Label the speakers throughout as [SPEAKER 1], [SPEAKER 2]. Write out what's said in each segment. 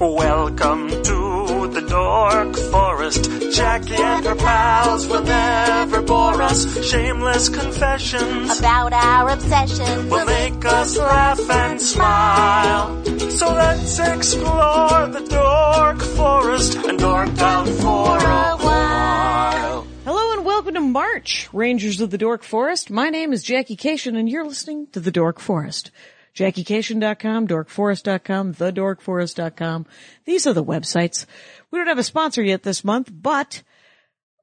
[SPEAKER 1] Welcome to the Dork Forest. Jackie and her pals will never bore us. Shameless confessions
[SPEAKER 2] about our obsession.
[SPEAKER 1] will make us laugh and smile. So let's explore the Dork Forest and dork out for a while.
[SPEAKER 3] Hello and welcome to March, Rangers of the Dork Forest. My name is Jackie Cation and you're listening to The Dork Forest. JackieCation.com, DorkForest.com, TheDorkForest.com. These are the websites. We don't have a sponsor yet this month, but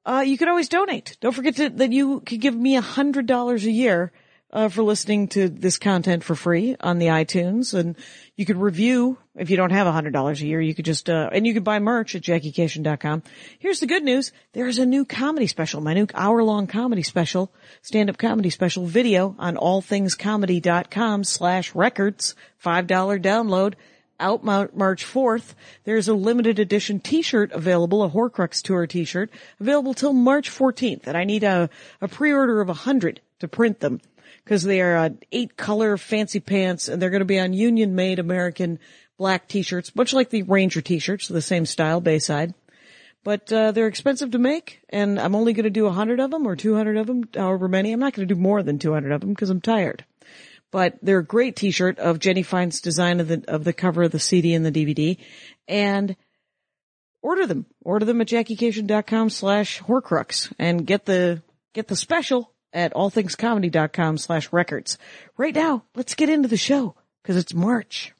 [SPEAKER 3] uh, you can always donate. Don't forget to, that you could give me hundred dollars a year uh, for listening to this content for free on the iTunes, and you could review if you don't have hundred dollars a year. You could just uh, and you could buy merch at JackieCation.com. Here's the good news: there is a new comedy special, my new hour-long comedy special, stand-up comedy special video on AllThingsComedy.com/records. Five dollar download out Mar- March 4th, there's a limited edition t-shirt available, a Horcrux Tour t-shirt, available till March 14th. And I need a, a pre-order of 100 to print them because they are uh, eight color fancy pants and they're going to be on union made American black t-shirts, much like the Ranger t-shirts, the same style, Bayside. But uh, they're expensive to make, and I'm only going to do 100 of them or 200 of them, however many. I'm not going to do more than 200 of them because I'm tired but they're a great t-shirt of Jenny Fine's design of the, of the cover of the CD and the DVD and order them, order them at jackiecation.com slash horcrux and get the, get the special at allthingscomedy.com slash records. Right now, let's get into the show because it's March.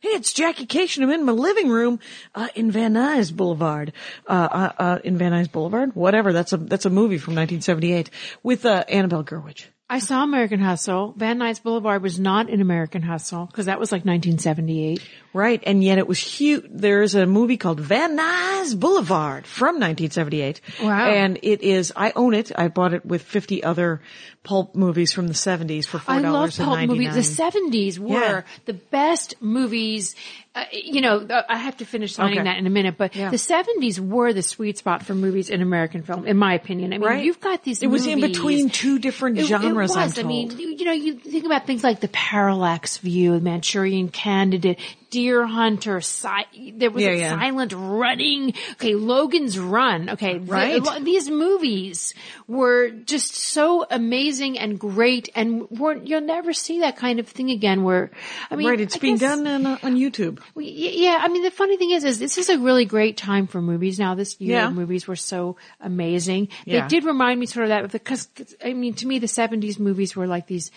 [SPEAKER 3] Hey, it's Jackie Cation. I'm in my living room uh, in Van Nuys Boulevard. Uh, uh, uh, in Van Nuys Boulevard, whatever. That's a that's a movie from 1978 with uh, Annabelle Gurwitch.
[SPEAKER 4] I saw American Hustle. Van Nuys Boulevard was not an American Hustle because that was like 1978.
[SPEAKER 3] Right, and yet it was huge. There's a movie called Van Nuys Boulevard from 1978.
[SPEAKER 4] Wow.
[SPEAKER 3] And it is, I own it. I bought it with 50 other pulp movies from the 70s for $4.99.
[SPEAKER 4] I love pulp movies. The 70s were
[SPEAKER 3] Yeah.
[SPEAKER 4] the best movies. Uh, you know, uh, I have to finish signing
[SPEAKER 3] Okay.
[SPEAKER 4] that in a minute, but the 70s were the sweet spot for movies in American film, in my opinion. I mean,
[SPEAKER 3] Right.
[SPEAKER 4] you've got these
[SPEAKER 3] It was in
[SPEAKER 4] movies-
[SPEAKER 3] between two different
[SPEAKER 4] It- it
[SPEAKER 3] genres, I'm
[SPEAKER 4] was. I mean,
[SPEAKER 3] told.
[SPEAKER 4] you you know, you think about things like the parallax view, Manchurian Candidate, Deer Hunter. Si- there was
[SPEAKER 3] Yeah,
[SPEAKER 4] a
[SPEAKER 3] yeah.
[SPEAKER 4] silent running. Okay, Logan's Run. Okay, the-
[SPEAKER 3] Right.
[SPEAKER 4] lo- these movies were just so amazing and great, and weren't, you'll never see that kind of thing again. Where I mean,
[SPEAKER 3] Right, it's
[SPEAKER 4] I
[SPEAKER 3] being
[SPEAKER 4] guess-
[SPEAKER 3] done on, uh, on YouTube.
[SPEAKER 4] we- Yeah, I mean, the funny thing is, is this is a really great time for movies now. This year,
[SPEAKER 3] Yeah.
[SPEAKER 4] movies were so amazing.
[SPEAKER 3] Yeah.
[SPEAKER 4] They did remind me sort of that because, I mean, to me, the 70s movies were like these,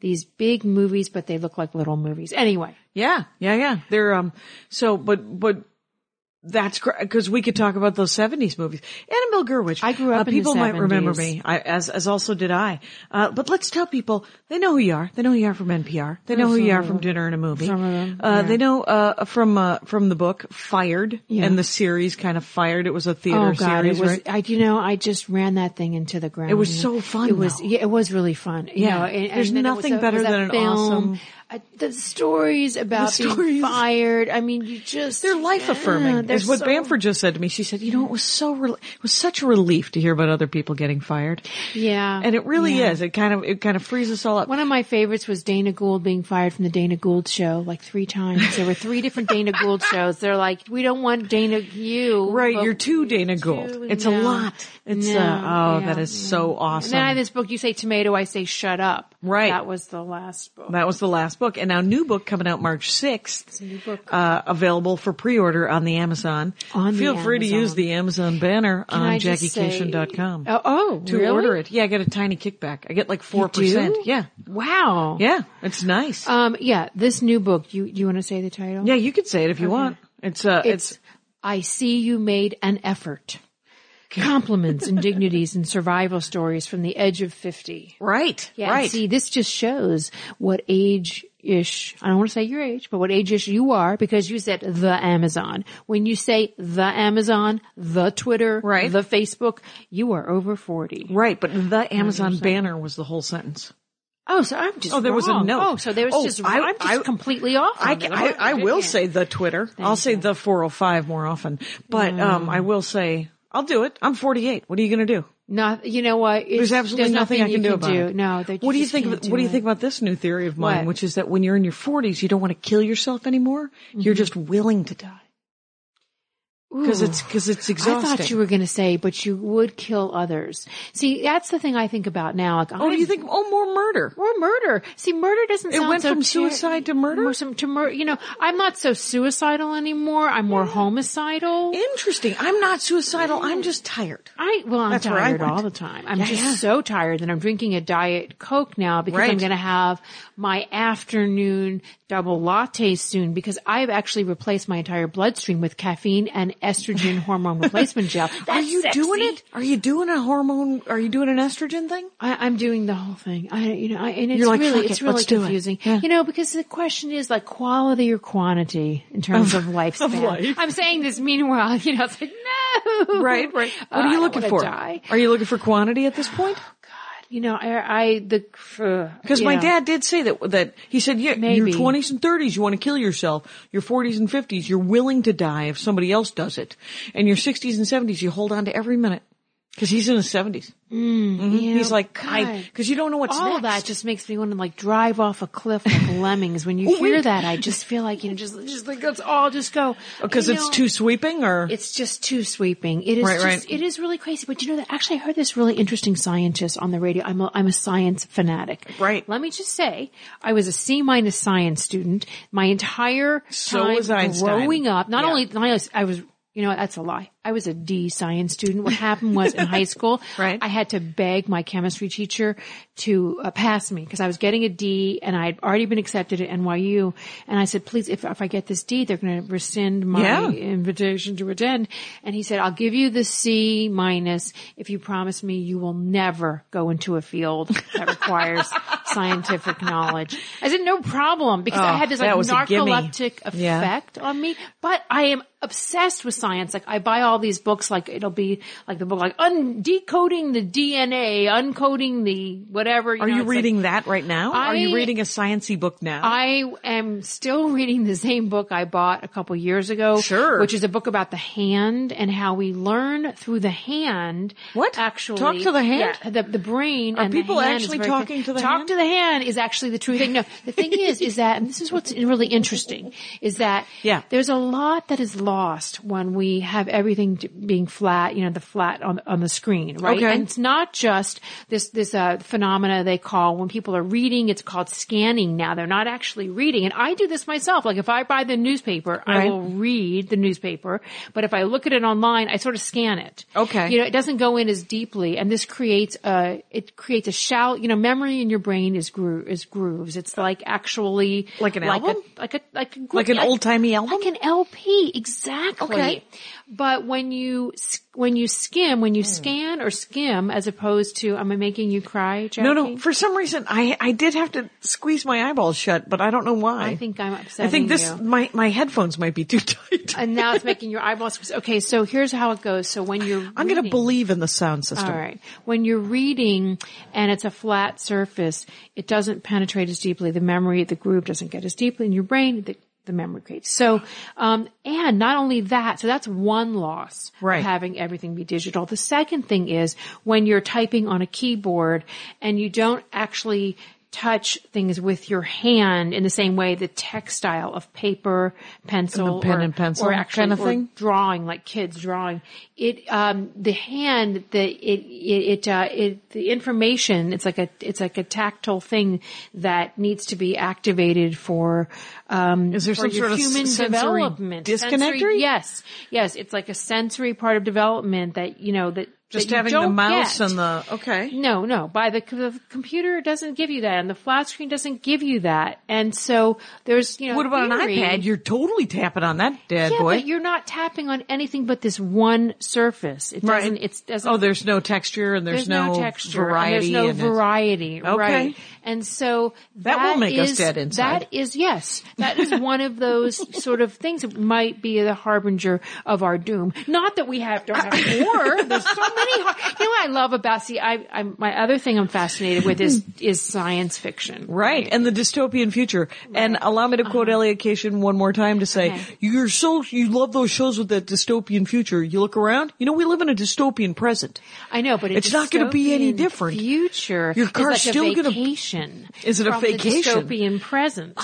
[SPEAKER 4] these big movies, but they look like little movies. Anyway.
[SPEAKER 3] Yeah, yeah, yeah. They're, um, so, but, but, that's because we could talk about those seventies movies. Annabelle Gurwitch.
[SPEAKER 4] I grew up in the
[SPEAKER 3] people might remember
[SPEAKER 4] 70s.
[SPEAKER 3] me, I, as as also did I. Uh, but let's tell people they know who you are. They know who you are from NPR. They know who you are from Dinner and a Movie.
[SPEAKER 4] Some of them,
[SPEAKER 3] Uh, They know uh, from uh, from the book Fired
[SPEAKER 4] Yeah.
[SPEAKER 3] and the series kind of Fired. It was a theater
[SPEAKER 4] oh God!
[SPEAKER 3] series,
[SPEAKER 4] it was.
[SPEAKER 3] right?
[SPEAKER 4] I, you know, I just ran that thing into the ground.
[SPEAKER 3] It was
[SPEAKER 4] you
[SPEAKER 3] so
[SPEAKER 4] know.
[SPEAKER 3] fun,
[SPEAKER 4] It was.
[SPEAKER 3] though.
[SPEAKER 4] Yeah, it was really fun. You
[SPEAKER 3] Yeah.
[SPEAKER 4] know, and, and
[SPEAKER 3] There's
[SPEAKER 4] then it was
[SPEAKER 3] nothing
[SPEAKER 4] a- it
[SPEAKER 3] better
[SPEAKER 4] was a
[SPEAKER 3] than an
[SPEAKER 4] film.
[SPEAKER 3] awesome-
[SPEAKER 4] I, the stories about
[SPEAKER 3] stories.
[SPEAKER 4] being fired. I mean, you just
[SPEAKER 3] They're life
[SPEAKER 4] yeah,
[SPEAKER 3] affirming.
[SPEAKER 4] they're
[SPEAKER 3] Is what
[SPEAKER 4] so-
[SPEAKER 3] Bamford just said to me. She said, "You know, it was so rel it was such a relief to hear about other people getting fired,
[SPEAKER 4] Yeah,
[SPEAKER 3] and it really
[SPEAKER 4] yeah.
[SPEAKER 3] is. It kind of it kind of frees us all up.
[SPEAKER 4] One of my favorites was Dana Gould being fired from the Dana Gould show like three times. There were three different Dana Gould shows. They're like, we don't want Dana you.
[SPEAKER 3] Right,
[SPEAKER 4] but
[SPEAKER 3] you're too Dana Gould. It's a
[SPEAKER 4] no,
[SPEAKER 3] lot. It's
[SPEAKER 4] no,
[SPEAKER 3] uh, oh,
[SPEAKER 4] yeah,
[SPEAKER 3] that is so
[SPEAKER 4] And
[SPEAKER 3] awesome.
[SPEAKER 4] then I have this book, You Say Tomato, I Say Shut Up.
[SPEAKER 3] Right.
[SPEAKER 4] That was the last book.
[SPEAKER 3] that was the last book, and now new book coming out March sixth.
[SPEAKER 4] new book.
[SPEAKER 3] Uh, available for pre-order on the Amazon.
[SPEAKER 4] On the
[SPEAKER 3] Feel free to
[SPEAKER 4] Amazon.
[SPEAKER 3] use the Amazon banner
[SPEAKER 4] Can
[SPEAKER 3] on
[SPEAKER 4] I just
[SPEAKER 3] JackieCation.com.
[SPEAKER 4] say- Oh, oh,
[SPEAKER 3] to
[SPEAKER 4] really?
[SPEAKER 3] order it, yeah, I get a tiny kickback. I get like four percent.
[SPEAKER 4] do?
[SPEAKER 3] Yeah,
[SPEAKER 4] Wow.
[SPEAKER 3] yeah, it's nice.
[SPEAKER 4] Um, yeah, this new book, you, you want to say the title?
[SPEAKER 3] yeah, you could say it if you want. It's uh,
[SPEAKER 4] It's, I see you made an effort. Compliments and dignities and survival stories from the edge of 50.
[SPEAKER 3] right,
[SPEAKER 4] Yeah, and
[SPEAKER 3] right.
[SPEAKER 4] See, this just shows what age ish, I don't want to say your age, but what age ish you are because you said the Amazon. When you say the Amazon, the Twitter,
[SPEAKER 3] Right.
[SPEAKER 4] the Facebook, you are over 40.
[SPEAKER 3] Right, but the Amazon banner was the whole sentence.
[SPEAKER 4] Oh, so I'm just
[SPEAKER 3] Oh, there was a
[SPEAKER 4] wrong.
[SPEAKER 3] note.
[SPEAKER 4] Oh, so there was
[SPEAKER 3] Oh,
[SPEAKER 4] just,
[SPEAKER 3] I-
[SPEAKER 4] I, am just
[SPEAKER 3] I-
[SPEAKER 4] completely off.
[SPEAKER 3] I,
[SPEAKER 4] on that.
[SPEAKER 3] I, I will
[SPEAKER 4] Goodness.
[SPEAKER 3] say the oh Twitter. I'll say
[SPEAKER 4] Mm.
[SPEAKER 3] the 405 more often, but um, I will say I'll do it. I'm 48. What are you going to do?
[SPEAKER 4] Not, you know what? It's,
[SPEAKER 3] There's absolutely nothing, I can
[SPEAKER 4] you
[SPEAKER 3] do about it.
[SPEAKER 4] No, that
[SPEAKER 3] what do you
[SPEAKER 4] just
[SPEAKER 3] think?
[SPEAKER 4] can't
[SPEAKER 3] Of, what do you
[SPEAKER 4] it.
[SPEAKER 3] think about this new theory of mine,
[SPEAKER 4] What?
[SPEAKER 3] which is that when you're in your 40s, you don't want to kill yourself anymore.
[SPEAKER 4] Mm-hmm.
[SPEAKER 3] You're just willing to die because
[SPEAKER 4] Ooh.
[SPEAKER 3] it's because it's exhausting.
[SPEAKER 4] I thought you were going to say, but you would kill others. See, that's the thing I think about now. Like,
[SPEAKER 3] Oh, do
[SPEAKER 4] I'm-
[SPEAKER 3] you think? Oh, more murder.
[SPEAKER 4] or murder? See, murder doesn't.
[SPEAKER 3] It
[SPEAKER 4] sound
[SPEAKER 3] went
[SPEAKER 4] so
[SPEAKER 3] from
[SPEAKER 4] ter-
[SPEAKER 3] suicide to murder?
[SPEAKER 4] More some- to mur- You know, I'm not so suicidal anymore. I'm more homicidal.
[SPEAKER 3] Interesting. I'm not suicidal. I'm just tired.
[SPEAKER 4] I well, I'm
[SPEAKER 3] That's where I
[SPEAKER 4] tired
[SPEAKER 3] went.
[SPEAKER 4] all the time. I'm
[SPEAKER 3] Yeah,
[SPEAKER 4] just
[SPEAKER 3] yeah.
[SPEAKER 4] so tired that I'm drinking a diet coke now because I'm
[SPEAKER 3] Right.
[SPEAKER 4] going to have my afternoon double latte soon because I've actually replaced my entire bloodstream with caffeine and estrogen hormone replacement gel.
[SPEAKER 3] Are
[SPEAKER 4] That's
[SPEAKER 3] you doing
[SPEAKER 4] sexy.
[SPEAKER 3] it? Are you doing a hormone? Are you doing an estrogen thing?
[SPEAKER 4] I, I'm doing the whole thing. I, you know, I, and it's
[SPEAKER 3] You're like,
[SPEAKER 4] really,
[SPEAKER 3] "Fuck
[SPEAKER 4] it's
[SPEAKER 3] it,
[SPEAKER 4] really
[SPEAKER 3] let's do it."
[SPEAKER 4] confusing.
[SPEAKER 3] Yeah.
[SPEAKER 4] You know, because the question is like quality or quantity in terms of, lifespan.
[SPEAKER 3] life.
[SPEAKER 4] I'm saying this meanwhile, you know, it's like, no. Uh,
[SPEAKER 3] What are
[SPEAKER 4] I
[SPEAKER 3] you
[SPEAKER 4] don't
[SPEAKER 3] looking
[SPEAKER 4] wanna
[SPEAKER 3] for?
[SPEAKER 4] die.
[SPEAKER 3] Are you looking for quantity at this point?
[SPEAKER 4] You know, I, I the, uh,
[SPEAKER 3] Because
[SPEAKER 4] because
[SPEAKER 3] my dad did say that that he said, yeah,
[SPEAKER 4] Maybe.
[SPEAKER 3] your twenties and thirties, you want to kill yourself. Your forties and fifties, you're willing to die if somebody else does it. And your sixties and seventies, you hold on to every minute. Because he's in his seventies. He's like,
[SPEAKER 4] Oh, God.
[SPEAKER 3] because you don't know what's
[SPEAKER 4] all
[SPEAKER 3] next.
[SPEAKER 4] that just makes me want to like drive off a cliff like lemmings. When you
[SPEAKER 3] Oh,
[SPEAKER 4] hear
[SPEAKER 3] wait.
[SPEAKER 4] that, I just feel like, you know, just, just like, let's all just go.
[SPEAKER 3] because Oh,
[SPEAKER 4] You
[SPEAKER 3] it's
[SPEAKER 4] know,
[SPEAKER 3] too sweeping, or
[SPEAKER 4] It's just too sweeping. It is
[SPEAKER 3] Right,
[SPEAKER 4] just,
[SPEAKER 3] right.
[SPEAKER 4] it is really crazy. But you know that actually I heard this really interesting scientist on the radio. I'm a, I'm a science fanatic.
[SPEAKER 3] Right.
[SPEAKER 4] Let me just say, I was a C minus science student my entire
[SPEAKER 3] So
[SPEAKER 4] time
[SPEAKER 3] was Einstein.
[SPEAKER 4] growing up. Not
[SPEAKER 3] Yeah.
[SPEAKER 4] only, not only I was you know, what, that's a lie. I was a D science student. What happened was in high school,
[SPEAKER 3] Right.
[SPEAKER 4] I had to beg my chemistry teacher to uh, pass me because I was getting a D and I had already been accepted at NYU. And I said, please, if, if I get this D, they're going to rescind my
[SPEAKER 3] Yeah.
[SPEAKER 4] invitation to attend. And he said, I'll give you the C minus if you promise me you will never go into a field that requires scientific knowledge. I said, no problem because I
[SPEAKER 3] Oh,
[SPEAKER 4] had this like
[SPEAKER 3] that was a gimme.
[SPEAKER 4] narcoleptic effect
[SPEAKER 3] Yeah.
[SPEAKER 4] effect on me, but I am obsessed with science. Like I buy all these books, like it'll be like the book, like un- decoding the DNA, uncoding the whatever.
[SPEAKER 3] are
[SPEAKER 4] know,
[SPEAKER 3] you
[SPEAKER 4] it's like-
[SPEAKER 3] reading that right now? are
[SPEAKER 4] I-
[SPEAKER 3] you reading a sciency book now?
[SPEAKER 4] I am still reading the same book I bought a couple years ago.
[SPEAKER 3] Sure.
[SPEAKER 4] Which is a book about the hand and how we learn through the hand.
[SPEAKER 3] What?
[SPEAKER 4] Actually.
[SPEAKER 3] Talk to the hand?
[SPEAKER 4] Yeah, the, the brain
[SPEAKER 3] Are
[SPEAKER 4] and the
[SPEAKER 3] people
[SPEAKER 4] hand is
[SPEAKER 3] actually
[SPEAKER 4] very
[SPEAKER 3] talking
[SPEAKER 4] con-
[SPEAKER 3] to the
[SPEAKER 4] Talk
[SPEAKER 3] hand?
[SPEAKER 4] to the hand is actually the true thing. No, the thing is, is that, and this is what's really interesting, is that
[SPEAKER 3] Yeah.
[SPEAKER 4] there's a lot that is lost when we have everything t- being flat, you know, the flat on, on the screen, right?
[SPEAKER 3] Okay.
[SPEAKER 4] And it's not just this this uh, phenomena they call when people are reading. It's called scanning now. They're not actually reading, and I do this myself. Like if I buy the newspaper, I
[SPEAKER 3] Right.
[SPEAKER 4] will read the newspaper, but if I look at it online, I sort of scan it.
[SPEAKER 3] Okay.
[SPEAKER 4] you know, it doesn't go in as deeply, and this creates a it creates a shallow. You know, memory in your brain is gro- is grooves. It's like actually
[SPEAKER 3] Like an
[SPEAKER 4] a-
[SPEAKER 3] album?
[SPEAKER 4] like a like a gro-
[SPEAKER 3] Like an
[SPEAKER 4] I-
[SPEAKER 3] old-timey album?
[SPEAKER 4] like an LP, exactly.
[SPEAKER 3] Okay.
[SPEAKER 4] But when you s- when you skim, when
[SPEAKER 3] Hmm.
[SPEAKER 4] you scan or skim, as opposed to, am I making you cry, Jackie?
[SPEAKER 3] no, no. For some reason, I I did have to squeeze my eyeballs shut, but I don't know why.
[SPEAKER 4] I think I'm
[SPEAKER 3] I
[SPEAKER 4] upsetting
[SPEAKER 3] think this
[SPEAKER 4] you.
[SPEAKER 3] my my headphones might be too tight.
[SPEAKER 4] and now it's making your eyeballs. squeeze. Okay, so here's how it goes. So when you're,
[SPEAKER 3] I'm going to
[SPEAKER 4] reading-
[SPEAKER 3] believe in the sound system.
[SPEAKER 4] All right. When you're reading and it's a flat surface, it doesn't penetrate as deeply. The memory, the groove doesn't get as deeply in your brain. The, the memory creates. So, um, and not only that, so that's one loss
[SPEAKER 3] Right.
[SPEAKER 4] of having everything be digital. The second thing is when you're typing on a keyboard and you don't actually touch things with your hand in the same way the textile of paper, pencil,
[SPEAKER 3] pen
[SPEAKER 4] or,
[SPEAKER 3] and pencil
[SPEAKER 4] or actually,
[SPEAKER 3] kind of
[SPEAKER 4] or
[SPEAKER 3] thing?
[SPEAKER 4] drawing like kids drawing it um the hand the it it it, uh, it the information it's like a it's like a tactile thing that needs to be activated for um
[SPEAKER 3] Is there
[SPEAKER 4] for
[SPEAKER 3] some
[SPEAKER 4] your
[SPEAKER 3] sort of s-
[SPEAKER 4] human
[SPEAKER 3] sensory
[SPEAKER 4] development
[SPEAKER 3] disconnect?
[SPEAKER 4] Sensory- yes yes it's like a sensory part of development that you know that
[SPEAKER 3] Just
[SPEAKER 4] that you
[SPEAKER 3] having the
[SPEAKER 4] don't
[SPEAKER 3] mouse
[SPEAKER 4] get.
[SPEAKER 3] and the okay.
[SPEAKER 4] No, no. By the, the computer doesn't give you that, and the flat screen doesn't give you that, and so there's you know.
[SPEAKER 3] What about
[SPEAKER 4] theory-
[SPEAKER 3] an iPad? You're totally tapping on that dead
[SPEAKER 4] yeah,
[SPEAKER 3] boy.
[SPEAKER 4] but you're not tapping on anything but this one surface. It
[SPEAKER 3] Right.
[SPEAKER 4] doesn't. It's doesn't.
[SPEAKER 3] oh, there's no texture and there's,
[SPEAKER 4] there's no, texture. and
[SPEAKER 3] variety.
[SPEAKER 4] there's
[SPEAKER 3] and
[SPEAKER 4] no
[SPEAKER 3] it's-
[SPEAKER 4] variety.
[SPEAKER 3] Okay.
[SPEAKER 4] Right. And so
[SPEAKER 3] That will make us
[SPEAKER 4] is-
[SPEAKER 3] dead inside.
[SPEAKER 4] That is yes. That is one of those sort of things that might be the harbinger of our doom. Not that we have to have war. There's so hard. You know what I love about see, I, I my other thing I'm fascinated with is is science fiction.
[SPEAKER 3] Right, and the dystopian future. And allow me to quote Elliot Cation one more time to say,
[SPEAKER 4] Uh-huh. Okay.
[SPEAKER 3] you're so, you love those shows with that dystopian future. You look around, you know, we live in a dystopian present.
[SPEAKER 4] I know, but a
[SPEAKER 3] It's not gonna be any
[SPEAKER 4] dystopian
[SPEAKER 3] different.
[SPEAKER 4] Future.
[SPEAKER 3] Your
[SPEAKER 4] is
[SPEAKER 3] car's
[SPEAKER 4] like
[SPEAKER 3] still
[SPEAKER 4] a
[SPEAKER 3] gonna-
[SPEAKER 4] vacation.
[SPEAKER 3] Is it a
[SPEAKER 4] from
[SPEAKER 3] vacation?
[SPEAKER 4] The dystopian present.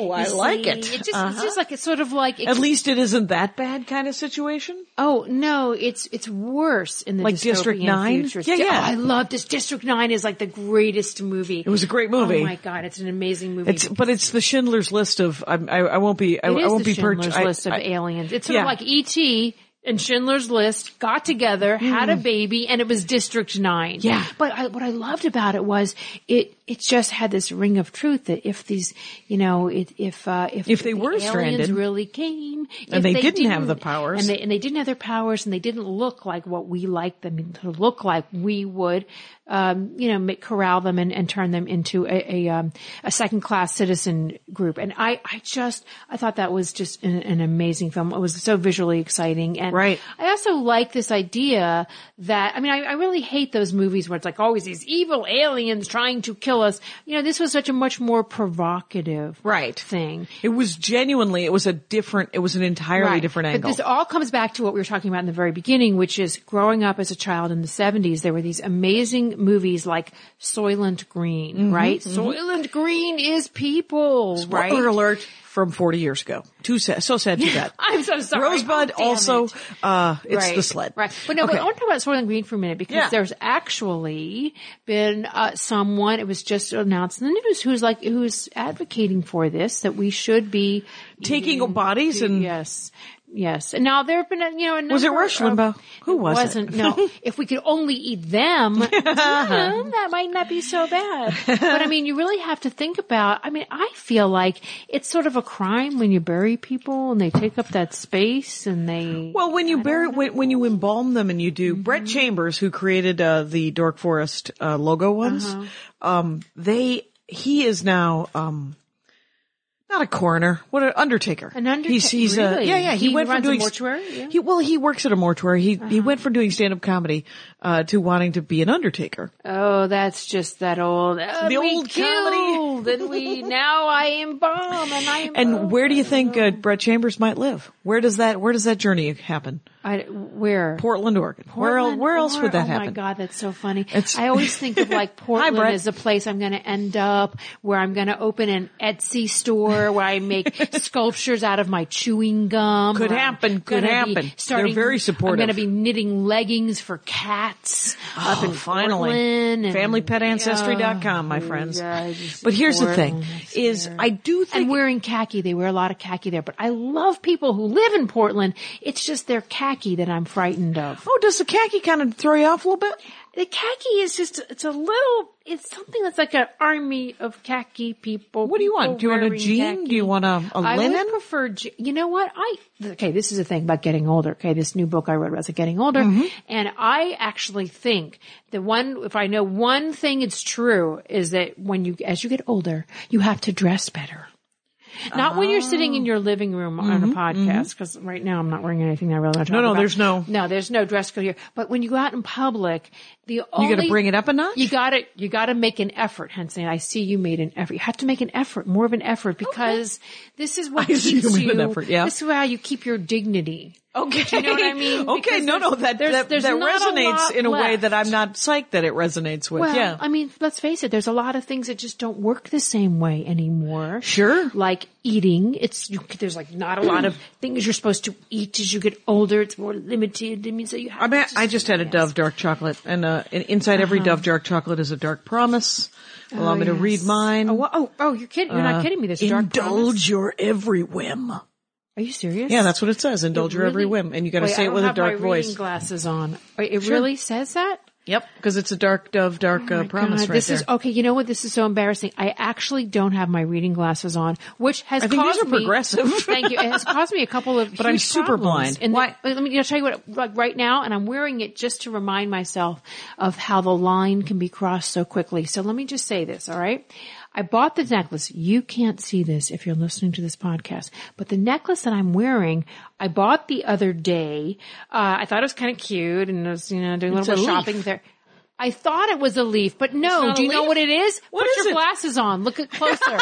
[SPEAKER 3] Oh, I
[SPEAKER 4] You
[SPEAKER 3] like
[SPEAKER 4] see,
[SPEAKER 3] it. Uh-huh.
[SPEAKER 4] It's just, it's just like it's sort of like it-
[SPEAKER 3] At least it isn't that bad kind of situation.
[SPEAKER 4] oh no, it's it's worse in the
[SPEAKER 3] Like
[SPEAKER 4] dystopian
[SPEAKER 3] District Nine?
[SPEAKER 4] future.
[SPEAKER 3] Yeah, yeah.
[SPEAKER 4] Oh, I love this. District Nine is like the greatest movie. It
[SPEAKER 3] was a great movie.
[SPEAKER 4] Oh my god, it's an amazing movie.
[SPEAKER 3] It's, but it's the Schindler's List of, I'm, I, I won't be, I,
[SPEAKER 4] It
[SPEAKER 3] I
[SPEAKER 4] is
[SPEAKER 3] won't
[SPEAKER 4] the
[SPEAKER 3] be per-
[SPEAKER 4] Schindler's
[SPEAKER 3] I-
[SPEAKER 4] List of
[SPEAKER 3] I-
[SPEAKER 4] aliens. It's sort
[SPEAKER 3] Yeah.
[SPEAKER 4] of like E.T. and Schindler's List got together, had a baby, and it was District Nine.
[SPEAKER 3] Mm. Yeah.
[SPEAKER 4] But I, what I loved about it was it it just had this ring of truth that if these you know it, if uh, if
[SPEAKER 3] If they
[SPEAKER 4] the
[SPEAKER 3] were
[SPEAKER 4] aliens
[SPEAKER 3] stranded.
[SPEAKER 4] really came
[SPEAKER 3] And
[SPEAKER 4] if
[SPEAKER 3] they didn't have the powers.
[SPEAKER 4] and they and they didn't have their powers and they didn't look like what we like them to look like, we would um, you know make, corral them and, and turn them into a a, um, a second class citizen group. And I I just I thought that was just an, an amazing film. It was so visually exciting and
[SPEAKER 3] Right.
[SPEAKER 4] I also like this idea that I mean I, I really hate those movies where it's like always these evil aliens trying to kill us. You know this was such a much more provocative
[SPEAKER 3] Right.
[SPEAKER 4] thing.
[SPEAKER 3] It was genuinely, it was a different, it was an entirely different angle.
[SPEAKER 4] But this all comes back to what we were talking about in the very beginning, which is growing up as a child in the 70s, there were these amazing movies like Soylent Green, right? Soylent Green is people, right?
[SPEAKER 3] Mm-hmm, Spoiler alert from 40 years ago. Too sad. So sad you got.
[SPEAKER 4] I'm so sorry.
[SPEAKER 3] Rosebud
[SPEAKER 4] Oh, damn
[SPEAKER 3] also,
[SPEAKER 4] it.
[SPEAKER 3] uh, it's the sled.
[SPEAKER 4] Right. But no,
[SPEAKER 3] Okay.
[SPEAKER 4] but I want to talk about Soylent Green for a minute because
[SPEAKER 3] Yeah.
[SPEAKER 4] there's actually been uh, someone, it was just announced in the news, who's like, who's advocating for this, that we should be
[SPEAKER 3] Taking bodies and-
[SPEAKER 4] Yes. Yes. And now there have been, a, you know, a
[SPEAKER 3] Was it
[SPEAKER 4] number
[SPEAKER 3] Rush
[SPEAKER 4] of-
[SPEAKER 3] Limbaugh? Who
[SPEAKER 4] it
[SPEAKER 3] was it?
[SPEAKER 4] wasn't, No. if we could only eat them, mm, that might not be so bad. But I mean, you really have to think about, I mean, I feel like it's sort of a crime when you bury people and they take up that space and they.
[SPEAKER 3] Well, when you bury, when, when you embalm them and you do,
[SPEAKER 4] Mm-hmm.
[SPEAKER 3] Brett Chambers, who created, uh, the Dork Forest, uh, logo ones,
[SPEAKER 4] Uh-huh.
[SPEAKER 3] um, they, he is now, um, not a coroner. What an undertaker.
[SPEAKER 4] An underta-
[SPEAKER 3] He's, he's a,
[SPEAKER 4] really?
[SPEAKER 3] yeah, yeah. He,
[SPEAKER 4] He
[SPEAKER 3] went from
[SPEAKER 4] runs a
[SPEAKER 3] doing
[SPEAKER 4] mortuary? Yeah. Uh-huh.
[SPEAKER 3] He well, he works at a mortuary. He he went from doing stand up comedy uh, to wanting to be an undertaker.
[SPEAKER 4] Oh, that's just that old. Uh,
[SPEAKER 3] The
[SPEAKER 4] we
[SPEAKER 3] old comedy.
[SPEAKER 4] killed and we now I am bomb and I am.
[SPEAKER 3] And where do you think uh, Brett Chambers might live? Where does that where does that journey happen?
[SPEAKER 4] I, where
[SPEAKER 3] Portland, Oregon. where el-
[SPEAKER 4] Portland
[SPEAKER 3] where else
[SPEAKER 4] or-
[SPEAKER 3] would that
[SPEAKER 4] oh
[SPEAKER 3] happen?
[SPEAKER 4] my god, that's so funny.
[SPEAKER 3] It's-
[SPEAKER 4] I always think of like Portland
[SPEAKER 3] Brett.
[SPEAKER 4] as a place I'm going to end up, where I'm going to open an Etsy store where I make sculptures out of my chewing gum.
[SPEAKER 3] Could
[SPEAKER 4] or I'm
[SPEAKER 3] happen, could
[SPEAKER 4] gonna be
[SPEAKER 3] happen. They're
[SPEAKER 4] Starting,
[SPEAKER 3] very supportive. Oh,
[SPEAKER 4] I'm going to be knitting leggings for cats up in
[SPEAKER 3] finally.
[SPEAKER 4] Oh, Portland and-
[SPEAKER 3] FamilyPetAncestry.com, my friends.
[SPEAKER 4] yeah, I just-
[SPEAKER 3] but here's the thing:
[SPEAKER 4] Portland, that's
[SPEAKER 3] is
[SPEAKER 4] there.
[SPEAKER 3] I do think
[SPEAKER 4] and wearing khaki. They wear a lot of khaki there, but I love people who live in Portland. It's just their khaki that I'm frightened of.
[SPEAKER 3] oh, does the khaki kind of throw you off a little bit?
[SPEAKER 4] The khaki is just, it's a little, it's something that's like an army of khaki people.
[SPEAKER 3] What do you want?
[SPEAKER 4] People
[SPEAKER 3] Do you want a
[SPEAKER 4] wearing
[SPEAKER 3] jean?
[SPEAKER 4] khaki.
[SPEAKER 3] Do you want a, a
[SPEAKER 4] I would
[SPEAKER 3] linen?
[SPEAKER 4] prefer, je- you know what? I, okay, this is the thing about getting older. Okay, this new book I read was Getting Older.
[SPEAKER 3] Mm-hmm.
[SPEAKER 4] And I actually think the one, if I know one thing it's true is that when you, as you get older, you have to dress better. Not when you're sitting in your
[SPEAKER 3] Oh.
[SPEAKER 4] living room on a podcast, because right now I'm not wearing anything I really want to talk
[SPEAKER 3] Mm-hmm. no,
[SPEAKER 4] about.
[SPEAKER 3] there's no-
[SPEAKER 4] No, there's no dress code here. But when you go out in public, the only
[SPEAKER 3] gotta bring it up a notch?
[SPEAKER 4] You got to You got to make an effort. Hence, I see you made an effort. You have to make an effort, more of an effort, because this is what
[SPEAKER 3] I
[SPEAKER 4] keeps
[SPEAKER 3] see you made
[SPEAKER 4] you.
[SPEAKER 3] an effort, yeah. Uh,
[SPEAKER 4] This is how you keep your dignity.
[SPEAKER 3] Okay.
[SPEAKER 4] Do you know what I mean?
[SPEAKER 3] Okay,
[SPEAKER 4] Because
[SPEAKER 3] no, no,
[SPEAKER 4] there's-
[SPEAKER 3] that
[SPEAKER 4] there's-
[SPEAKER 3] that,
[SPEAKER 4] there's
[SPEAKER 3] that
[SPEAKER 4] not a
[SPEAKER 3] resonates
[SPEAKER 4] lot
[SPEAKER 3] in a way
[SPEAKER 4] left.
[SPEAKER 3] that I'm not psyched that it resonates with.
[SPEAKER 4] Well,
[SPEAKER 3] yeah.
[SPEAKER 4] I mean, let's face it, there's a lot of things that just don't work the same way anymore.
[SPEAKER 3] Sure.
[SPEAKER 4] Like eating. It's, you, there's like not a lot of things you're supposed to eat as you get older. It's more limited. I mean, so you have
[SPEAKER 3] I mean,
[SPEAKER 4] to
[SPEAKER 3] I just had a
[SPEAKER 4] yes.
[SPEAKER 3] Dove dark chocolate, and uh, and inside every Dove dark chocolate is a dark promise. Allow
[SPEAKER 4] Uh-huh. Oh,
[SPEAKER 3] me to
[SPEAKER 4] yes.
[SPEAKER 3] read mine. Uh,
[SPEAKER 4] Oh, wha- oh, oh, you're kidding. You're not kidding me. This dark promise.
[SPEAKER 3] Indulge your every whim.
[SPEAKER 4] Are you serious?
[SPEAKER 3] Yeah, that's what it says. Indulge your every
[SPEAKER 4] really-
[SPEAKER 3] whim, and you got to
[SPEAKER 4] Wait,
[SPEAKER 3] say
[SPEAKER 4] I
[SPEAKER 3] it
[SPEAKER 4] don't
[SPEAKER 3] with a
[SPEAKER 4] have my
[SPEAKER 3] dark
[SPEAKER 4] reading
[SPEAKER 3] voice.
[SPEAKER 4] glasses on. Wait, It really says that?
[SPEAKER 3] Yep, because it's a dark Dove dark uh,
[SPEAKER 4] my
[SPEAKER 3] promise
[SPEAKER 4] God,
[SPEAKER 3] right
[SPEAKER 4] this
[SPEAKER 3] there.
[SPEAKER 4] is okay. You know what? This is so embarrassing. I actually don't have my reading glasses on, which has
[SPEAKER 3] I think these
[SPEAKER 4] caused
[SPEAKER 3] are
[SPEAKER 4] me-
[SPEAKER 3] progressive.
[SPEAKER 4] thank you. It has caused me a couple of.
[SPEAKER 3] But I'm
[SPEAKER 4] huge
[SPEAKER 3] super
[SPEAKER 4] problems
[SPEAKER 3] blind.
[SPEAKER 4] in the-
[SPEAKER 3] Why-
[SPEAKER 4] let me. I'll tell you what. Like right now, and I'm wearing it just to remind myself of how the line can be crossed so quickly. So let me just say this. All right. I bought the necklace. You can't see this if you're listening to this podcast, but the necklace that I'm wearing, I bought the other day. Uh, I thought it was kind of cute and I was, you know, doing a
[SPEAKER 3] It's a
[SPEAKER 4] little bit of
[SPEAKER 3] leaf.
[SPEAKER 4] shopping there. I thought it was a leaf, but no.
[SPEAKER 3] not
[SPEAKER 4] Do
[SPEAKER 3] a
[SPEAKER 4] you know
[SPEAKER 3] leaf?
[SPEAKER 4] what it is?
[SPEAKER 3] What
[SPEAKER 4] Put
[SPEAKER 3] is
[SPEAKER 4] your
[SPEAKER 3] it?
[SPEAKER 4] glasses on. Look at closer.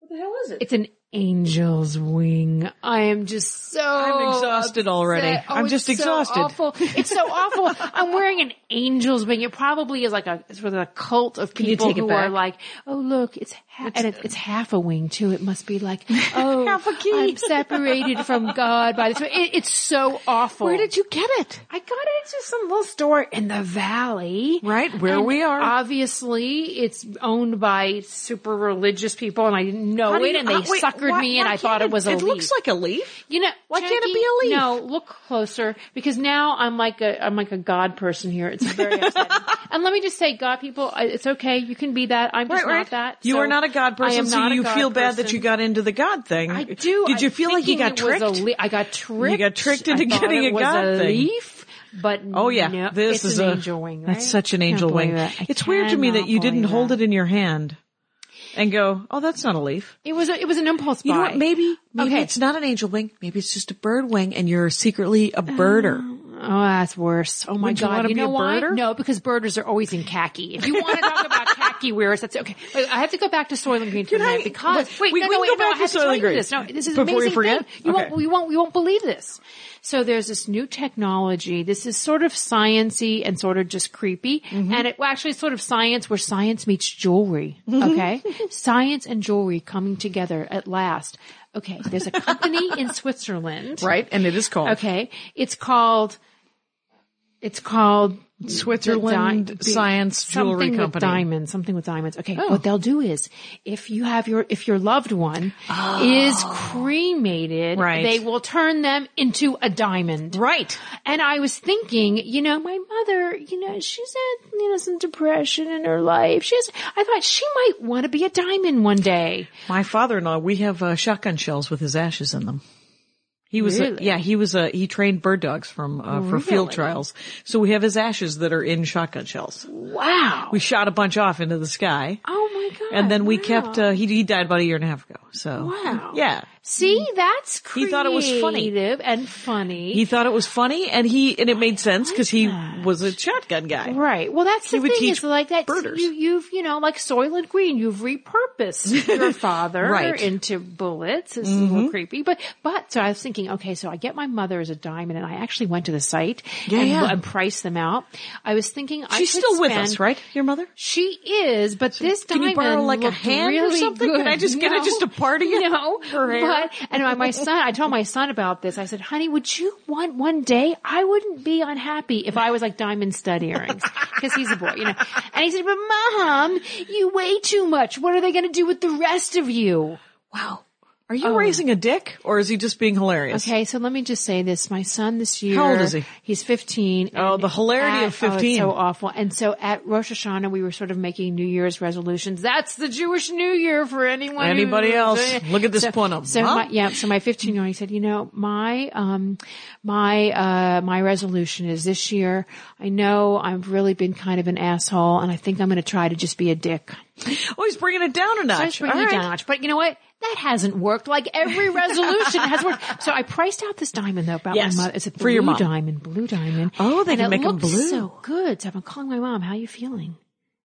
[SPEAKER 3] What the hell is it?
[SPEAKER 4] it's an angel's wing. I am just so
[SPEAKER 3] I'm exhausted already.
[SPEAKER 4] upset. Oh,
[SPEAKER 3] I'm
[SPEAKER 4] it's
[SPEAKER 3] just
[SPEAKER 4] so
[SPEAKER 3] exhausted.
[SPEAKER 4] awful. It's so awful. I'm wearing an angel's wing. It probably is like a it's with a cult of
[SPEAKER 3] you
[SPEAKER 4] people
[SPEAKER 3] take it
[SPEAKER 4] who
[SPEAKER 3] back?
[SPEAKER 4] are like, oh look, it's ha- and it, it's half a wing too. It must be like, oh,
[SPEAKER 3] Half a key.
[SPEAKER 4] I'm separated from God by this. It, it's so awful.
[SPEAKER 3] Where did you get it?
[SPEAKER 4] I got it at just some little store in the valley.
[SPEAKER 3] Right, where
[SPEAKER 4] And
[SPEAKER 3] we are.
[SPEAKER 4] Obviously, it's owned by super religious people and I didn't know
[SPEAKER 3] How do
[SPEAKER 4] it
[SPEAKER 3] you-
[SPEAKER 4] Oh, and they
[SPEAKER 3] uh, wait,
[SPEAKER 4] suckered
[SPEAKER 3] why-
[SPEAKER 4] me and
[SPEAKER 3] why
[SPEAKER 4] I thought
[SPEAKER 3] can't
[SPEAKER 4] it was a
[SPEAKER 3] It
[SPEAKER 4] leaf.
[SPEAKER 3] looks like a leaf.
[SPEAKER 4] you know,
[SPEAKER 3] Why can't it
[SPEAKER 4] Jackie,
[SPEAKER 3] be a leaf?
[SPEAKER 4] No, look closer because now I'm like a I'm like a God person here. It's very upsetting. and let me just say, God people, I- it's okay. You can be that. I'm just
[SPEAKER 3] Right, right.
[SPEAKER 4] not that.
[SPEAKER 3] you
[SPEAKER 4] So
[SPEAKER 3] are not a god
[SPEAKER 4] I
[SPEAKER 3] person,
[SPEAKER 4] am
[SPEAKER 3] so
[SPEAKER 4] not a
[SPEAKER 3] you
[SPEAKER 4] God
[SPEAKER 3] feel bad that
[SPEAKER 4] person.
[SPEAKER 3] you got into the god thing.
[SPEAKER 4] I do.
[SPEAKER 3] Did you
[SPEAKER 4] I'm
[SPEAKER 3] feel like you
[SPEAKER 4] thinking
[SPEAKER 3] got
[SPEAKER 4] it was
[SPEAKER 3] tricked?
[SPEAKER 4] a le- I got tricked.
[SPEAKER 3] You got tricked into
[SPEAKER 4] I thought
[SPEAKER 3] getting
[SPEAKER 4] it
[SPEAKER 3] a
[SPEAKER 4] was
[SPEAKER 3] god
[SPEAKER 4] a
[SPEAKER 3] thing.
[SPEAKER 4] leaf, but
[SPEAKER 3] Oh yeah,
[SPEAKER 4] no,
[SPEAKER 3] this
[SPEAKER 4] it's
[SPEAKER 3] is
[SPEAKER 4] an
[SPEAKER 3] a
[SPEAKER 4] angel wing. right?
[SPEAKER 3] That's such an
[SPEAKER 4] Can't
[SPEAKER 3] angel wing.
[SPEAKER 4] believe it. I
[SPEAKER 3] It's weird to me that
[SPEAKER 4] cannot
[SPEAKER 3] you didn't
[SPEAKER 4] believe
[SPEAKER 3] hold
[SPEAKER 4] that.
[SPEAKER 3] it in your hand and go, "Oh, that's not a leaf."
[SPEAKER 4] It was a, it was an impulse buy.
[SPEAKER 3] You know what? Maybe maybe
[SPEAKER 4] Okay.
[SPEAKER 3] it's not an angel wing. Maybe it's just a bird wing, and you're secretly a birder.
[SPEAKER 4] Oh, that's worse. Oh my
[SPEAKER 3] Would you
[SPEAKER 4] god!
[SPEAKER 3] wanna be
[SPEAKER 4] know
[SPEAKER 3] a
[SPEAKER 4] why?
[SPEAKER 3] birder?
[SPEAKER 4] No, because birders are always in khaki. If you want to talk about khaki wears, that's okay. Wait, I have to go back to Soylent Green for a
[SPEAKER 3] Can I-
[SPEAKER 4] minute because
[SPEAKER 3] what-
[SPEAKER 4] wait,
[SPEAKER 3] we-
[SPEAKER 4] no,
[SPEAKER 3] we
[SPEAKER 4] no,
[SPEAKER 3] can
[SPEAKER 4] wait,
[SPEAKER 3] go
[SPEAKER 4] no,
[SPEAKER 3] back
[SPEAKER 4] I
[SPEAKER 3] to
[SPEAKER 4] have to
[SPEAKER 3] Soylent
[SPEAKER 4] tell you
[SPEAKER 3] Green
[SPEAKER 4] this. No, this is
[SPEAKER 3] before you
[SPEAKER 4] amazing
[SPEAKER 3] forget?
[SPEAKER 4] Thing. You won't,
[SPEAKER 3] Okay.
[SPEAKER 4] you won't, you won't believe this. So there's this new technology. This is sort of sciency and sort of just creepy,
[SPEAKER 3] Mm-hmm.
[SPEAKER 4] and it well, actually it's sort of science where science meets jewelry. Okay, science and jewelry coming together at last. Okay, there's a company in Switzerland.
[SPEAKER 3] Right, and it is called
[SPEAKER 4] Okay. It's called, it's called
[SPEAKER 3] Switzerland
[SPEAKER 4] the di-
[SPEAKER 3] Science Jewelry
[SPEAKER 4] something with
[SPEAKER 3] Company. Oh.
[SPEAKER 4] diamonds, something with diamonds. Okay. What they'll do is if you have your, if your loved one is cremated,
[SPEAKER 3] Oh. Right.
[SPEAKER 4] they will turn them into a diamond.
[SPEAKER 3] Right.
[SPEAKER 4] And I was thinking, you know, my mother, you know, she's had, you know, some depression in her life. She has, I thought she might want to be a diamond one day.
[SPEAKER 3] My father-in-law, we have uh, shotgun shells with his ashes in them. He was, a,
[SPEAKER 4] Really?
[SPEAKER 3] yeah, he was a he trained bird dogs from uh, for field
[SPEAKER 4] Really?
[SPEAKER 3] trials. So we have his ashes that are in shotgun shells.
[SPEAKER 4] Wow.
[SPEAKER 3] We shot a bunch off into the sky,
[SPEAKER 4] oh my God.
[SPEAKER 3] and then we
[SPEAKER 4] wow.
[SPEAKER 3] kept. Uh, he he died about a year and a half ago. So
[SPEAKER 4] Wow.
[SPEAKER 3] yeah,
[SPEAKER 4] See, that's
[SPEAKER 3] He
[SPEAKER 4] creative
[SPEAKER 3] thought it was funny.
[SPEAKER 4] and funny.
[SPEAKER 3] he thought it was funny, and he and it made sense because he
[SPEAKER 4] that.
[SPEAKER 3] was a shotgun guy.
[SPEAKER 4] right. Well, that's the
[SPEAKER 3] would
[SPEAKER 4] thing
[SPEAKER 3] teach
[SPEAKER 4] is like that.
[SPEAKER 3] birders.
[SPEAKER 4] You, you've you know like Soylent Green. You've repurposed your father
[SPEAKER 3] Right. Mm-hmm.
[SPEAKER 4] into bullets. It's a little creepy, but but so I was thinking, okay, so I get my mother as a diamond, and I actually went to the site and,
[SPEAKER 3] yeah.
[SPEAKER 4] and priced them out. I was thinking, I
[SPEAKER 3] She's
[SPEAKER 4] could
[SPEAKER 3] still with
[SPEAKER 4] spend-
[SPEAKER 3] us, right? Your mother?
[SPEAKER 4] She is, but this
[SPEAKER 3] can you
[SPEAKER 4] diamond
[SPEAKER 3] borrow, like, a
[SPEAKER 4] looked
[SPEAKER 3] hand or
[SPEAKER 4] really
[SPEAKER 3] something? Can
[SPEAKER 4] good.
[SPEAKER 3] I just- can I just a part of your-
[SPEAKER 4] No,
[SPEAKER 3] her hair?
[SPEAKER 4] but and my, my son, I told my son about this. I said, "Honey, would you want one day? I wouldn't be unhappy if I was like diamond stud earrings because he's a boy, you know." And he said, "But mom, you weigh too much. What are they going to do with the rest of you?"
[SPEAKER 3] Wow. Are you raising a dick or is he just being hilarious?
[SPEAKER 4] Oh. Okay, so let me just say this. My son this year.
[SPEAKER 3] How old is he?
[SPEAKER 4] He's 15.
[SPEAKER 3] Oh,
[SPEAKER 4] and
[SPEAKER 3] the hilarity
[SPEAKER 4] at-
[SPEAKER 3] of
[SPEAKER 4] oh, it's
[SPEAKER 3] 15.
[SPEAKER 4] so awful. And so at Rosh Hashanah, we were sort of making New Year's resolutions. That's the Jewish New Year for anyone. who-
[SPEAKER 3] Anybody else? Look at this
[SPEAKER 4] so,
[SPEAKER 3] porno,
[SPEAKER 4] So
[SPEAKER 3] huh?
[SPEAKER 4] my, yeah, so my 15 year old, he said, you know, my, um, my, uh, my resolution is this year, I know I've really been kind of an asshole and I think I'm going to try to just be a dick.
[SPEAKER 3] Oh, he's bringing it down a
[SPEAKER 4] So I
[SPEAKER 3] notch.
[SPEAKER 4] was bringing
[SPEAKER 3] All
[SPEAKER 4] it
[SPEAKER 3] right.
[SPEAKER 4] down a notch. But you know what? That hasn't worked. Like every resolution has worked. So I priced out this diamond though about
[SPEAKER 3] Yes.
[SPEAKER 4] my mother. It's a blue
[SPEAKER 3] For your mom.
[SPEAKER 4] diamond, blue diamond.
[SPEAKER 3] Oh, they
[SPEAKER 4] and
[SPEAKER 3] can
[SPEAKER 4] it
[SPEAKER 3] make 'em
[SPEAKER 4] looked
[SPEAKER 3] blue. Mm.
[SPEAKER 4] So good. So I'm calling my mom. How you feeling?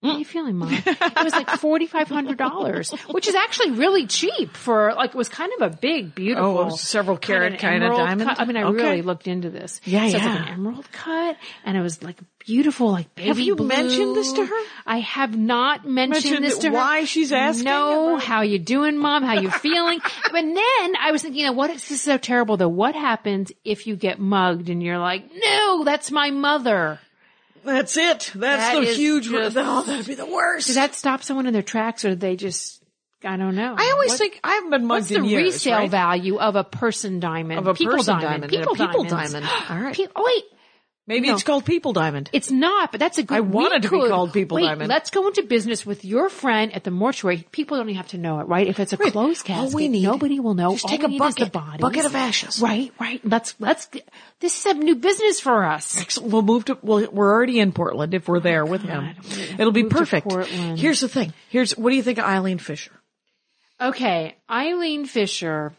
[SPEAKER 4] How you feeling, mom? It was like forty five hundred dollars, which is actually really cheap for like it was kind of a big, beautiful,
[SPEAKER 3] Oh, several carat
[SPEAKER 4] kind of an
[SPEAKER 3] kind of
[SPEAKER 4] emerald
[SPEAKER 3] diamond?
[SPEAKER 4] cut. I mean, I
[SPEAKER 3] Okay.
[SPEAKER 4] really looked into this.
[SPEAKER 3] Yeah,
[SPEAKER 4] so It's like
[SPEAKER 3] yeah.
[SPEAKER 4] an emerald cut, and it was like beautiful, like baby
[SPEAKER 3] Have you
[SPEAKER 4] blue.
[SPEAKER 3] mentioned this to her?
[SPEAKER 4] I have not mentioned
[SPEAKER 3] Mentioned
[SPEAKER 4] this to her.
[SPEAKER 3] why she's asking
[SPEAKER 4] No,
[SPEAKER 3] about-
[SPEAKER 4] how you doing, mom? How you feeling? and then I was thinking, you know, what is this is so terrible though? What happens if you get mugged and you're like, no, that's my mother?
[SPEAKER 3] That's it. That's
[SPEAKER 4] That
[SPEAKER 3] the
[SPEAKER 4] is
[SPEAKER 3] huge.
[SPEAKER 4] just-
[SPEAKER 3] oh, that'd be the worst.
[SPEAKER 4] Does that stop someone in their tracks, or do they just? I don't know.
[SPEAKER 3] I always
[SPEAKER 4] What-
[SPEAKER 3] think I haven't been mugged
[SPEAKER 4] What's the
[SPEAKER 3] in years.
[SPEAKER 4] resale
[SPEAKER 3] right?
[SPEAKER 4] value of a person diamond?
[SPEAKER 3] Of a
[SPEAKER 4] people
[SPEAKER 3] person
[SPEAKER 4] diamond.
[SPEAKER 3] diamond and a
[SPEAKER 4] People,
[SPEAKER 3] people
[SPEAKER 4] diamonds.
[SPEAKER 3] diamond. All right.
[SPEAKER 4] Pe- oh wait,
[SPEAKER 3] Maybe
[SPEAKER 4] No.
[SPEAKER 3] it's called People Diamond.
[SPEAKER 4] It's not, but that's a good.
[SPEAKER 3] I wanted to
[SPEAKER 4] we
[SPEAKER 3] be
[SPEAKER 4] could-
[SPEAKER 3] called People
[SPEAKER 4] wait,
[SPEAKER 3] Diamond.
[SPEAKER 4] Let's go into business with your friend at the mortuary. People don't even have to know it, right? If it's a closed
[SPEAKER 3] All
[SPEAKER 4] casket,
[SPEAKER 3] we need-
[SPEAKER 4] nobody will know.
[SPEAKER 3] just
[SPEAKER 4] All
[SPEAKER 3] take
[SPEAKER 4] we
[SPEAKER 3] a
[SPEAKER 4] need is
[SPEAKER 3] bucket,
[SPEAKER 4] the bodies.
[SPEAKER 3] bucket of ashes.
[SPEAKER 4] Right, right. Let's let's. This is a new business for us.
[SPEAKER 3] Excellent. We'll move to. Well, we're already in Portland. If we're there with him, it'll be
[SPEAKER 4] Oh, Move to
[SPEAKER 3] perfect.
[SPEAKER 4] Portland.
[SPEAKER 3] Here's the thing. Here's what do you think of Eileen Fisher?
[SPEAKER 4] Okay, Eileen Fisher.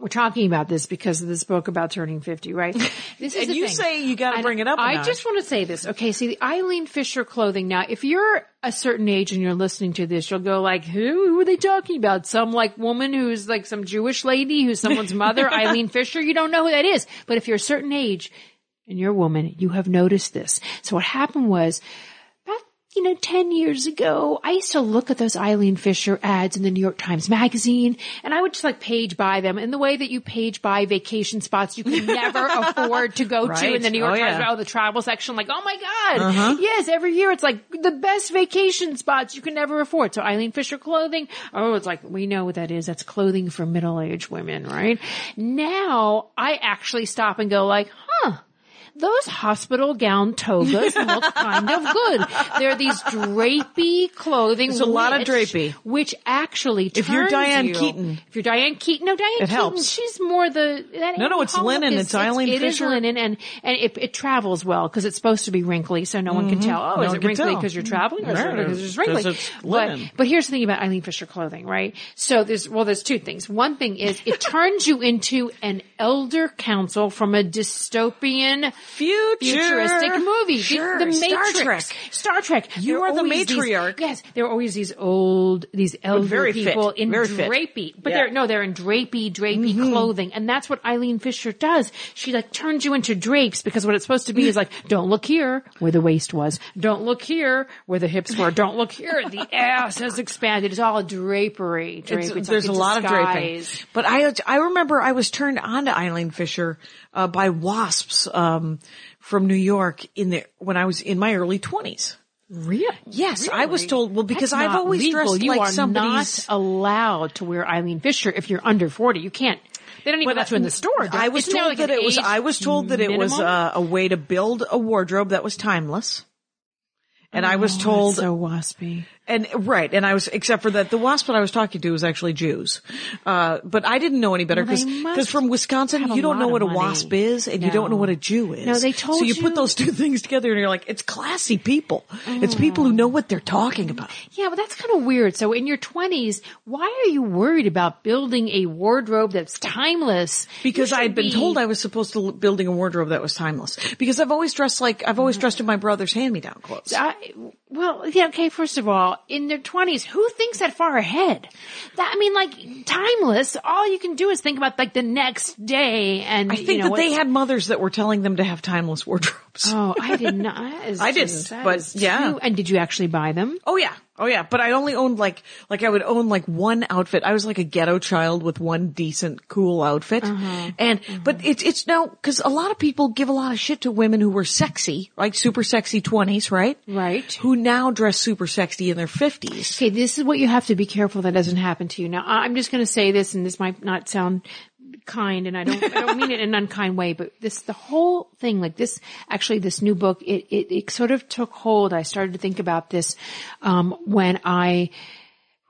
[SPEAKER 4] We're talking about this because of this book about turning fifty, right? This is
[SPEAKER 3] And
[SPEAKER 4] the
[SPEAKER 3] you
[SPEAKER 4] thing.
[SPEAKER 3] say you gotta
[SPEAKER 4] And
[SPEAKER 3] bring it up a
[SPEAKER 4] I
[SPEAKER 3] notch.
[SPEAKER 4] just want to say this. Okay, see the Eileen Fisher clothing. Now, if you're a certain age and you're listening to this, you'll go like, "Who? Who are they talking about? Some like woman who's like some Jewish lady who's someone's mother, Eileen Fisher. You don't know who that is." But if you're a certain age and you're a woman, you have noticed this. So what happened was about, you know, 10 years ago, I used to look at those Eileen Fisher ads in the New York Times Magazine and I would just like page by them in the way that you page by vacation spots you can never afford to go to
[SPEAKER 3] Right.
[SPEAKER 4] in the New York
[SPEAKER 3] Oh,
[SPEAKER 4] Times.
[SPEAKER 3] yeah.
[SPEAKER 4] Oh, the travel section. Like, oh my God.
[SPEAKER 3] Uh-huh.
[SPEAKER 4] Yes, every year it's like the best vacation spots you can never afford. So Eileen Fisher clothing. Oh, it's like, we know what that is. That's clothing for middle-aged women, right? Now I actually stop and go like, huh those hospital gown togas look kind of good. They're these drapey clothing. There's
[SPEAKER 3] a lot of drapey.
[SPEAKER 4] which actually
[SPEAKER 3] If you're
[SPEAKER 4] turns
[SPEAKER 3] Diane
[SPEAKER 4] you-
[SPEAKER 3] Keaton.
[SPEAKER 4] If you're Diane Keaton, no, Diane Keaton,
[SPEAKER 3] helps.
[SPEAKER 4] she's more the that
[SPEAKER 3] No, no,
[SPEAKER 4] Anne
[SPEAKER 3] it's
[SPEAKER 4] Holland
[SPEAKER 3] linen.
[SPEAKER 4] is-
[SPEAKER 3] It's Eileen
[SPEAKER 4] It is
[SPEAKER 3] Fisher.
[SPEAKER 4] linen, and and it, it travels well because it's supposed to be wrinkly, so no one can tell. Oh,
[SPEAKER 3] Mm-hmm. No
[SPEAKER 4] is
[SPEAKER 3] one
[SPEAKER 4] it
[SPEAKER 3] can
[SPEAKER 4] wrinkly
[SPEAKER 3] tell.
[SPEAKER 4] because you're traveling, or is it
[SPEAKER 3] Yeah,
[SPEAKER 4] wrinkly because it's
[SPEAKER 3] 'cause
[SPEAKER 4] wrinkly?
[SPEAKER 3] it's
[SPEAKER 4] but
[SPEAKER 3] linen.
[SPEAKER 4] but here's the thing about Eileen Fisher clothing, right? So there's, well, there's two things. One thing is it turns you into an elder council from a dystopian
[SPEAKER 3] Future.
[SPEAKER 4] futuristic movie. The-
[SPEAKER 3] Sure.
[SPEAKER 4] The,
[SPEAKER 3] Star
[SPEAKER 4] Matrix.
[SPEAKER 3] Trek.
[SPEAKER 4] Star Trek.
[SPEAKER 3] You
[SPEAKER 4] There were
[SPEAKER 3] are the
[SPEAKER 4] always these-
[SPEAKER 3] matriarch.
[SPEAKER 4] yes. There were always these old, these elder
[SPEAKER 3] very fit.
[SPEAKER 4] people in
[SPEAKER 3] Very fit.
[SPEAKER 4] drapey, but
[SPEAKER 3] Yeah.
[SPEAKER 4] they're, no, they're in drapey, drapey clothing. And that's what Eileen Fisher does. She like turns you into drapes because what it's supposed to be is like, don't look here where the waist was. Don't look here where the hips were. Don't look here. The ass has expanded. It's all a drapery. drape.
[SPEAKER 3] It's-
[SPEAKER 4] It's like
[SPEAKER 3] there's a lot of
[SPEAKER 4] disguise.
[SPEAKER 3] draping. But I, I remember I was turned on to Eileen Fisher uh, by wasps um, from New York in the when I was in my early twenties.
[SPEAKER 4] Really?
[SPEAKER 3] Yes, I was
[SPEAKER 4] Really?
[SPEAKER 3] told. Well, because
[SPEAKER 4] That's
[SPEAKER 3] I've
[SPEAKER 4] not
[SPEAKER 3] always
[SPEAKER 4] legal.
[SPEAKER 3] dressed
[SPEAKER 4] you
[SPEAKER 3] like
[SPEAKER 4] are
[SPEAKER 3] somebody's.
[SPEAKER 4] not allowed to wear Eileen Fisher if you're under forty. You can't. They don't even let you in the store.
[SPEAKER 3] I was
[SPEAKER 4] Isn't there,
[SPEAKER 3] told
[SPEAKER 4] like,
[SPEAKER 3] that
[SPEAKER 4] an
[SPEAKER 3] it was.
[SPEAKER 4] age
[SPEAKER 3] I was told that it was
[SPEAKER 4] minimum?
[SPEAKER 3] uh, a way to build a wardrobe that was timeless. And I was told
[SPEAKER 4] Oh, so waspy.
[SPEAKER 3] And right, and I was except for that the wasp that I was talking to was actually Jews, uh, but I didn't know any better
[SPEAKER 4] Well,
[SPEAKER 3] because
[SPEAKER 4] they must
[SPEAKER 3] from Wisconsin
[SPEAKER 4] have a
[SPEAKER 3] you don't
[SPEAKER 4] lot
[SPEAKER 3] know
[SPEAKER 4] of
[SPEAKER 3] what a
[SPEAKER 4] money.
[SPEAKER 3] wasp is and you don't know
[SPEAKER 4] No.
[SPEAKER 3] what a Jew is.
[SPEAKER 4] No, they told
[SPEAKER 3] so you,
[SPEAKER 4] you-
[SPEAKER 3] put those two things together and you're like, it's classy people. It's people who know what they're talking about.
[SPEAKER 4] Yeah, well, that's kind of weird. So, in your twenties, why are you worried about building a wardrobe that's timeless?
[SPEAKER 3] Because
[SPEAKER 4] You
[SPEAKER 3] I had been
[SPEAKER 4] should be-
[SPEAKER 3] told I was supposed to l- building a wardrobe that was timeless. Because I've always dressed like I've always dressed in my brother's hand me down clothes.
[SPEAKER 4] Mm. I, well, yeah, okay, first of all, in their 20s, who thinks that far ahead? That, I mean, like, timeless, all you can do is think about, like, the next day and,
[SPEAKER 3] I
[SPEAKER 4] you
[SPEAKER 3] think
[SPEAKER 4] know,
[SPEAKER 3] that they
[SPEAKER 4] what's-
[SPEAKER 3] had mothers that were telling them to have timeless wardrobes.
[SPEAKER 4] Oh, I did not. that is
[SPEAKER 3] I didn't,
[SPEAKER 4] just- that
[SPEAKER 3] but
[SPEAKER 4] is
[SPEAKER 3] yeah.
[SPEAKER 4] too- And did you actually buy them?
[SPEAKER 3] Oh yeah. Oh yeah. But I only owned like, like I would own like one outfit. I was like a ghetto child with one decent, cool outfit. And, but it's, it's now, cause a lot of people give a lot of shit to women who were sexy, like super sexy twenties, right?
[SPEAKER 4] Right.
[SPEAKER 3] Who now dress super sexy in their fifties.
[SPEAKER 4] Okay, this is what you have to be careful that doesn't happen to you. Now, I- I'm just going to say this, and this might not sound kind, and I don't, I don't mean it in an unkind way, but this, the whole thing, like this, actually, this new book, it, it, it sort of took hold. I started to think about this, um, when I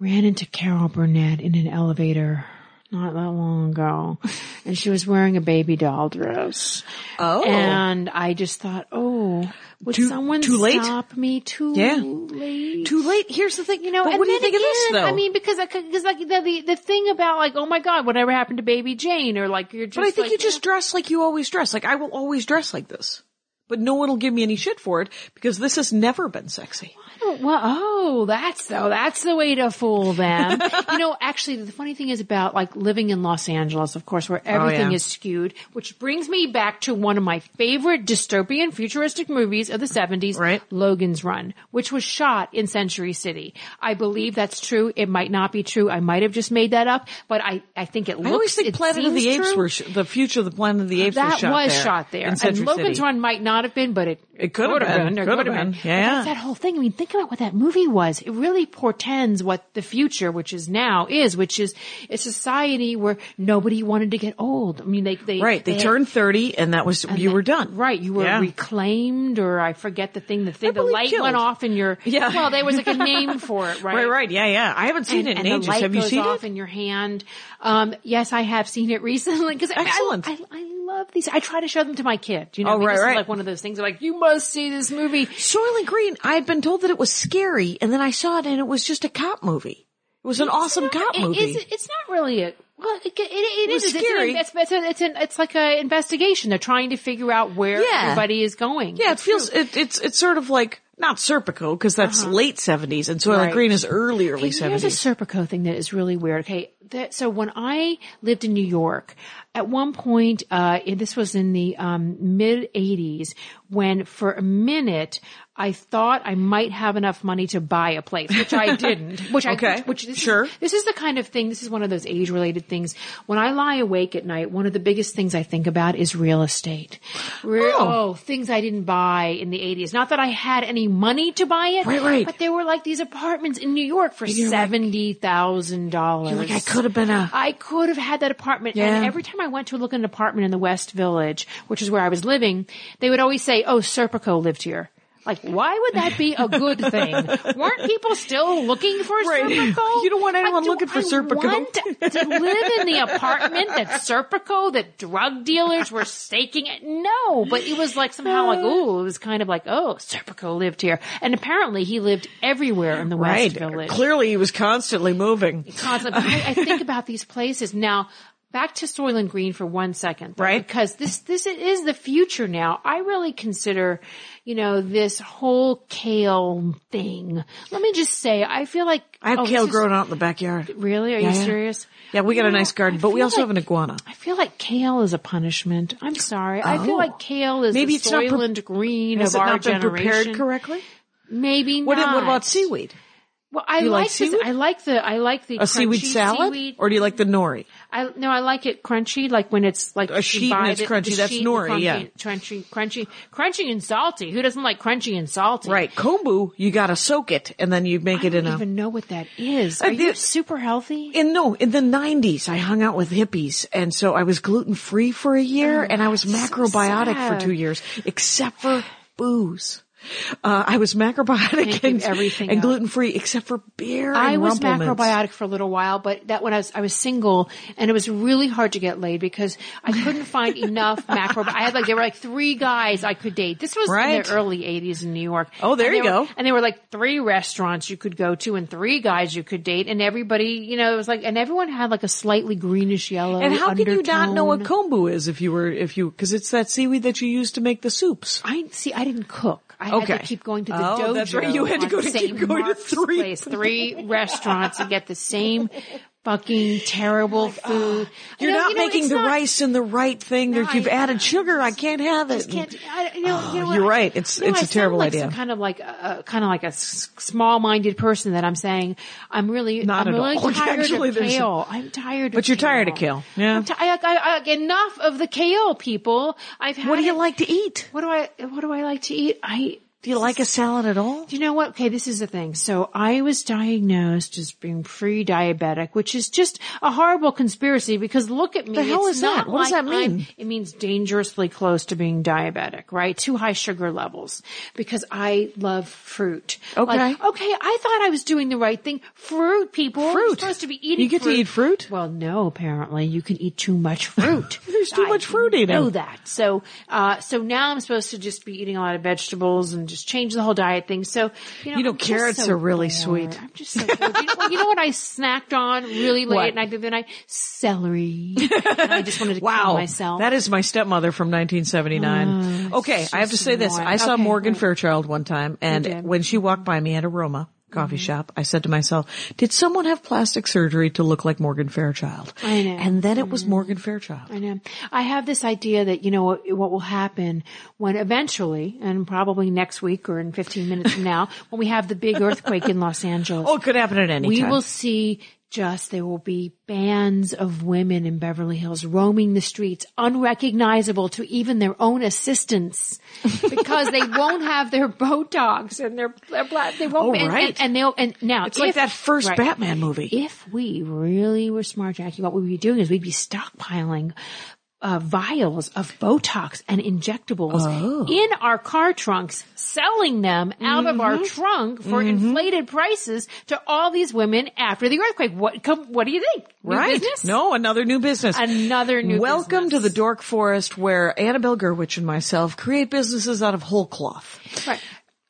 [SPEAKER 4] ran into Carol Burnett in an elevator. Not that long ago, and she was wearing a baby doll dress.
[SPEAKER 3] Oh.
[SPEAKER 4] and I just thought, oh, would
[SPEAKER 3] Too-
[SPEAKER 4] someone
[SPEAKER 3] too late?
[SPEAKER 4] stop me too
[SPEAKER 3] Yeah.
[SPEAKER 4] late?
[SPEAKER 3] Too late. Here's the thing, you know,
[SPEAKER 4] know,
[SPEAKER 3] but
[SPEAKER 4] and
[SPEAKER 3] what do you
[SPEAKER 4] then
[SPEAKER 3] think
[SPEAKER 4] again,
[SPEAKER 3] of this though?
[SPEAKER 4] I mean, because I could- because like the, the the thing about like, oh my god, whatever happened to Baby Jane, or like you're just.
[SPEAKER 3] but I think
[SPEAKER 4] like,
[SPEAKER 3] you just dress like you always dress. Like I will always dress like this. But no one will give me any shit for it because this has never been sexy.
[SPEAKER 4] Oh, well, oh, that's so. That's the way to fool them. you know, actually, the funny thing is about like living in Los Angeles, of course, where everything
[SPEAKER 3] Oh, yeah.
[SPEAKER 4] is skewed, which brings me back to one of my favorite dystopian futuristic movies of the seventies,
[SPEAKER 3] Right.
[SPEAKER 4] Logan's Run, which was shot in Century City. I believe that's true. It might not be true. I might have just made that up, but I I think it looks.
[SPEAKER 3] I always think
[SPEAKER 4] it
[SPEAKER 3] Planet of the
[SPEAKER 4] seems
[SPEAKER 3] Apes
[SPEAKER 4] true.
[SPEAKER 3] were sh- the future of the Planet of the Apes was
[SPEAKER 4] that
[SPEAKER 3] shot
[SPEAKER 4] was
[SPEAKER 3] there
[SPEAKER 4] shot there.
[SPEAKER 3] in
[SPEAKER 4] And
[SPEAKER 3] Century
[SPEAKER 4] Logan's
[SPEAKER 3] City.
[SPEAKER 4] Run might not not have been, but it,
[SPEAKER 3] It could have
[SPEAKER 4] would've
[SPEAKER 3] been.
[SPEAKER 4] or
[SPEAKER 3] Could have
[SPEAKER 4] could've
[SPEAKER 3] been.
[SPEAKER 4] But
[SPEAKER 3] Yeah, yeah.
[SPEAKER 4] That's that whole thing. I mean, think about what that movie was. It really portends what the future, which is now, is, which is a society where nobody wanted to get old. I mean, they, they,
[SPEAKER 3] Right. They
[SPEAKER 4] had-
[SPEAKER 3] turned 30 and that was, you were done.
[SPEAKER 4] Right, you were
[SPEAKER 3] Yeah.
[SPEAKER 4] reclaimed, or I forget the thing. The thing, the
[SPEAKER 3] believe
[SPEAKER 4] light
[SPEAKER 3] killed.
[SPEAKER 4] went off in your.
[SPEAKER 3] Yeah.
[SPEAKER 4] Well, there was like a name for it, right?
[SPEAKER 3] Right, right. Yeah, yeah. I haven't seen
[SPEAKER 4] and,
[SPEAKER 3] it in
[SPEAKER 4] and
[SPEAKER 3] ages.
[SPEAKER 4] The light
[SPEAKER 3] Have you
[SPEAKER 4] goes
[SPEAKER 3] seen
[SPEAKER 4] off
[SPEAKER 3] it?
[SPEAKER 4] in your hand. Um, yes, I have seen it recently because
[SPEAKER 3] Excellent.
[SPEAKER 4] I, I, I love these. I try to show them to my kid. You know,
[SPEAKER 3] Oh,
[SPEAKER 4] I mean,
[SPEAKER 3] right,
[SPEAKER 4] this is
[SPEAKER 3] right.
[SPEAKER 4] like one of those things. Like you must see this movie.
[SPEAKER 3] Soylent Green, I had been told that it was scary and then I saw it and it was just a cop movie. It was an awesome
[SPEAKER 4] It's
[SPEAKER 3] cop
[SPEAKER 4] not- it
[SPEAKER 3] movie.
[SPEAKER 4] is- it's not really a. Well, it, it, it
[SPEAKER 3] was
[SPEAKER 4] is. It's an
[SPEAKER 3] scary.
[SPEAKER 4] invest- It's, an- it's, an- it's like an investigation. They're trying to figure out where
[SPEAKER 3] Yeah.
[SPEAKER 4] everybody is going.
[SPEAKER 3] yeah, it feels, it, it's, it's sort of like, not Serpico because that's late 70s and Soylent
[SPEAKER 4] Uh-huh. Right.
[SPEAKER 3] Green is early, early 70s.
[SPEAKER 4] Okay, Here's a Serpico thing that is really weird. Okay, that, so when I lived in New York, at one point, uh, and this was in the um, mid '80s, when for a minute I thought I might have enough money to buy a place, which I didn't. Which I,
[SPEAKER 3] Okay,
[SPEAKER 4] which, which this is-
[SPEAKER 3] sure.
[SPEAKER 4] this is the kind of thing. This is one of those age related things. When I lie awake at night, one of the biggest things I think about is real estate. Real, oh.
[SPEAKER 3] Oh.
[SPEAKER 4] things I didn't buy in the '80s. Not that I had any money to buy it,
[SPEAKER 3] Right, right.
[SPEAKER 4] But there were like these apartments in New York for seventy thousand dollars.
[SPEAKER 3] like, I could have been a-
[SPEAKER 4] I could have had that apartment. And
[SPEAKER 3] Yeah.
[SPEAKER 4] every time I went to look at an apartment in the West Village, which is where I was living, they would always say, "Oh, Serpico lived here." Like, why would that be a good thing? Weren't people still looking for
[SPEAKER 3] Right.
[SPEAKER 4] Serpico?
[SPEAKER 3] You don't want
[SPEAKER 4] Like,
[SPEAKER 3] anyone
[SPEAKER 4] do
[SPEAKER 3] looking for
[SPEAKER 4] I
[SPEAKER 3] Serpico.
[SPEAKER 4] want to live in the apartment that Serpico, that drug dealers were staking it. No, but it was like somehow
[SPEAKER 3] Uh.
[SPEAKER 4] like, oh, it was kind of like, oh, Serpico lived here. And apparently he lived everywhere in the
[SPEAKER 3] right.
[SPEAKER 4] West Village.
[SPEAKER 3] Clearly he was constantly moving.
[SPEAKER 4] Constantly. I, I think about these places now. Back to Soylent Green for one second, though,
[SPEAKER 3] Right.
[SPEAKER 4] Because this this is the future now. I really consider, you know, this whole kale thing. Let me just say, I feel like
[SPEAKER 3] I have
[SPEAKER 4] oh,
[SPEAKER 3] kale
[SPEAKER 4] this is-
[SPEAKER 3] growing out in the backyard.
[SPEAKER 4] Really? Are
[SPEAKER 3] Yeah,
[SPEAKER 4] you
[SPEAKER 3] yeah.
[SPEAKER 4] serious?
[SPEAKER 3] Yeah, we got a
[SPEAKER 4] You know,
[SPEAKER 3] nice garden,
[SPEAKER 4] I
[SPEAKER 3] but we
[SPEAKER 4] feel
[SPEAKER 3] also have
[SPEAKER 4] like-
[SPEAKER 3] an iguana.
[SPEAKER 4] I feel like kale is a punishment. I'm sorry. I feel
[SPEAKER 3] Oh.
[SPEAKER 4] like kale is
[SPEAKER 3] Maybe
[SPEAKER 4] the
[SPEAKER 3] it's not pre-
[SPEAKER 4] Soylent Green
[SPEAKER 3] Has
[SPEAKER 4] of
[SPEAKER 3] it
[SPEAKER 4] our
[SPEAKER 3] not been
[SPEAKER 4] generation.
[SPEAKER 3] prepared correctly?
[SPEAKER 4] Maybe
[SPEAKER 3] What,
[SPEAKER 4] not.
[SPEAKER 3] what about seaweed?
[SPEAKER 4] Well, I
[SPEAKER 3] you like
[SPEAKER 4] like, this-
[SPEAKER 3] seaweed?
[SPEAKER 4] I like the I like the
[SPEAKER 3] A seaweed
[SPEAKER 4] crunchy
[SPEAKER 3] salad?
[SPEAKER 4] seaweed.
[SPEAKER 3] Or do you like the nori?
[SPEAKER 4] I no, I like it crunchy, like when it's like
[SPEAKER 3] A sheet and it's crunchy. That's nori,
[SPEAKER 4] crunchy,
[SPEAKER 3] yeah.
[SPEAKER 4] Crunchy, crunchy, crunchy and salty. Who doesn't like crunchy and salty?
[SPEAKER 3] Right. Kombu, you gotta soak it and then you make
[SPEAKER 4] I
[SPEAKER 3] it in
[SPEAKER 4] don't
[SPEAKER 3] a.
[SPEAKER 4] even know what that is. Are you
[SPEAKER 3] the-
[SPEAKER 4] super healthy?
[SPEAKER 3] And no, in the 90s, I hung out with hippies. And so I was gluten free for a year and I was macrobiotic for
[SPEAKER 4] Oh, sad.
[SPEAKER 3] two years, except for booze. Uh, I was macrobiotic
[SPEAKER 4] Can't give
[SPEAKER 3] and,
[SPEAKER 4] everything
[SPEAKER 3] and
[SPEAKER 4] up.
[SPEAKER 3] gluten free except for beer
[SPEAKER 4] I
[SPEAKER 3] and
[SPEAKER 4] was
[SPEAKER 3] Rumplemans.
[SPEAKER 4] macrobiotic for a little while, but that when I was I was single and it was really hard to get laid because I couldn't find enough macro. I had like there were like three guys I could date. This was in
[SPEAKER 3] Right.
[SPEAKER 4] the early '80s in New York.
[SPEAKER 3] Oh, there
[SPEAKER 4] And
[SPEAKER 3] you
[SPEAKER 4] there were-
[SPEAKER 3] go.
[SPEAKER 4] and there were like three restaurants you could go to and three guys you could date, and everybody, you know, it was like, and everyone had like a slightly greenish yellow.
[SPEAKER 3] And how can you not know what
[SPEAKER 4] undertone.
[SPEAKER 3] kombu is if you were, if you, cause it's that seaweed that you use to make the soups.
[SPEAKER 4] I see. I didn't cook. I
[SPEAKER 3] Okay.
[SPEAKER 4] had to keep going to the
[SPEAKER 3] Oh,
[SPEAKER 4] dojo.
[SPEAKER 3] that's right. You had to
[SPEAKER 4] on
[SPEAKER 3] go to- keep
[SPEAKER 4] St.
[SPEAKER 3] going to
[SPEAKER 4] Mark's
[SPEAKER 3] three
[SPEAKER 4] place, three restaurants and get the same fucking terrible
[SPEAKER 3] Oh
[SPEAKER 4] food. I
[SPEAKER 3] You're
[SPEAKER 4] know,
[SPEAKER 3] not
[SPEAKER 4] you know,
[SPEAKER 3] making
[SPEAKER 4] it's
[SPEAKER 3] the
[SPEAKER 4] not-
[SPEAKER 3] rice in the right thing. Or
[SPEAKER 4] No,
[SPEAKER 3] you've
[SPEAKER 4] I-
[SPEAKER 3] added sugar. I can't have it.
[SPEAKER 4] Just can't. I, you know, you know what?
[SPEAKER 3] you're
[SPEAKER 4] I-
[SPEAKER 3] right. It's-
[SPEAKER 4] you know,
[SPEAKER 3] it's
[SPEAKER 4] I
[SPEAKER 3] a terrible
[SPEAKER 4] sound like
[SPEAKER 3] idea.
[SPEAKER 4] Some kind of like a kind of like a s- small-minded person that I'm saying I'm really
[SPEAKER 3] Not at
[SPEAKER 4] I'm really
[SPEAKER 3] all.
[SPEAKER 4] tired
[SPEAKER 3] Actually,
[SPEAKER 4] of
[SPEAKER 3] there's-
[SPEAKER 4] kale. I'm tired.
[SPEAKER 3] But
[SPEAKER 4] of
[SPEAKER 3] you're tired of kale. Yeah.
[SPEAKER 4] I'm ti- I- I- I- enough of the kale, people. I've had.
[SPEAKER 3] What do you
[SPEAKER 4] it-
[SPEAKER 3] like to eat?
[SPEAKER 4] What do I? What do I like to eat? I.
[SPEAKER 3] Do you like a salad at all?
[SPEAKER 4] Do you know what? Okay, this is the thing. So I was diagnosed as being pre-diabetic, which is just a horrible conspiracy because look at me.
[SPEAKER 3] The hell
[SPEAKER 4] It's
[SPEAKER 3] is
[SPEAKER 4] not
[SPEAKER 3] that? What does
[SPEAKER 4] like
[SPEAKER 3] that mean?
[SPEAKER 4] I'm- it means dangerously close to being diabetic, right? Too high sugar levels because I love fruit.
[SPEAKER 3] Okay.
[SPEAKER 4] Like, okay, I thought I was doing the right thing. Fruit, people. You're
[SPEAKER 3] Fruit.
[SPEAKER 4] supposed to be eating
[SPEAKER 3] You get to eat fruit?
[SPEAKER 4] Well, no, apparently you can eat too much fruit.
[SPEAKER 3] There's too
[SPEAKER 4] I
[SPEAKER 3] much fruit in it.
[SPEAKER 4] know that. So, uh, so now I'm supposed to just be eating a lot of vegetables and just change the whole diet thing. So, you know,
[SPEAKER 3] You know,
[SPEAKER 4] I'm just
[SPEAKER 3] carrots
[SPEAKER 4] so
[SPEAKER 3] are really
[SPEAKER 4] bored.
[SPEAKER 3] sweet.
[SPEAKER 4] I'm just so bored. You know, well, you know what I snacked on really late
[SPEAKER 3] What?
[SPEAKER 4] at night the other night? Celery. And I just wanted to kill myself. Mm,
[SPEAKER 3] That is my stepmother from 1979. okay, I have to say this.
[SPEAKER 4] annoying.
[SPEAKER 3] I saw
[SPEAKER 4] Okay,
[SPEAKER 3] Morgan
[SPEAKER 4] right.
[SPEAKER 3] Fairchild one time,
[SPEAKER 4] did. Mm-hmm.
[SPEAKER 3] and when she walked by me at Aroma coffee shop, I said to myself, did someone have plastic surgery to look like Morgan Fairchild?
[SPEAKER 4] I know. Mm-hmm.
[SPEAKER 3] And then it was Morgan Fairchild.
[SPEAKER 4] I know. I have this idea that, you know, what, what will happen when eventually, and probably next week or in 15 minutes from now, when we have the big earthquake in Los Angeles.
[SPEAKER 3] Oh, it could happen at any
[SPEAKER 4] we
[SPEAKER 3] time.
[SPEAKER 4] will see just there will be bands of women in Beverly Hills roaming the streets, unrecognizable to even their own assistants, because they won't have their Botox and their, their black. They won't.
[SPEAKER 3] Oh,
[SPEAKER 4] and-
[SPEAKER 3] right.
[SPEAKER 4] And, and they'll. And now
[SPEAKER 3] It's like that first
[SPEAKER 4] right.
[SPEAKER 3] Batman movie.
[SPEAKER 4] If we really were smart, Jackie, what we'd be doing is we'd be stockpiling uh, vials of Botox and injectables
[SPEAKER 3] Oh.
[SPEAKER 4] in our car trunks, selling them out of our
[SPEAKER 3] Mm-hmm.
[SPEAKER 4] trunk for inflated prices to all these women after the earthquake. What? Come, what do you think? New
[SPEAKER 3] right.
[SPEAKER 4] business?
[SPEAKER 3] No, another new business.
[SPEAKER 4] Another new
[SPEAKER 3] Welcome
[SPEAKER 4] business.
[SPEAKER 3] to the Dork Forest where Annabelle Gerwich and myself create businesses out of whole cloth.
[SPEAKER 4] Right.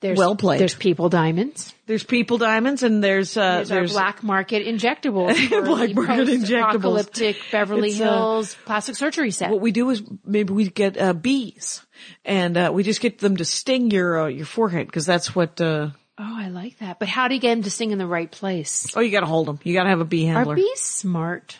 [SPEAKER 4] There's,
[SPEAKER 3] Well played.
[SPEAKER 4] There's people diamonds.
[SPEAKER 3] There's people diamonds and there's, uh,
[SPEAKER 4] There's, our black market injectables. for
[SPEAKER 3] Black
[SPEAKER 4] the
[SPEAKER 3] market injectables.
[SPEAKER 4] Apocalyptic Beverly
[SPEAKER 3] It's, uh,
[SPEAKER 4] Hills plastic surgery set.
[SPEAKER 3] what we do is maybe we get uh, bees and uh, we just get them to sting your uh, your forehead because that's what uh,
[SPEAKER 4] Oh, I like that. But how do you get them to sing in the right place?
[SPEAKER 3] oh you got to hold them you got to have a bee handler
[SPEAKER 4] Are bees smart?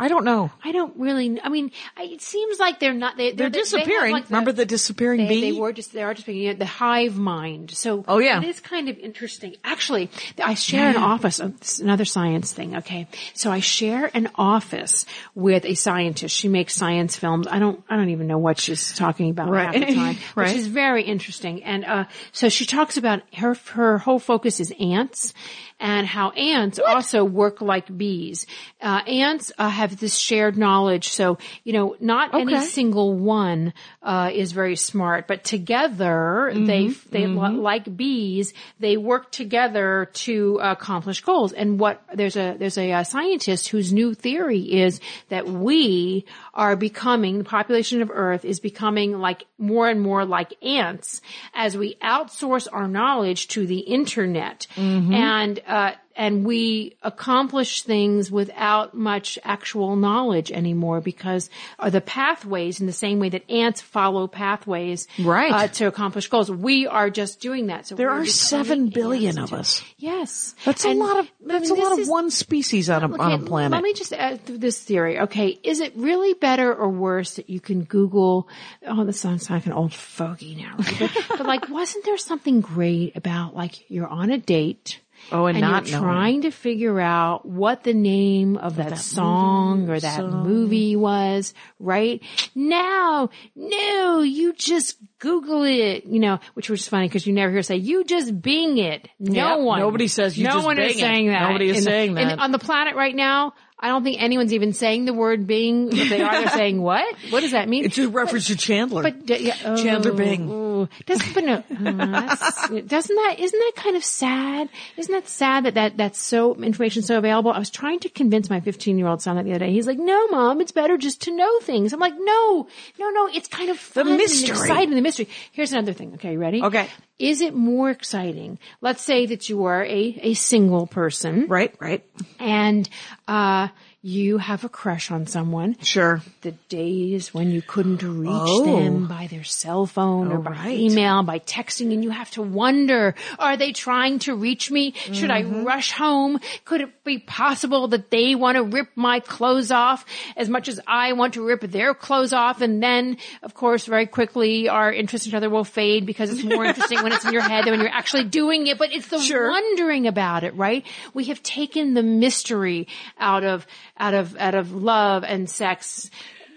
[SPEAKER 3] I don't know
[SPEAKER 4] I don't really. I mean, I, it seems like they're not. They,
[SPEAKER 3] they're
[SPEAKER 4] they have
[SPEAKER 3] disappearing
[SPEAKER 4] like
[SPEAKER 3] remember the disappearing
[SPEAKER 4] they,
[SPEAKER 3] bee
[SPEAKER 4] they were just. They are just being you know, the hive mind. So
[SPEAKER 3] Oh, yeah.
[SPEAKER 4] it is kind of interesting. Actually, I share an office. oh, this is Another science thing. Okay, so I share an office with a scientist. She makes science films. I don't. I don't even know what she's talking about half the
[SPEAKER 3] Right.
[SPEAKER 4] time. but
[SPEAKER 3] Right.
[SPEAKER 4] she's very interesting. And uh, so she talks about her her whole focus is ants and how ants also work like bees. Uh, ants uh, have this shared knowledge, so you know not any
[SPEAKER 3] Okay.
[SPEAKER 4] single one uh, is very smart, but together they they li- like bees. They work together to accomplish goals. And what there's a there's a, uh scientist whose new theory is that we are becoming the population of Earth is becoming like more and more like ants as we outsource our knowledge to the internet and. Uh, and we accomplish things without much actual knowledge anymore because uh, the pathways in the same way that ants follow pathways
[SPEAKER 3] Right.
[SPEAKER 4] uh, to accomplish goals we are just doing that so
[SPEAKER 3] there
[SPEAKER 4] we're
[SPEAKER 3] are
[SPEAKER 4] becoming
[SPEAKER 3] seven billion
[SPEAKER 4] ants
[SPEAKER 3] of
[SPEAKER 4] to-
[SPEAKER 3] us
[SPEAKER 4] yes
[SPEAKER 3] that's
[SPEAKER 4] And,
[SPEAKER 3] a lot of
[SPEAKER 4] I mean,
[SPEAKER 3] that's
[SPEAKER 4] this
[SPEAKER 3] a lot of
[SPEAKER 4] is-
[SPEAKER 3] one species on a, on a
[SPEAKER 4] Okay,
[SPEAKER 3] planet
[SPEAKER 4] Let me just add th- this theory. Okay, is it really better or worse that you can Google? Oh, this sounds like an old fogey now. right? But, but like, wasn't there something great about like you're on a date?
[SPEAKER 3] Oh, and not
[SPEAKER 4] you're
[SPEAKER 3] knowing.
[SPEAKER 4] trying to figure out what the name of that, song or that movie was, right? Now, no, you just Google it, you know, which was funny because you never hear say you just Bing it. No
[SPEAKER 3] Yep.
[SPEAKER 4] one,
[SPEAKER 3] Nobody says you
[SPEAKER 4] no
[SPEAKER 3] just
[SPEAKER 4] one is
[SPEAKER 3] Bing it.
[SPEAKER 4] saying that.
[SPEAKER 3] Nobody is
[SPEAKER 4] In the-
[SPEAKER 3] saying
[SPEAKER 4] in-
[SPEAKER 3] that.
[SPEAKER 4] on the planet right now, I don't think anyone's even saying the word Bing. If they are, they're saying what? What does that mean?
[SPEAKER 3] it's a reference to Chandler
[SPEAKER 4] but d- yeah, oh,
[SPEAKER 3] Chandler Bing.
[SPEAKER 4] ooh. doesn't but no, uh, that's- doesn't that isn't that kind of sad? Isn't that sad that, that that's so information so available? I was trying to convince my 15 year old son that the other day. He's like, "No, mom, it's better just to know things." I'm like, "No, no, no, it's kind of fun and
[SPEAKER 3] mystery.
[SPEAKER 4] exciting, the mystery." Here's another thing. Okay, you ready?
[SPEAKER 3] Okay.
[SPEAKER 4] Is it more exciting? Let's say that you are a a single person,
[SPEAKER 3] right right
[SPEAKER 4] and uh, you have a crush on someone.
[SPEAKER 3] sure
[SPEAKER 4] The days when you couldn't reach
[SPEAKER 3] Oh.
[SPEAKER 4] them by their cell phone or
[SPEAKER 3] Oh,
[SPEAKER 4] by
[SPEAKER 3] right.
[SPEAKER 4] email, by texting, and you have to wonder, are they trying to reach me? Should
[SPEAKER 3] Mm-hmm.
[SPEAKER 4] I rush home? Could it be possible that they want to rip my clothes off as much as I want to rip their clothes off? And then, of course, very quickly, our interest in each other will fade because it's more interesting when it's in your head than when you're actually doing it. But it's the
[SPEAKER 3] Sure.
[SPEAKER 4] wondering about it, right? We have taken the mystery out of out of out of love and sex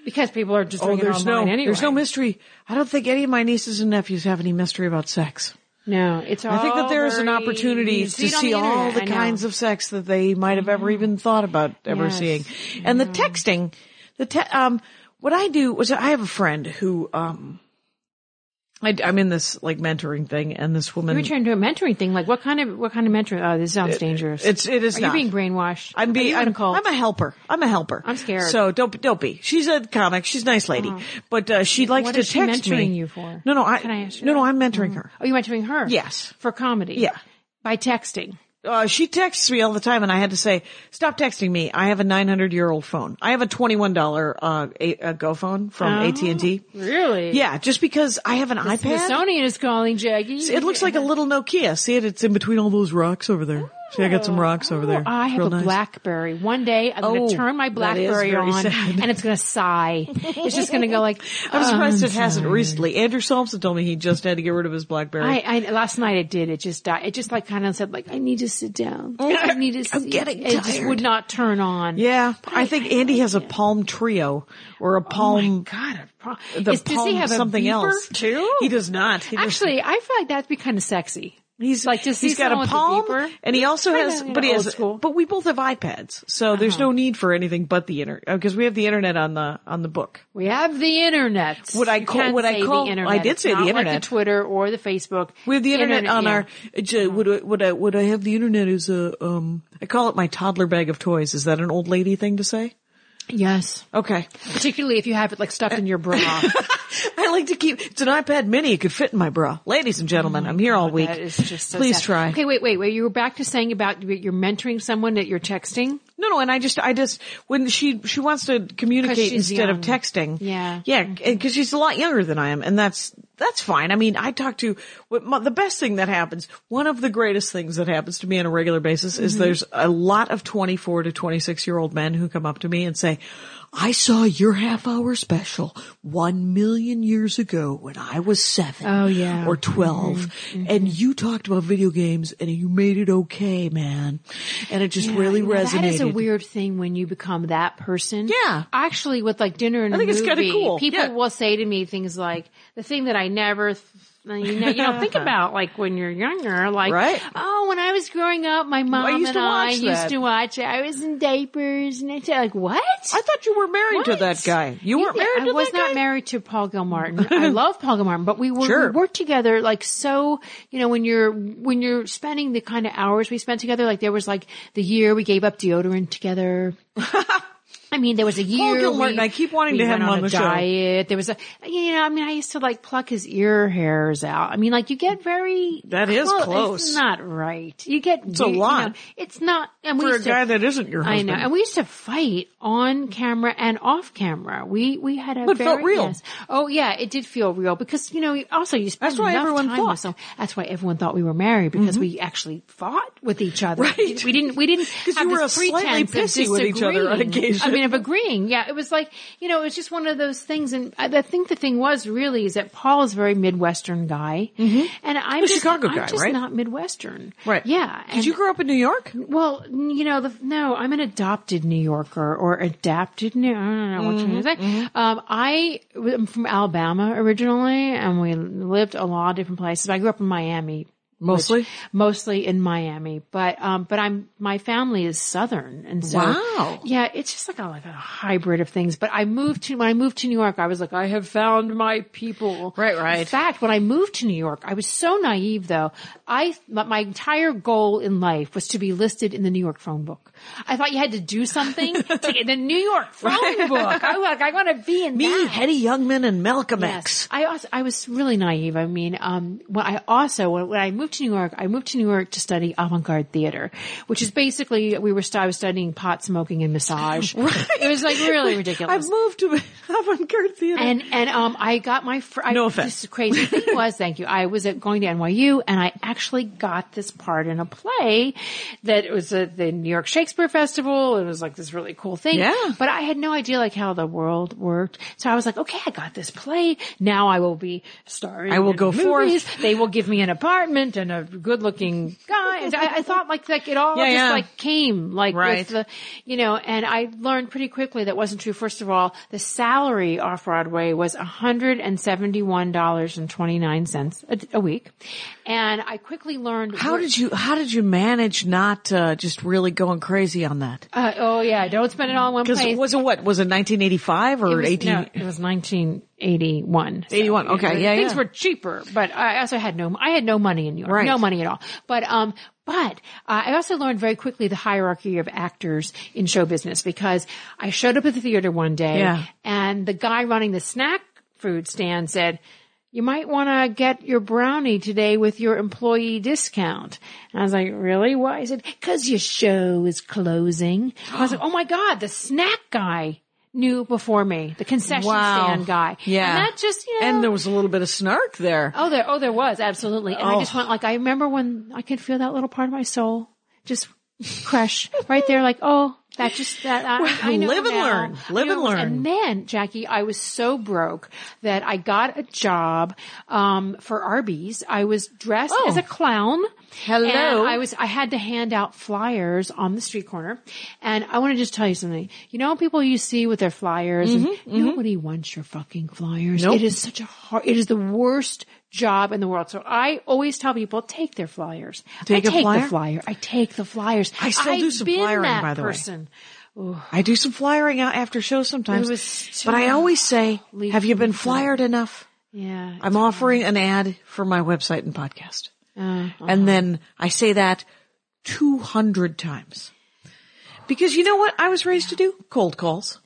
[SPEAKER 4] because people are just
[SPEAKER 3] oh
[SPEAKER 4] doing it
[SPEAKER 3] there's no
[SPEAKER 4] online anyway.
[SPEAKER 3] there's no mystery I don't think any of my nieces and nephews have any mystery about sex.
[SPEAKER 4] No, it's.
[SPEAKER 3] I think
[SPEAKER 4] all
[SPEAKER 3] that there is an
[SPEAKER 4] Oh, very-
[SPEAKER 3] opportunity
[SPEAKER 4] you
[SPEAKER 3] to
[SPEAKER 4] it on
[SPEAKER 3] see
[SPEAKER 4] the
[SPEAKER 3] all
[SPEAKER 4] internet,
[SPEAKER 3] the
[SPEAKER 4] I know.
[SPEAKER 3] kinds of sex that they might have ever even thought about ever
[SPEAKER 4] Yes,
[SPEAKER 3] seeing. And the texting, the te- um, what I do was I have a friend who um, I, am in this like mentoring thing, and this woman.
[SPEAKER 4] You were trying to do a mentoring thing. Like what kind of what kind of mentor? Oh, this sounds dangerous.
[SPEAKER 3] it's it is
[SPEAKER 4] Are
[SPEAKER 3] not.
[SPEAKER 4] you being brainwashed?
[SPEAKER 3] I'm
[SPEAKER 4] Are
[SPEAKER 3] being
[SPEAKER 4] you in
[SPEAKER 3] I'm,
[SPEAKER 4] a cult?
[SPEAKER 3] I'm a helper. I'm a helper.
[SPEAKER 4] I'm scared. Uh-huh.
[SPEAKER 3] So don't don't be. She's a comic. She's a nice lady, but uh, she likes
[SPEAKER 4] what
[SPEAKER 3] to
[SPEAKER 4] is she
[SPEAKER 3] text me.
[SPEAKER 4] mentoring you for?
[SPEAKER 3] No, no. I,
[SPEAKER 4] Can I ask you
[SPEAKER 3] no, no.
[SPEAKER 4] that?
[SPEAKER 3] I'm mentoring her.
[SPEAKER 4] oh, you mentoring her?
[SPEAKER 3] Yes.
[SPEAKER 4] For comedy.
[SPEAKER 3] Yeah.
[SPEAKER 4] By texting.
[SPEAKER 3] uh, she texts me all the time, and I had to say, "Stop texting me. I have a 900 year old phone. I have a 21 dollar uh, a, a Go phone from
[SPEAKER 4] Oh.
[SPEAKER 3] AT and T.
[SPEAKER 4] Really?
[SPEAKER 3] Yeah, just because I have an iPad,
[SPEAKER 4] Smithsonian is calling Jackie.
[SPEAKER 3] it looks like a little Nokia. See it? It's in between all those rocks over there. See, I got some rocks over there.
[SPEAKER 4] Oh. I
[SPEAKER 3] It's
[SPEAKER 4] have
[SPEAKER 3] real
[SPEAKER 4] a
[SPEAKER 3] nice.
[SPEAKER 4] blackberry. One day I'm
[SPEAKER 3] Oh,
[SPEAKER 4] going to turn my
[SPEAKER 3] that is
[SPEAKER 4] blackberry
[SPEAKER 3] very
[SPEAKER 4] on
[SPEAKER 3] sad.
[SPEAKER 4] and it's going to sigh. It's just going to go like,
[SPEAKER 3] I'm surprised
[SPEAKER 4] "Um,
[SPEAKER 3] it hasn't recently. Andrew Salmson told me he just had to get rid of his blackberry.
[SPEAKER 4] I, I last night it did. It just died. It just like kind of said like I need to sit down. I need to.
[SPEAKER 3] I'm
[SPEAKER 4] sit-
[SPEAKER 3] getting
[SPEAKER 4] It just
[SPEAKER 3] tired.
[SPEAKER 4] would not turn on.
[SPEAKER 3] yeah, I think Andy has a palm trio or a palm.
[SPEAKER 4] Oh God, a pro-
[SPEAKER 3] the
[SPEAKER 4] Is-
[SPEAKER 3] palm
[SPEAKER 4] does he have a
[SPEAKER 3] something
[SPEAKER 4] beaver
[SPEAKER 3] else
[SPEAKER 4] too?
[SPEAKER 3] He does not. He does-
[SPEAKER 4] Actually, I feel like that'd be kind of sexy.
[SPEAKER 3] he's
[SPEAKER 4] like to see
[SPEAKER 3] he's got a
[SPEAKER 4] someone with a
[SPEAKER 3] palm,
[SPEAKER 4] beaver.
[SPEAKER 3] and he also
[SPEAKER 4] Kinda,
[SPEAKER 3] has,
[SPEAKER 4] you
[SPEAKER 3] but
[SPEAKER 4] know,
[SPEAKER 3] he
[SPEAKER 4] old
[SPEAKER 3] has.
[SPEAKER 4] school. Uh-huh.
[SPEAKER 3] But we both have iPads, so there's no need for anything but the internet because we have the internet on the on the book.
[SPEAKER 4] We have the internet.
[SPEAKER 3] Would I
[SPEAKER 4] You
[SPEAKER 3] call-
[SPEAKER 4] can't
[SPEAKER 3] would I
[SPEAKER 4] say
[SPEAKER 3] call-
[SPEAKER 4] The internet.
[SPEAKER 3] I did
[SPEAKER 4] It's
[SPEAKER 3] say the
[SPEAKER 4] not Like
[SPEAKER 3] internet.
[SPEAKER 4] the Twitter or the Facebook.
[SPEAKER 3] We have the internet, on
[SPEAKER 4] yeah. Uh-huh.
[SPEAKER 3] our. uh, j- Would I- would I would I have the internet as a um? I call it my toddler bag of toys. Is that an old lady thing to say?
[SPEAKER 4] Yes,
[SPEAKER 3] Okay,
[SPEAKER 4] particularly if you have it like stuffed in your bra.
[SPEAKER 3] I like to keep. It's an iPad Mini. It could fit in my bra, ladies and gentlemen. I'm here all week.
[SPEAKER 4] Oh that is just so
[SPEAKER 3] Please
[SPEAKER 4] sad.
[SPEAKER 3] try.
[SPEAKER 4] Okay, wait, wait, wait. You were back to saying about you- you're mentoring someone that you're texting.
[SPEAKER 3] No, no, and I just, I just, when she, she wants to communicate
[SPEAKER 4] she's
[SPEAKER 3] instead of
[SPEAKER 4] young.
[SPEAKER 3] texting.
[SPEAKER 4] Yeah.
[SPEAKER 3] Yeah, because she's a lot younger than I am, and that's, that's fine. I mean, I talk to, what my, the best thing that happens, one of the greatest things that happens to me on a regular basis is
[SPEAKER 4] Mm-hmm.
[SPEAKER 3] there's a lot of 24 to 26 year old men who come up to me and say, I saw your half hour special one million years ago when I was seven
[SPEAKER 4] Oh, yeah. Mm-hmm.
[SPEAKER 3] or 12 and you talked about video games and you made it okay, man. And it just really
[SPEAKER 4] Yeah,
[SPEAKER 3] resonated.
[SPEAKER 4] That is a weird thing when you become that person.
[SPEAKER 3] Yeah.
[SPEAKER 4] Actually, with like dinner and
[SPEAKER 3] I think
[SPEAKER 4] a
[SPEAKER 3] it's kinda
[SPEAKER 4] movie,
[SPEAKER 3] cool.
[SPEAKER 4] People
[SPEAKER 3] Yeah.
[SPEAKER 4] will say to me things like the thing that I never. Th- you know, you don't think about like when you're younger, like
[SPEAKER 3] Right.
[SPEAKER 4] oh, when I was growing up, my mom
[SPEAKER 3] used
[SPEAKER 4] and
[SPEAKER 3] to
[SPEAKER 4] I
[SPEAKER 3] watch
[SPEAKER 4] used
[SPEAKER 3] that.
[SPEAKER 4] to watch. it. I was in diapers and it's like what?
[SPEAKER 3] I thought you were married to
[SPEAKER 4] What?
[SPEAKER 3] that guy. You weren't
[SPEAKER 4] Yeah,
[SPEAKER 3] married
[SPEAKER 4] I
[SPEAKER 3] to
[SPEAKER 4] was
[SPEAKER 3] that
[SPEAKER 4] not
[SPEAKER 3] guy.
[SPEAKER 4] married to Paul Gilmartin. I love Paul Gilmartin, but we were
[SPEAKER 3] Sure.
[SPEAKER 4] we worked together like so. You know, when you're when you're spending the kind of hours we spent together, like there was like the year we gave up deodorant together. I mean, there was a year.
[SPEAKER 3] Gilmartin,
[SPEAKER 4] we-
[SPEAKER 3] I keep wanting
[SPEAKER 4] we
[SPEAKER 3] to have
[SPEAKER 4] went
[SPEAKER 3] him
[SPEAKER 4] on,
[SPEAKER 3] on
[SPEAKER 4] a
[SPEAKER 3] the show.
[SPEAKER 4] diet. There was a, you know, I mean, I used to like pluck his ear hairs out. I mean, like you get very
[SPEAKER 3] That is close.
[SPEAKER 4] It's not right. You get it's
[SPEAKER 3] a lot.
[SPEAKER 4] it's not and we
[SPEAKER 3] for a
[SPEAKER 4] used to-
[SPEAKER 3] guy that isn't your husband.
[SPEAKER 4] I know. And we used to fight on camera and off camera. We we had a
[SPEAKER 3] But it
[SPEAKER 4] very,
[SPEAKER 3] felt real.
[SPEAKER 4] yes. Oh yeah, it did feel real because you know you- also you spent
[SPEAKER 3] That's why
[SPEAKER 4] enough
[SPEAKER 3] everyone
[SPEAKER 4] time
[SPEAKER 3] thought.
[SPEAKER 4] with someone- That's why everyone thought we were married because we actually fought with each other.
[SPEAKER 3] Right.
[SPEAKER 4] We didn't. We didn't.
[SPEAKER 3] 'Cause
[SPEAKER 4] have
[SPEAKER 3] you were
[SPEAKER 4] this
[SPEAKER 3] a slightly
[SPEAKER 4] pretense of
[SPEAKER 3] pissy with each other on
[SPEAKER 4] disagreeing.
[SPEAKER 3] occasion.
[SPEAKER 4] I mean, of agreeing. Yeah, it was like you know, it was just one of those things. And I, I think the thing was really is that Paul is a very Midwestern guy, and I'm
[SPEAKER 3] A
[SPEAKER 4] just,
[SPEAKER 3] Mm-hmm. Chicago
[SPEAKER 4] I'm
[SPEAKER 3] guy,
[SPEAKER 4] just
[SPEAKER 3] right?
[SPEAKER 4] Not Midwestern.
[SPEAKER 3] Right.
[SPEAKER 4] Yeah.
[SPEAKER 3] Did you
[SPEAKER 4] and-
[SPEAKER 3] grow up in New York?
[SPEAKER 4] well, n- you know, the, no, I'm an adopted New Yorker or adapted New. I don't know what you're
[SPEAKER 3] Mm-hmm,
[SPEAKER 4] going to say. Um, I am from Alabama originally, and we lived a lot of different places. I grew up in Miami,
[SPEAKER 3] Mostly.
[SPEAKER 4] mostly in Miami, but um, but I'm my family is Southern, and so
[SPEAKER 3] Wow.
[SPEAKER 4] yeah, it's just like a, like a hybrid of things. But I moved to when I moved to New York, I was like, I have found my people.
[SPEAKER 3] Right, right.
[SPEAKER 4] In fact, when I moved to New York, I was so naive though. I my my entire goal in life was to be listed in the New York phone book. I thought you had to do something to get the New York phone book. I was like, I want to be in
[SPEAKER 3] Me,
[SPEAKER 4] that.
[SPEAKER 3] Hetty Youngman, and Malcolm
[SPEAKER 4] Yes.
[SPEAKER 3] X.
[SPEAKER 4] I also, I was really naive. I mean, um, when I also, when, when I moved to New York, I moved to New York to study avant-garde theater, which is basically, we were, st- I was studying pot smoking and massage. It was like really ridiculous.
[SPEAKER 3] I've moved to avant-garde theater.
[SPEAKER 4] and and um, I got my fr- I,
[SPEAKER 3] No offense.
[SPEAKER 4] This crazy thing was, thank you. I was at, going to NYU, and I actually got this part in a play that was at the New York Shakespeare Festival. It was like this really cool thing.
[SPEAKER 3] Yeah.
[SPEAKER 4] But I had no idea like how the world worked, so I was like, okay, I got this play. Now I will be starring.
[SPEAKER 3] I will
[SPEAKER 4] in
[SPEAKER 3] go
[SPEAKER 4] movies. They will give me an apartment and a good-looking guy. And I, I thought like like it all
[SPEAKER 3] Yeah,
[SPEAKER 4] just
[SPEAKER 3] yeah.
[SPEAKER 4] like came like
[SPEAKER 3] Right.
[SPEAKER 4] with the you know, and I learned pretty quickly that wasn't true. First of all, the salary off Broadway was $171.29 a, a week. And I quickly learned.
[SPEAKER 3] how did you, how did you manage not, uh, just really going crazy on that?
[SPEAKER 4] Uh, oh yeah, don't spend it all in one
[SPEAKER 3] Cause
[SPEAKER 4] place.
[SPEAKER 3] was it what? Was it 1985 or
[SPEAKER 4] It was-
[SPEAKER 3] 18?
[SPEAKER 4] no, it was 1981. So,
[SPEAKER 3] 81,
[SPEAKER 4] you know,
[SPEAKER 3] okay, yeah,
[SPEAKER 4] Things
[SPEAKER 3] yeah.
[SPEAKER 4] were cheaper, but I also had no, I had no money in New York.
[SPEAKER 3] Right.
[SPEAKER 4] No money at all. But, um, but uh, I also learned very quickly the hierarchy of actors in show business because I showed up at the theater one day
[SPEAKER 3] Yeah.
[SPEAKER 4] and the guy running the snack food stand said, you might want to get your brownie today with your employee discount. And I was like, really? Why? He said, cause your show is closing. I was like, oh my God, the snack guy knew before me, the concession
[SPEAKER 3] Wow.
[SPEAKER 4] stand guy.
[SPEAKER 3] Yeah.
[SPEAKER 4] And that just, you know.
[SPEAKER 3] And there was a little bit of snark there.
[SPEAKER 4] Oh, there, oh, there was absolutely, and
[SPEAKER 3] Oh.
[SPEAKER 4] I just went like I remember when I could feel that little part of my soul just crush right there. Like, oh, that just that I, I know
[SPEAKER 3] live and
[SPEAKER 4] now.
[SPEAKER 3] learn.
[SPEAKER 4] I
[SPEAKER 3] Live and
[SPEAKER 4] know it was-
[SPEAKER 3] learn.
[SPEAKER 4] And then Jackie, I was so broke that I got a job um, for Arby's. I was dressed
[SPEAKER 3] Oh.
[SPEAKER 4] as a clown.
[SPEAKER 3] Hello.
[SPEAKER 4] And I was I had to hand out flyers on the street corner. And I want to just tell you something. You know people you see with their flyers and nobody wants your fucking flyers.
[SPEAKER 3] Mm-hmm, Nope.
[SPEAKER 4] It is such a hard it is the worst job in the world. So I always tell people take their flyers.
[SPEAKER 3] Take
[SPEAKER 4] I
[SPEAKER 3] a
[SPEAKER 4] take
[SPEAKER 3] flyer?
[SPEAKER 4] the flyer. I take the flyers.
[SPEAKER 3] I still do some
[SPEAKER 4] been
[SPEAKER 3] flyering,
[SPEAKER 4] that
[SPEAKER 3] by the way.
[SPEAKER 4] person.
[SPEAKER 3] I do some flyering out after shows sometimes,
[SPEAKER 4] It was
[SPEAKER 3] but I
[SPEAKER 4] too-
[SPEAKER 3] always say,
[SPEAKER 4] Leave
[SPEAKER 3] "Have you been
[SPEAKER 4] me alone.
[SPEAKER 3] flyered enough?"
[SPEAKER 4] Yeah.
[SPEAKER 3] I'm offering an ad for my website and podcast,
[SPEAKER 4] Uh,
[SPEAKER 3] and then I say that 200 times. Because you know what I was raised to do? Cold calls.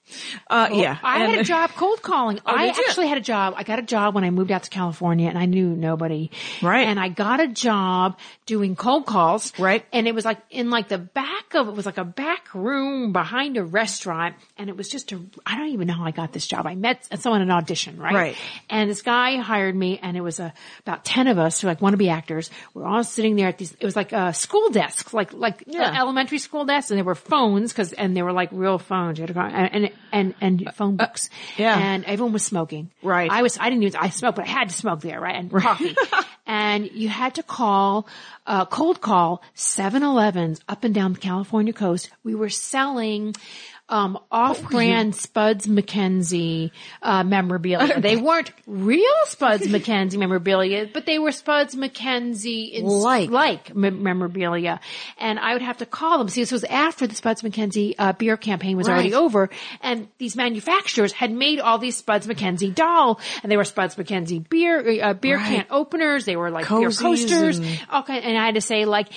[SPEAKER 3] Uh, yeah.
[SPEAKER 4] I had a
[SPEAKER 3] And- Oh,
[SPEAKER 4] job cold calling. I
[SPEAKER 3] did you?
[SPEAKER 4] actually had a job. I got a job when I moved out to California and I knew nobody.
[SPEAKER 3] Right.
[SPEAKER 4] And I got a job doing cold calls.
[SPEAKER 3] Right.
[SPEAKER 4] And it was like in like the back of, it was like a back room behind a restaurant. And it was just a, I don't even know how I got this job. I met someone at an audition, right?
[SPEAKER 3] Right.
[SPEAKER 4] And this guy hired me and it was a, about 10 of us who like want to be actors. We're all sitting there at these, it was like a school desk, like, like
[SPEAKER 3] Yeah.
[SPEAKER 4] uh, elementary school desks and there were phones cause, and they were like real phones. You had to go and, and, and, and phone books.
[SPEAKER 3] Uh, yeah.
[SPEAKER 4] And everyone was smoking.
[SPEAKER 3] Right.
[SPEAKER 4] I was, I didn't even, I smoked, but I had to smoke there, right? And coffee. and you had to call, uh, cold call 7-Elevens up and down the California coast. We were selling, um, off-brand Spuds McKenzie, uh, memorabilia. they weren't real Spuds McKenzie memorabilia, but they were Spuds McKenzie in
[SPEAKER 3] Like.
[SPEAKER 4] like m- memorabilia. And I would have to call them. See, this was after the Spuds McKenzie uh, beer campaign was already
[SPEAKER 3] Right.
[SPEAKER 4] over and these manufacturers had made all these Spuds McKenzie doll and they were Spuds McKenzie beer, uh, beer
[SPEAKER 3] Right.
[SPEAKER 4] can openers. They were like beer
[SPEAKER 3] Cozies
[SPEAKER 4] coasters.
[SPEAKER 3] and-
[SPEAKER 4] all kind, and I had to say like,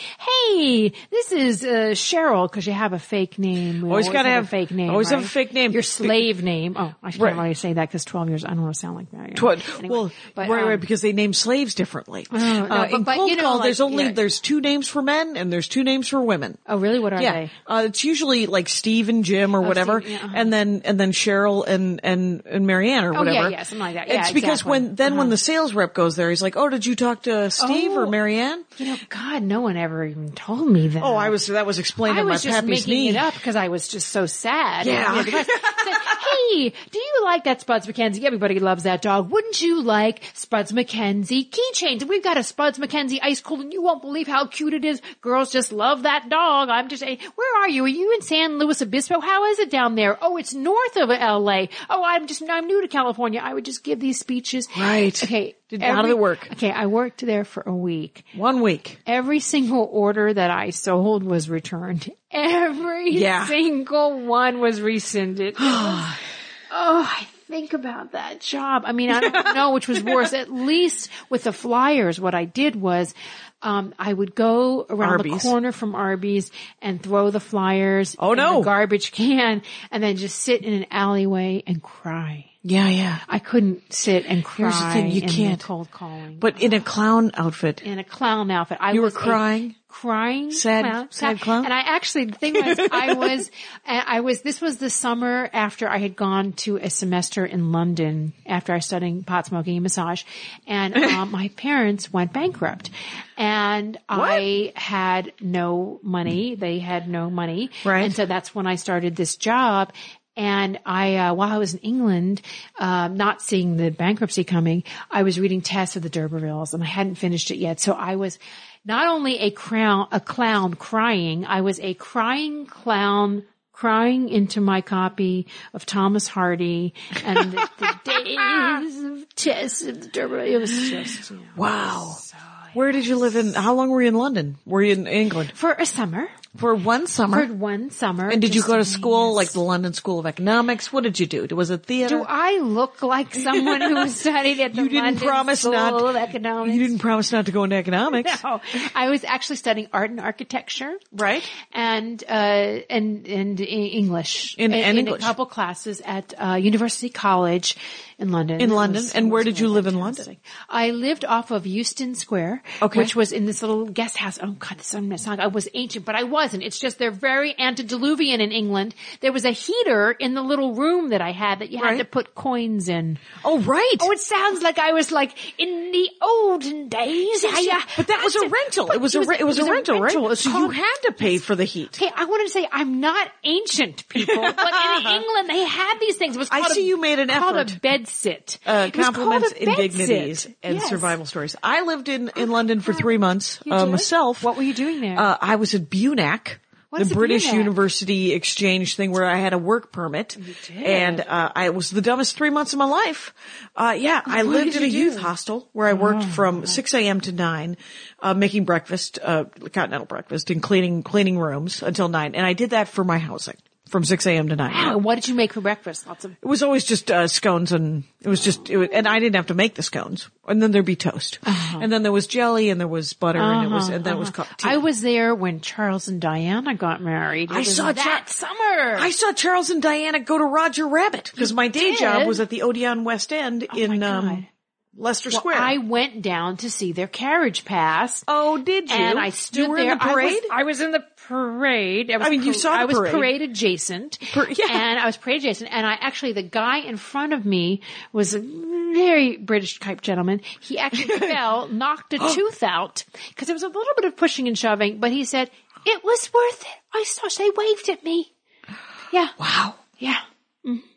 [SPEAKER 4] Hey, this is, uh, Cheryl because you have a fake name. We
[SPEAKER 3] Always gotta have-
[SPEAKER 4] a fake name.
[SPEAKER 3] always have a
[SPEAKER 4] right?
[SPEAKER 3] fake name.
[SPEAKER 4] Your
[SPEAKER 3] Be-
[SPEAKER 4] slave name. Oh, I shouldn't
[SPEAKER 3] Right.
[SPEAKER 4] really say that because 12 years, I don't want to sound like that. you know.
[SPEAKER 3] What?
[SPEAKER 4] Anyway,
[SPEAKER 3] well,
[SPEAKER 4] but,
[SPEAKER 3] right,
[SPEAKER 4] um, Oh,
[SPEAKER 3] right, because they name slaves differently.
[SPEAKER 4] no,
[SPEAKER 3] uh,
[SPEAKER 4] but-
[SPEAKER 3] in
[SPEAKER 4] but,
[SPEAKER 3] cold
[SPEAKER 4] you know,
[SPEAKER 3] call,
[SPEAKER 4] like,
[SPEAKER 3] there's only
[SPEAKER 4] yeah.
[SPEAKER 3] there's two names for men and there's two names for women.
[SPEAKER 4] Oh, really? What are
[SPEAKER 3] yeah,
[SPEAKER 4] they?
[SPEAKER 3] Uh, it's usually like Steve and Jim or whatever,
[SPEAKER 4] Steve, yeah, uh-huh. Oh,
[SPEAKER 3] and then and then Cheryl and and and Marianne or
[SPEAKER 4] yeah,
[SPEAKER 3] whatever.
[SPEAKER 4] yeah, something like that. Yeah,
[SPEAKER 3] it's because
[SPEAKER 4] exactly. Uh-huh.
[SPEAKER 3] when then when the sales rep goes there, he's like, "Oh, did you talk to Steve or
[SPEAKER 4] Oh.
[SPEAKER 3] Marianne?"
[SPEAKER 4] You know, God, no one ever even told me that.
[SPEAKER 3] Oh, I was that was explained
[SPEAKER 4] I
[SPEAKER 3] in my
[SPEAKER 4] was just
[SPEAKER 3] pappy's
[SPEAKER 4] making
[SPEAKER 3] knee.
[SPEAKER 4] it up because I was just so sad.
[SPEAKER 3] Yeah.
[SPEAKER 4] I said, hey, do you like that Spuds McKenzie? Everybody loves that dog. Wouldn't you like Spuds McKenzie keychains? We've got a Spuds McKenzie ice cold, and you won't believe how cute it is. Girls just love that dog. I'm just saying, where are you? Are you in San Luis Obispo? How is it down there? Oh, it's north of L.A. Oh, I'm just I'm new to California. I would just give these speeches.
[SPEAKER 3] Right.
[SPEAKER 4] Okay.
[SPEAKER 3] Did- how did it work?
[SPEAKER 4] Okay, I worked there for a week
[SPEAKER 3] One week.
[SPEAKER 4] every single order that I sold was returned. Every
[SPEAKER 3] Yeah.
[SPEAKER 4] single one was rescinded. It was- oh, I think about that job. I mean, I don't know which was worse. At least with the flyers, what I did was, um, I would go around
[SPEAKER 3] Arby's.
[SPEAKER 4] the corner from Arby's and throw the flyers
[SPEAKER 3] Oh,
[SPEAKER 4] in the
[SPEAKER 3] no.
[SPEAKER 4] garbage can and then just sit in an alleyway and cry.
[SPEAKER 3] Yeah, yeah.
[SPEAKER 4] I couldn't sit and cry.
[SPEAKER 3] Here's the thing, you
[SPEAKER 4] in the
[SPEAKER 3] can't.
[SPEAKER 4] cold calling
[SPEAKER 3] But in a clown outfit.
[SPEAKER 4] in a clown outfit. I
[SPEAKER 3] You were
[SPEAKER 4] was a
[SPEAKER 3] crying?
[SPEAKER 4] crying,
[SPEAKER 3] Sad- sad clown?
[SPEAKER 4] And I actually, the thing was, I was, I was. This was the summer after I had gone to a semester in London after I studying pot smoking and massage, and um, my parents went bankrupt, and I had no money. They had no money,
[SPEAKER 3] Right.
[SPEAKER 4] And so that's when I started this job. And I, uh, while I was in England, um, not seeing the bankruptcy coming, I was reading Tess of the D'Urbervilles and I hadn't finished it yet. So I was not only a crown, a clown crying, I was a crying clown crying into my copy of Thomas Hardy and the, the days of Tess of the D'Urbervilles. It was just, you know,
[SPEAKER 3] Wow. Where did you live in? How long were you in London? Were you in England
[SPEAKER 4] for a summer,
[SPEAKER 3] for one summer?
[SPEAKER 4] for one summer.
[SPEAKER 3] and did you
[SPEAKER 4] just
[SPEAKER 3] go to
[SPEAKER 4] nice.
[SPEAKER 3] school like the London School of Economics? What did you do? Was it theater?
[SPEAKER 4] Do I look like someone who studied at the
[SPEAKER 3] you didn't
[SPEAKER 4] London
[SPEAKER 3] promise
[SPEAKER 4] School
[SPEAKER 3] not.
[SPEAKER 4] of Economics?
[SPEAKER 3] You didn't promise not to go into economics,
[SPEAKER 4] No, I was actually studying art and architecture,
[SPEAKER 3] right?
[SPEAKER 4] and uh, and and E- English
[SPEAKER 3] And-
[SPEAKER 4] in,
[SPEAKER 3] and
[SPEAKER 4] in
[SPEAKER 3] English.
[SPEAKER 4] a couple classes at uh, University College in London.
[SPEAKER 3] In
[SPEAKER 4] It
[SPEAKER 3] London.
[SPEAKER 4] was-
[SPEAKER 3] And
[SPEAKER 4] it
[SPEAKER 3] where
[SPEAKER 4] was
[SPEAKER 3] did you
[SPEAKER 4] really
[SPEAKER 3] live in
[SPEAKER 4] fantastic.
[SPEAKER 3] London?
[SPEAKER 4] I lived off of Euston Square,
[SPEAKER 3] Okay.
[SPEAKER 4] which was in this little guest house. Oh God, this I'm not. I was ancient, but I wasn't. It's just they're very antediluvian in England. There was a heater in the little room that I had that you had
[SPEAKER 3] Right.
[SPEAKER 4] to put coins in.
[SPEAKER 3] Oh, right.
[SPEAKER 4] Oh, it sounds like I was like in the olden days. I, uh,
[SPEAKER 3] but that was
[SPEAKER 4] had
[SPEAKER 3] a
[SPEAKER 4] to-
[SPEAKER 3] rental.
[SPEAKER 4] but
[SPEAKER 3] It was a re- it was a rental, right?
[SPEAKER 4] It's
[SPEAKER 3] So you
[SPEAKER 4] called-
[SPEAKER 3] had to pay for the heat.
[SPEAKER 4] Hey, I wanted to say I'm not ancient people, but in England they had these things. It was
[SPEAKER 3] I
[SPEAKER 4] called
[SPEAKER 3] see
[SPEAKER 4] a-
[SPEAKER 3] you made an
[SPEAKER 4] called
[SPEAKER 3] effort.
[SPEAKER 4] a bed sit.
[SPEAKER 3] Uh,
[SPEAKER 4] It was called
[SPEAKER 3] compliments,
[SPEAKER 4] a bed sit.
[SPEAKER 3] indignities, and
[SPEAKER 4] Yes.
[SPEAKER 3] survival stories. I lived in, in London for three months
[SPEAKER 4] You
[SPEAKER 3] uh,
[SPEAKER 4] did?
[SPEAKER 3] myself.
[SPEAKER 4] What were you doing there?
[SPEAKER 3] Uh, I was at BUNAC,
[SPEAKER 4] What's
[SPEAKER 3] the
[SPEAKER 4] a
[SPEAKER 3] British
[SPEAKER 4] BUNAC?
[SPEAKER 3] University Exchange thing where I had a work permit.
[SPEAKER 4] did.
[SPEAKER 3] And uh, I it was the dumbest three months of my life. Uh, yeah, I
[SPEAKER 4] What
[SPEAKER 3] lived in
[SPEAKER 4] did
[SPEAKER 3] a
[SPEAKER 4] you
[SPEAKER 3] youth
[SPEAKER 4] do? Oh,
[SPEAKER 3] hostel where I worked from 6 a.m. to 9, uh, making breakfast, uh, continental breakfast and cleaning, cleaning rooms until 9. And I did that for my housing from 6 a.m. to 9.
[SPEAKER 4] Wow, and what did you make for breakfast? Lots of
[SPEAKER 3] It was always just uh, scones and it was just, it was, and I didn't have to make the scones. And then there'd be toast. And then there was jelly and there was butter and it was, and then it was cup tea.
[SPEAKER 4] Uh-huh. I was there when Charles and Diana got married. It
[SPEAKER 3] I
[SPEAKER 4] was
[SPEAKER 3] saw
[SPEAKER 4] that
[SPEAKER 3] Cha-
[SPEAKER 4] summer.
[SPEAKER 3] I saw Charles and Diana go to Roger Rabbit because my day
[SPEAKER 4] did?
[SPEAKER 3] job was at the Odeon West End in
[SPEAKER 4] Oh my
[SPEAKER 3] um,
[SPEAKER 4] God.
[SPEAKER 3] Leicester Square.
[SPEAKER 4] I went down to see their carriage pass.
[SPEAKER 3] oh, did you?
[SPEAKER 4] And I stood
[SPEAKER 3] you were
[SPEAKER 4] there.
[SPEAKER 3] in the parade.
[SPEAKER 4] I was, I was in the parade. I, was
[SPEAKER 3] mean, you saw the
[SPEAKER 4] I was
[SPEAKER 3] parade.
[SPEAKER 4] adjacent.
[SPEAKER 3] Per- yeah.
[SPEAKER 4] And I was parade adjacent. And I actually, the guy in front of me was a very British type gentleman. He actually fell, knocked
[SPEAKER 3] Oh.
[SPEAKER 4] a tooth out because there was a little bit of pushing and shoving, but he said, it was worth it. I saw they waved at me. Yeah.
[SPEAKER 3] wow,
[SPEAKER 4] Yeah.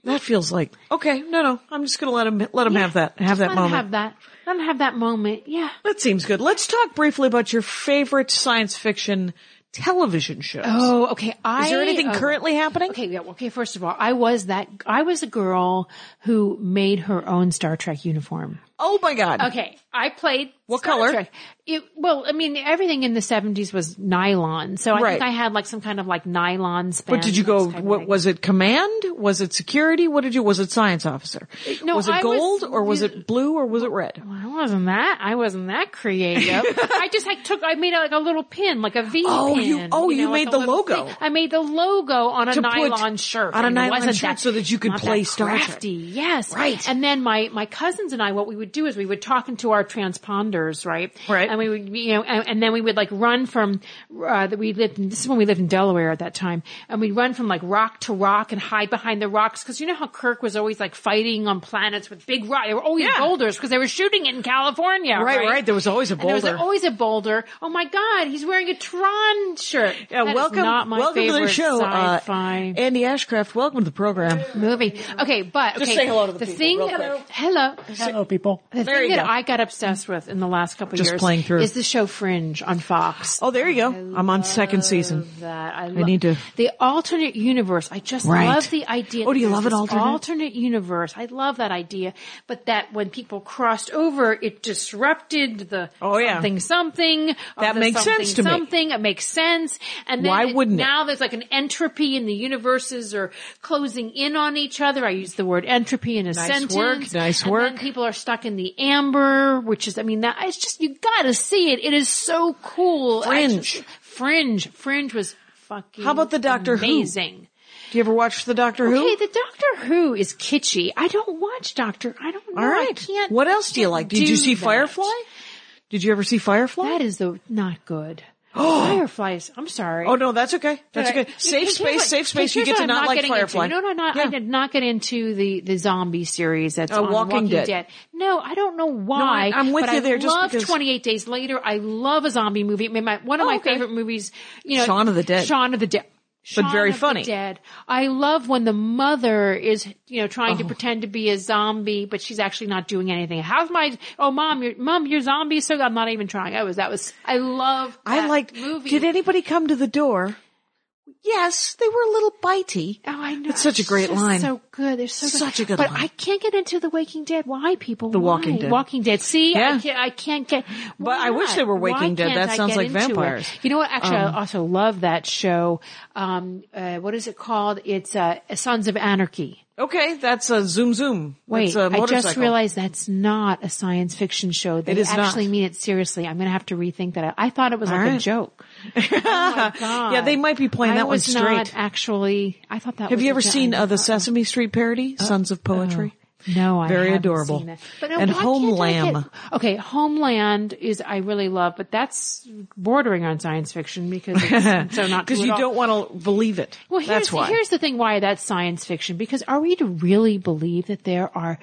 [SPEAKER 3] that feels like okay. No, no, I'm just gonna let him let him have that have that
[SPEAKER 4] Let him
[SPEAKER 3] moment.
[SPEAKER 4] have that. Let him have that moment. Yeah.
[SPEAKER 3] that seems good. Let's talk briefly about your favorite science fiction television shows.
[SPEAKER 4] Oh, okay. I,
[SPEAKER 3] Is there anything
[SPEAKER 4] oh.
[SPEAKER 3] currently happening?
[SPEAKER 4] Okay, yeah, okay. First of all, I was that I was a girl who made her own Star Trek uniform.
[SPEAKER 3] Oh my god.
[SPEAKER 4] Okay, I played
[SPEAKER 3] What
[SPEAKER 4] Star
[SPEAKER 3] color?
[SPEAKER 4] Trek. It, well, I mean, everything in the seventies was nylon, so I
[SPEAKER 3] Right.
[SPEAKER 4] think I had like some kind of like nylon span.
[SPEAKER 3] But did you go? What was it? Command? Was it security? What did you? Was it science officer?
[SPEAKER 4] no,
[SPEAKER 3] was it
[SPEAKER 4] I was-
[SPEAKER 3] gold or was it blue or was it red?
[SPEAKER 4] I wasn't that. I wasn't that creative. I just like took. I made like a little pin, like a V
[SPEAKER 3] Oh,
[SPEAKER 4] pin.
[SPEAKER 3] you- oh, you
[SPEAKER 4] like
[SPEAKER 3] made
[SPEAKER 4] a
[SPEAKER 3] the
[SPEAKER 4] little
[SPEAKER 3] logo.
[SPEAKER 4] thing. I made the logo on a
[SPEAKER 3] To put
[SPEAKER 4] nylon shirt.
[SPEAKER 3] on a
[SPEAKER 4] I mean, it
[SPEAKER 3] nylon
[SPEAKER 4] wasn't
[SPEAKER 3] shirt
[SPEAKER 4] that-
[SPEAKER 3] so that you could
[SPEAKER 4] not
[SPEAKER 3] play
[SPEAKER 4] that
[SPEAKER 3] Star Trek.
[SPEAKER 4] crafty. Yes,
[SPEAKER 3] Right.
[SPEAKER 4] And then my my cousins and I, what we would do is we would talk into our transponders, right?
[SPEAKER 3] Right.
[SPEAKER 4] And we would, you know, and, and then we would like run from uh, that we lived. In, this is when we lived in Delaware at that time, and we'd run from like rock to rock and hide behind the rocks because you know how Kirk was always like fighting on planets with big rock. They were always
[SPEAKER 3] Yeah.
[SPEAKER 4] boulders because they were shooting it in California.
[SPEAKER 3] Right,
[SPEAKER 4] Right,
[SPEAKER 3] right. There was always a
[SPEAKER 4] And there was
[SPEAKER 3] boulder.
[SPEAKER 4] always a boulder. Oh my God, he's wearing a Tron shirt.
[SPEAKER 3] Yeah,
[SPEAKER 4] That is
[SPEAKER 3] welcome,
[SPEAKER 4] not my
[SPEAKER 3] welcome to the
[SPEAKER 4] favorite
[SPEAKER 3] show, uh,
[SPEAKER 4] sci-fi
[SPEAKER 3] Andy Ashcraft. Welcome to the program.
[SPEAKER 4] movie. Okay, but okay,
[SPEAKER 3] say hello to the people
[SPEAKER 4] thing.
[SPEAKER 3] real quick.
[SPEAKER 4] Hello,
[SPEAKER 3] Hello, people.
[SPEAKER 4] The
[SPEAKER 3] There
[SPEAKER 4] thing
[SPEAKER 3] you
[SPEAKER 4] that
[SPEAKER 3] go.
[SPEAKER 4] I got obsessed with in the last couple
[SPEAKER 3] Just
[SPEAKER 4] years
[SPEAKER 3] playing through.
[SPEAKER 4] is the show Fringe on Fox.
[SPEAKER 3] Oh, there you go. I'm on second season.
[SPEAKER 4] that. I, lo-
[SPEAKER 3] need to-
[SPEAKER 4] the alternate universe. I just
[SPEAKER 3] Right.
[SPEAKER 4] love the idea.
[SPEAKER 3] Oh, do you
[SPEAKER 4] that
[SPEAKER 3] love
[SPEAKER 4] there's
[SPEAKER 3] an
[SPEAKER 4] this
[SPEAKER 3] alternate?
[SPEAKER 4] alternate universe? I love that idea. But that when people crossed over, it disrupted the
[SPEAKER 3] Oh, yeah.
[SPEAKER 4] something something. of
[SPEAKER 3] That
[SPEAKER 4] the
[SPEAKER 3] makes
[SPEAKER 4] something,
[SPEAKER 3] sense to me.
[SPEAKER 4] something. It makes sense. And then
[SPEAKER 3] Why
[SPEAKER 4] it-
[SPEAKER 3] wouldn't it?
[SPEAKER 4] now there's like an entropy in the universes are closing in on each other. I use the word entropy in a sentence.
[SPEAKER 3] work, nice
[SPEAKER 4] And
[SPEAKER 3] work.
[SPEAKER 4] then people are stuck in the amber, which is I mean that it's just you got to see it. It is so cool. I
[SPEAKER 3] Fringe.
[SPEAKER 4] just- Fringe. Fringe was fucking.
[SPEAKER 3] How about the Doctor Who?
[SPEAKER 4] amazing.
[SPEAKER 3] Do you ever watch the Doctor Who?
[SPEAKER 4] Okay, the Doctor Who is kitschy. I don't watch Doctor. I don't. Know.
[SPEAKER 3] All right.
[SPEAKER 4] I can't.
[SPEAKER 3] what else do you
[SPEAKER 4] can't
[SPEAKER 3] like? Did you
[SPEAKER 4] do
[SPEAKER 3] see
[SPEAKER 4] that.
[SPEAKER 3] Firefly? Did you ever see Firefly?
[SPEAKER 4] That is the not good. Fireflies. I'm sorry.
[SPEAKER 3] oh no, that's okay. That's
[SPEAKER 4] But I-
[SPEAKER 3] okay. Safe
[SPEAKER 4] here's
[SPEAKER 3] space,
[SPEAKER 4] what-
[SPEAKER 3] safe space. You
[SPEAKER 4] here's
[SPEAKER 3] get
[SPEAKER 4] what
[SPEAKER 3] to
[SPEAKER 4] I'm
[SPEAKER 3] not, like
[SPEAKER 4] getting into.
[SPEAKER 3] Firefly.
[SPEAKER 4] No, no, not.
[SPEAKER 3] Yeah.
[SPEAKER 4] I did not get into the the zombie series that's
[SPEAKER 3] Uh,
[SPEAKER 4] on
[SPEAKER 3] Walking
[SPEAKER 4] Walking,
[SPEAKER 3] Dead.
[SPEAKER 4] Dead. No, I don't know why.
[SPEAKER 3] I- I'm with
[SPEAKER 4] but
[SPEAKER 3] you
[SPEAKER 4] I
[SPEAKER 3] there just
[SPEAKER 4] love
[SPEAKER 3] because-
[SPEAKER 4] 28 Days Later. I love a zombie movie. I mean, my, one of
[SPEAKER 3] Oh,
[SPEAKER 4] my
[SPEAKER 3] okay.
[SPEAKER 4] favorite movies. You know,
[SPEAKER 3] Shaun of the Dead.
[SPEAKER 4] Shaun of the Dead.
[SPEAKER 3] But
[SPEAKER 4] Shaun
[SPEAKER 3] very
[SPEAKER 4] of the
[SPEAKER 3] funny.
[SPEAKER 4] Dead. I love when the mother is, you know, trying
[SPEAKER 3] Oh.
[SPEAKER 4] to pretend to be a zombie, but she's actually not doing anything. How's my? Oh, mom, your mom, your zombie. So I'm not even trying. I was. That was. I love.
[SPEAKER 3] I
[SPEAKER 4] that
[SPEAKER 3] liked.
[SPEAKER 4] movie.
[SPEAKER 3] Did anybody come to the door? Yes, they were a little bitey.
[SPEAKER 4] Oh, I know.
[SPEAKER 3] It's such a great
[SPEAKER 4] just
[SPEAKER 3] line.
[SPEAKER 4] So good. They're so
[SPEAKER 3] Such a
[SPEAKER 4] good.
[SPEAKER 3] good
[SPEAKER 4] But
[SPEAKER 3] line.
[SPEAKER 4] I can't get into the Waking Dead. Why people? The
[SPEAKER 3] Walking Dead.
[SPEAKER 4] Walking Dead. See,
[SPEAKER 3] Yeah.
[SPEAKER 4] I, can't, I can't get.
[SPEAKER 3] But I
[SPEAKER 4] why
[SPEAKER 3] wish they were
[SPEAKER 4] not? Why
[SPEAKER 3] Waking Dead.
[SPEAKER 4] can't
[SPEAKER 3] That
[SPEAKER 4] I
[SPEAKER 3] sounds
[SPEAKER 4] get
[SPEAKER 3] like
[SPEAKER 4] into it?
[SPEAKER 3] vampires. Um,
[SPEAKER 4] You know what? Actually, I also love that show. Um, uh, what is it called? It's uh, Sons of Anarchy.
[SPEAKER 3] Okay, that's a zoom zoom.
[SPEAKER 4] Wait,
[SPEAKER 3] that's a
[SPEAKER 4] I
[SPEAKER 3] motorcycle.
[SPEAKER 4] just realized that's not a science fiction show. They
[SPEAKER 3] is not.
[SPEAKER 4] actually mean it seriously. I'm going to have to rethink that. I, I thought it was like a
[SPEAKER 3] right.
[SPEAKER 4] joke. Oh my God.
[SPEAKER 3] Yeah, they might be playing
[SPEAKER 4] I
[SPEAKER 3] that one
[SPEAKER 4] was not
[SPEAKER 3] straight.
[SPEAKER 4] actually. I thought that.
[SPEAKER 3] Have
[SPEAKER 4] was
[SPEAKER 3] you
[SPEAKER 4] a
[SPEAKER 3] ever
[SPEAKER 4] joke.
[SPEAKER 3] seen
[SPEAKER 4] I
[SPEAKER 3] uh, the
[SPEAKER 4] thought-
[SPEAKER 3] Sesame Street parody, Sons of Poetry?
[SPEAKER 4] uh, No, I
[SPEAKER 3] Very
[SPEAKER 4] haven't
[SPEAKER 3] adorable.
[SPEAKER 4] seen it. But uh,
[SPEAKER 3] And
[SPEAKER 4] why can't
[SPEAKER 3] Homeland.
[SPEAKER 4] I get- okay, Homeland is I really love, but that's bordering on science fiction because it's so not
[SPEAKER 3] Because
[SPEAKER 4] true at
[SPEAKER 3] you
[SPEAKER 4] all.
[SPEAKER 3] don't want to believe it.
[SPEAKER 4] Well, here's,
[SPEAKER 3] That's why.
[SPEAKER 4] here's the thing why that's science fiction, because are we to really believe that there are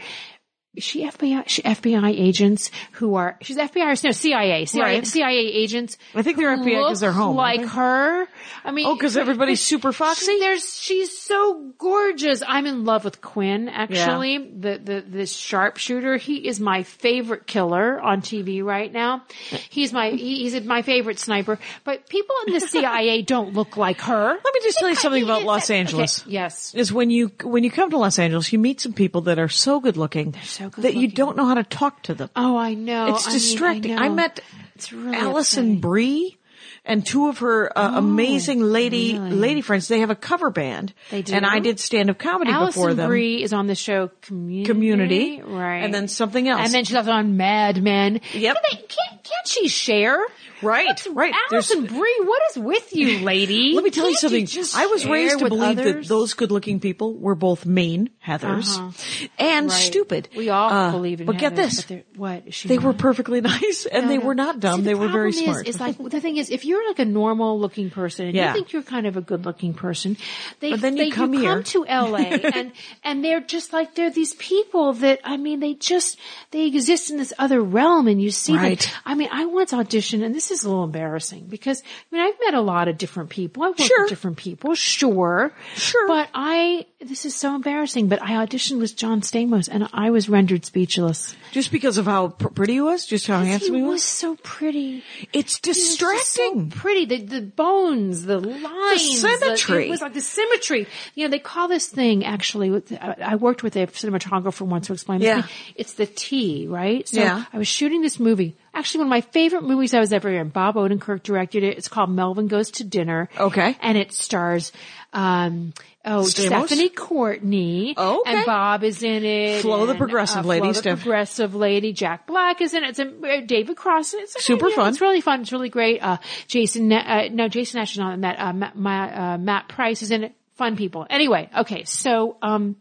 [SPEAKER 4] she FBI, she FBI agents who are, she's FBI or no, CIA, CIA,
[SPEAKER 3] Right.
[SPEAKER 4] CIA agents.
[SPEAKER 3] I think they're
[SPEAKER 4] who
[SPEAKER 3] FBI 'cause
[SPEAKER 4] look
[SPEAKER 3] they're home, aren't
[SPEAKER 4] Like
[SPEAKER 3] they?
[SPEAKER 4] her. I mean,
[SPEAKER 3] Oh, 'cause everybody's
[SPEAKER 4] she-
[SPEAKER 3] super foxy?
[SPEAKER 4] she- there's, she's so gorgeous. I'm in love with Quinn, actually. The, the, this sharpshooter. He is my favorite killer on TV right now. He's my, he- he's my favorite sniper, but people in the CIA don't look like her.
[SPEAKER 3] Let me just tell you something about Los
[SPEAKER 4] Okay,
[SPEAKER 3] Angeles.
[SPEAKER 4] yes.
[SPEAKER 3] Is when you when you come to Los Angeles, you meet some people that are so good looking
[SPEAKER 4] so good
[SPEAKER 3] that you
[SPEAKER 4] looking.
[SPEAKER 3] don't know how to talk to them.
[SPEAKER 4] Oh, I know.
[SPEAKER 3] it's
[SPEAKER 4] I mean,
[SPEAKER 3] distracting.
[SPEAKER 4] I,
[SPEAKER 3] I,
[SPEAKER 4] know.
[SPEAKER 3] met
[SPEAKER 4] It's really
[SPEAKER 3] Allison
[SPEAKER 4] upsetting. Oh,
[SPEAKER 3] Brie and two of her uh, amazing lady
[SPEAKER 4] really?
[SPEAKER 3] lady friends. They have a cover band.
[SPEAKER 4] They do?
[SPEAKER 3] And I did stand up comedy before
[SPEAKER 4] Allison
[SPEAKER 3] them.
[SPEAKER 4] Brie is on the show Community,
[SPEAKER 3] Community,
[SPEAKER 4] right?
[SPEAKER 3] and then something else.
[SPEAKER 4] and then she's also on Mad Men.
[SPEAKER 3] Yep.
[SPEAKER 4] Do they- can't can't she share?
[SPEAKER 3] Right,
[SPEAKER 4] What's-
[SPEAKER 3] right. There's-
[SPEAKER 4] Allison Brie, what is with you, lady?
[SPEAKER 3] Let me tell you
[SPEAKER 4] Can't
[SPEAKER 3] something.
[SPEAKER 4] just
[SPEAKER 3] I was
[SPEAKER 4] share
[SPEAKER 3] raised to
[SPEAKER 4] with
[SPEAKER 3] believe that
[SPEAKER 4] others?
[SPEAKER 3] those good-looking people were both mean, Heather's, and
[SPEAKER 4] Uh-huh. Right.
[SPEAKER 3] stupid.
[SPEAKER 4] We all
[SPEAKER 3] Uh,
[SPEAKER 4] believe in.
[SPEAKER 3] But get
[SPEAKER 4] Heather,
[SPEAKER 3] this:
[SPEAKER 4] but they're- what is she
[SPEAKER 3] they were
[SPEAKER 4] not?
[SPEAKER 3] perfectly nice, and they
[SPEAKER 4] No,
[SPEAKER 3] were
[SPEAKER 4] no.
[SPEAKER 3] not dumb.
[SPEAKER 4] See,
[SPEAKER 3] they
[SPEAKER 4] the
[SPEAKER 3] were very
[SPEAKER 4] problem is-
[SPEAKER 3] smart.
[SPEAKER 4] Is, like the thing is, if you're like a normal looking person, and
[SPEAKER 3] Yeah.
[SPEAKER 4] you think you're kind of a good looking person, they
[SPEAKER 3] But then you
[SPEAKER 4] they,
[SPEAKER 3] come here.
[SPEAKER 4] to LA, and and they're just like they're these people that I mean, they just they exist in this other realm, and you see
[SPEAKER 3] Right.
[SPEAKER 4] them. I mean, I once auditioned, and this is a little embarrassing because I mean, I've met a lot of different people. I've worked
[SPEAKER 3] Sure.
[SPEAKER 4] with different people, sure,
[SPEAKER 3] Sure.
[SPEAKER 4] But I this is so embarrassing. But I auditioned with John Stamos, and I was rendered speechless.
[SPEAKER 3] just because of how pr- pretty he was, just how handsome
[SPEAKER 4] he
[SPEAKER 3] he
[SPEAKER 4] was
[SPEAKER 3] was.
[SPEAKER 4] so pretty.
[SPEAKER 3] It's
[SPEAKER 4] It was just
[SPEAKER 3] distracting.
[SPEAKER 4] so pretty. The, the bones, the lines,
[SPEAKER 3] symmetry.
[SPEAKER 4] The, it was like the symmetry. You know, they call this thing actually. with- I I worked with a cinematographer once to explain. This
[SPEAKER 3] Yeah.
[SPEAKER 4] thing. it's the T, right? So
[SPEAKER 3] Yeah.
[SPEAKER 4] I was shooting this movie. Actually, one of my favorite movies I was ever in. Bob Odenkirk directed it. It's called Melvin Goes to Dinner.
[SPEAKER 3] Okay.
[SPEAKER 4] and it stars. Um, Oh,
[SPEAKER 3] Stamos?
[SPEAKER 4] Stephanie Courtney.
[SPEAKER 3] Oh, okay.
[SPEAKER 4] And Bob is in it.
[SPEAKER 3] Flo the
[SPEAKER 4] and,
[SPEAKER 3] Progressive Lady,
[SPEAKER 4] Flo the
[SPEAKER 3] Steph.
[SPEAKER 4] Progressive Lady. Jack Black is in it. It's a, uh, David Cross. It's a-
[SPEAKER 3] Super
[SPEAKER 4] you know,
[SPEAKER 3] fun.
[SPEAKER 4] It's really fun. It's really great. Uh, Jason, uh, no, Jason Nash is not in that. Uh, Ma- my, uh, Matt Price is in it. Fun people. Anyway, okay. So, um,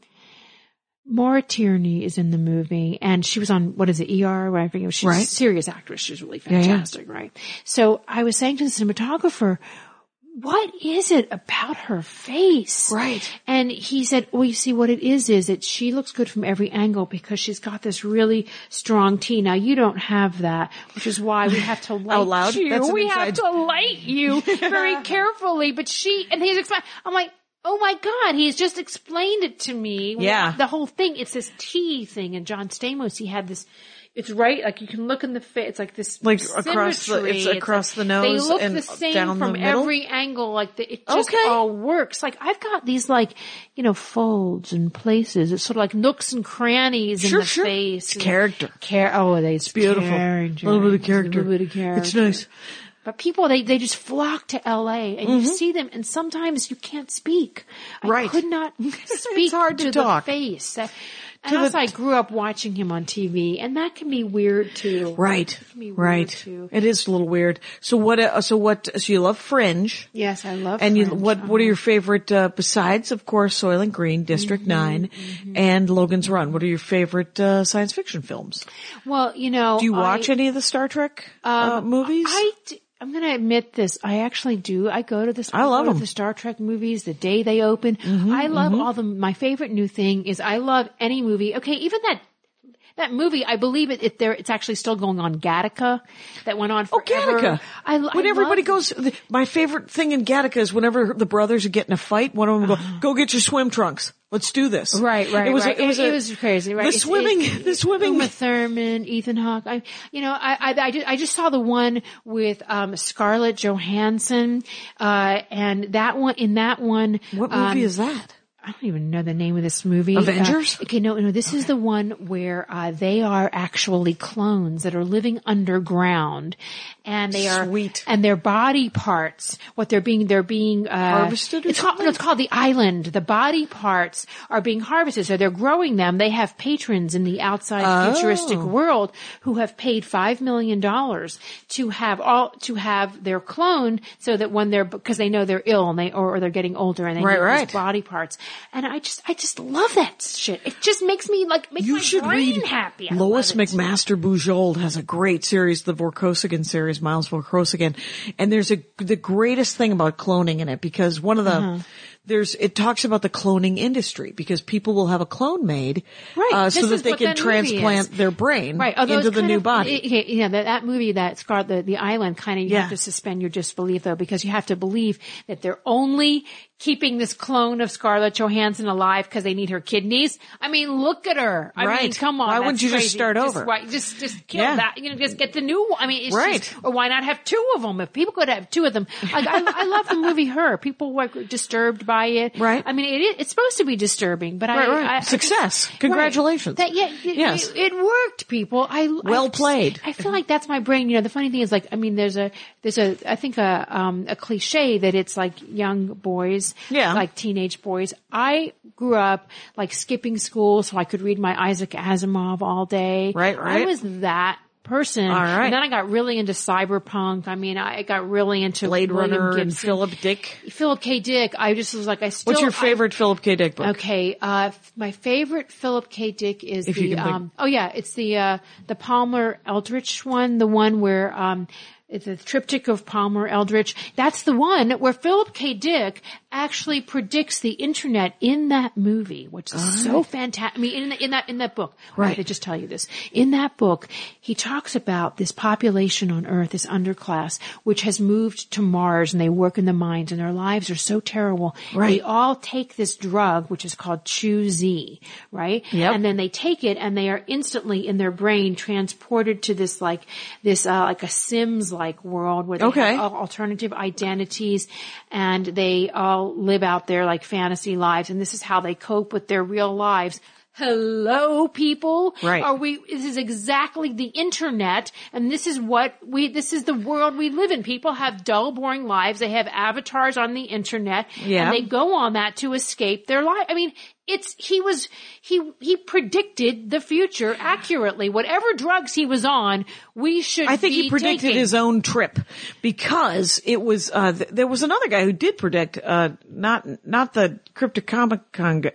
[SPEAKER 4] Maura Tierney is in the movie and she was on, what is it, ER? Where I forget. She's a
[SPEAKER 3] Right.
[SPEAKER 4] serious actress. She's really fantastic, right? So I was saying to the cinematographer, what is it about her face?
[SPEAKER 3] Right.
[SPEAKER 4] And he said, well, you see, what it is, is that she looks good from every angle because she's got this really strong T. Now you don't have that, which is why we have to light
[SPEAKER 3] Out loud?
[SPEAKER 4] you.
[SPEAKER 3] That's an
[SPEAKER 4] we have
[SPEAKER 3] inside-
[SPEAKER 4] to light you very carefully. But she, and he's explaining, I'm like, oh my God, he's just explained it to me.
[SPEAKER 3] Yeah.
[SPEAKER 4] The whole thing, it's this T thing. And John Stamos, he had this, it's right, like you can look in the face, it's like this
[SPEAKER 3] Like across the-
[SPEAKER 4] symmetry.
[SPEAKER 3] it's across the
[SPEAKER 4] like-
[SPEAKER 3] nose
[SPEAKER 4] They look
[SPEAKER 3] and
[SPEAKER 4] the same
[SPEAKER 3] down the
[SPEAKER 4] from
[SPEAKER 3] middle?
[SPEAKER 4] every angle. Like the, it just
[SPEAKER 3] Okay.
[SPEAKER 4] all works. Like I've got these like you know folds and places. It's sort of like nooks and crannies
[SPEAKER 3] Sure,
[SPEAKER 4] in the
[SPEAKER 3] sure.
[SPEAKER 4] face.
[SPEAKER 3] It's
[SPEAKER 4] and-
[SPEAKER 3] character.
[SPEAKER 4] Care. Oh, they, it's
[SPEAKER 3] Beautiful.
[SPEAKER 4] character.
[SPEAKER 3] A little bit of
[SPEAKER 4] It's
[SPEAKER 3] character.
[SPEAKER 4] A little bit of character.
[SPEAKER 3] It's nice. Mm-hmm.
[SPEAKER 4] But people, they, they just flock to LA and you see them and sometimes you can't speak. I
[SPEAKER 3] Right.
[SPEAKER 4] could not speak
[SPEAKER 3] hard to
[SPEAKER 4] the
[SPEAKER 3] talk.
[SPEAKER 4] face. That- And also
[SPEAKER 3] the-
[SPEAKER 4] I grew up watching him on TV and that can be weird too.
[SPEAKER 3] Right,
[SPEAKER 4] It can be weird
[SPEAKER 3] right.
[SPEAKER 4] too.
[SPEAKER 3] It is a little weird. So what? Uh, so what? So you love Fringe,
[SPEAKER 4] Yes, I love
[SPEAKER 3] and you
[SPEAKER 4] Fringe. uh-huh.
[SPEAKER 3] what? What are your favorite uh, besides, of course, Soylent Green, District
[SPEAKER 4] Mm-hmm,
[SPEAKER 3] Nine, and Logan's Run? What are your favorite uh, science fiction films?
[SPEAKER 4] Well, you know,
[SPEAKER 3] Do you
[SPEAKER 4] I- Um,
[SPEAKER 3] watch any of the Star Trek uh, movies?
[SPEAKER 4] I d- I'm going to admit this. I actually do. I go to this.
[SPEAKER 3] I love Mm-hmm,
[SPEAKER 4] go to
[SPEAKER 3] 'em.
[SPEAKER 4] The Star Trek movies, the day they open. I love all the. My favorite new thing is I love any movie. Okay, even that. That movie, I believe it, it there, it's actually still going on Gattaca that went on
[SPEAKER 3] Oh,
[SPEAKER 4] forever.
[SPEAKER 3] Gattaca!
[SPEAKER 4] I, I
[SPEAKER 3] when everybody
[SPEAKER 4] love-
[SPEAKER 3] goes, th- my favorite thing in Gattaca is whenever the brothers are getting a fight, one of them will go, "Go get your swim trunks. Let's do this."
[SPEAKER 4] Uh-huh. Right, right,
[SPEAKER 3] It was, a-
[SPEAKER 4] right.
[SPEAKER 3] It was, a-
[SPEAKER 4] it was crazy, right?
[SPEAKER 3] The
[SPEAKER 4] It's-
[SPEAKER 3] swimming,
[SPEAKER 4] it-
[SPEAKER 3] the swimming.
[SPEAKER 4] Uma Thurman, Ethan Hawke. I, you know, I, I, I, just, I just saw the one with um, Scarlett Johansson, uh, and that one. In that one,
[SPEAKER 3] what movie
[SPEAKER 4] um,
[SPEAKER 3] is that?
[SPEAKER 4] I don't even know the name of this movie.
[SPEAKER 3] Avengers?
[SPEAKER 4] Uh, okay, no, no. This is the one where uh, they are actually clones that are living underground, and they are
[SPEAKER 3] Sweet.
[SPEAKER 4] and their body parts. What they're being, they're being uh,
[SPEAKER 3] Harvested or
[SPEAKER 4] It's called, no, it's called the Island. The body parts are being harvested, so they're growing them. They have patrons in the outside
[SPEAKER 3] Oh.
[SPEAKER 4] futuristic world who have paid five million dollars to have all to have their clone, so that when they're because they know they're ill and they or, or they're getting older and they
[SPEAKER 3] Right,
[SPEAKER 4] need
[SPEAKER 3] right.
[SPEAKER 4] these body parts. And I just, I just love that shit. It just makes me like, makes
[SPEAKER 3] You
[SPEAKER 4] my
[SPEAKER 3] should
[SPEAKER 4] brain
[SPEAKER 3] read
[SPEAKER 4] happy. I
[SPEAKER 3] Lois
[SPEAKER 4] love it.
[SPEAKER 3] McMaster Bujold has a great series, the Vorkosigan series, Miles Vorkosigan. And there's a, the greatest thing about cloning in it because one of the,
[SPEAKER 4] Mm-hmm.
[SPEAKER 3] there's, it talks about the cloning industry because people will have a clone made,
[SPEAKER 4] Right.
[SPEAKER 3] uh, so
[SPEAKER 4] This
[SPEAKER 3] that
[SPEAKER 4] is
[SPEAKER 3] they
[SPEAKER 4] what
[SPEAKER 3] can
[SPEAKER 4] that movie
[SPEAKER 3] transplant
[SPEAKER 4] is.
[SPEAKER 3] their brain
[SPEAKER 4] Right. Although
[SPEAKER 3] into
[SPEAKER 4] it's
[SPEAKER 3] the
[SPEAKER 4] kind
[SPEAKER 3] new
[SPEAKER 4] of-
[SPEAKER 3] body.
[SPEAKER 4] it- it- yeah, that, that movie that Scarlet, the, the island kind of, you
[SPEAKER 3] Yeah.
[SPEAKER 4] have to suspend your disbelief though, because you have to believe that they're only keeping this clone of Scarlett Johansson alive because they need her kidneys. I mean, look at her. I mean,
[SPEAKER 3] Right.
[SPEAKER 4] come on.
[SPEAKER 3] Why wouldn't
[SPEAKER 4] that's
[SPEAKER 3] you just
[SPEAKER 4] crazy.
[SPEAKER 3] start over?
[SPEAKER 4] Why, just, just kill
[SPEAKER 3] Yeah.
[SPEAKER 4] that. You know, just get the new one. I mean, it's
[SPEAKER 3] Right.
[SPEAKER 4] just, or why not have two of them? If people could have two of them, I, I, I love the movie Her. People were disturbed by it.
[SPEAKER 3] Right.
[SPEAKER 4] I mean, it is, it's supposed to be disturbing, but
[SPEAKER 3] Right,
[SPEAKER 4] I,
[SPEAKER 3] right.
[SPEAKER 4] I- I
[SPEAKER 3] Success.
[SPEAKER 4] right.
[SPEAKER 3] Congratulations.
[SPEAKER 4] That, yeah, it,
[SPEAKER 3] Yes.
[SPEAKER 4] it, it worked, people. I
[SPEAKER 3] Well
[SPEAKER 4] I just-
[SPEAKER 3] played.
[SPEAKER 4] I feel like that's my brain. You know, the funny thing is, like, I mean, there's a there's a I think a um, a cliche that it's like young boys,
[SPEAKER 3] Yeah.
[SPEAKER 4] like teenage boys. I grew up like skipping school so I could read my Isaac Asimov all day.
[SPEAKER 3] Right, right.
[SPEAKER 4] I was that person. All
[SPEAKER 3] right.
[SPEAKER 4] And then I got really into cyberpunk. I mean, I got really into
[SPEAKER 3] Blade
[SPEAKER 4] William
[SPEAKER 3] Runner and
[SPEAKER 4] Gibson.
[SPEAKER 3] Philip Dick.
[SPEAKER 4] Philip K. Dick. I just was like, I still.
[SPEAKER 3] What's your
[SPEAKER 4] I-
[SPEAKER 3] favorite Philip K. Dick book?
[SPEAKER 4] Okay, uh, f- my favorite Philip K. Dick is
[SPEAKER 3] If you
[SPEAKER 4] the
[SPEAKER 3] can think.
[SPEAKER 4] um, oh yeah, it's the uh, the Palmer Eldritch one, the one where um, it's a triptych of Palmer Eldritch. That's the one where Philip K. Dick actually predicts the internet in that movie, which is so fantastic. I mean, in, the, in that in that book,
[SPEAKER 3] Right.
[SPEAKER 4] I had to just tell you this. In that book, he talks about this population on Earth, this underclass, which has moved to Mars, and they work in the mines, and their lives are so terrible. They
[SPEAKER 3] Right.
[SPEAKER 4] all take this drug, which is called Chu Z, right?
[SPEAKER 3] Yep.
[SPEAKER 4] And then they take it and they are instantly in their brain transported to this like, this, uh, like a Sims like world where they
[SPEAKER 3] Okay.
[SPEAKER 4] have al- alternative identities and they all live out their like fantasy lives. And this is how they cope with their real lives. Hello, people.
[SPEAKER 3] Right.
[SPEAKER 4] Are we, this is exactly the internet. And this is what we, this is the world we live in. People have dull, boring lives. They have avatars on the internet.
[SPEAKER 3] Yeah.
[SPEAKER 4] And they go on that to escape their life. I mean, it's, he was, he, he predicted the future accurately. Whatever drugs he was on, we should
[SPEAKER 3] I think he
[SPEAKER 4] be
[SPEAKER 3] predicted
[SPEAKER 4] taking.
[SPEAKER 3] his own trip because it was uh, th- there was another guy who did predict uh, not not the Cryptic Comic Con guy.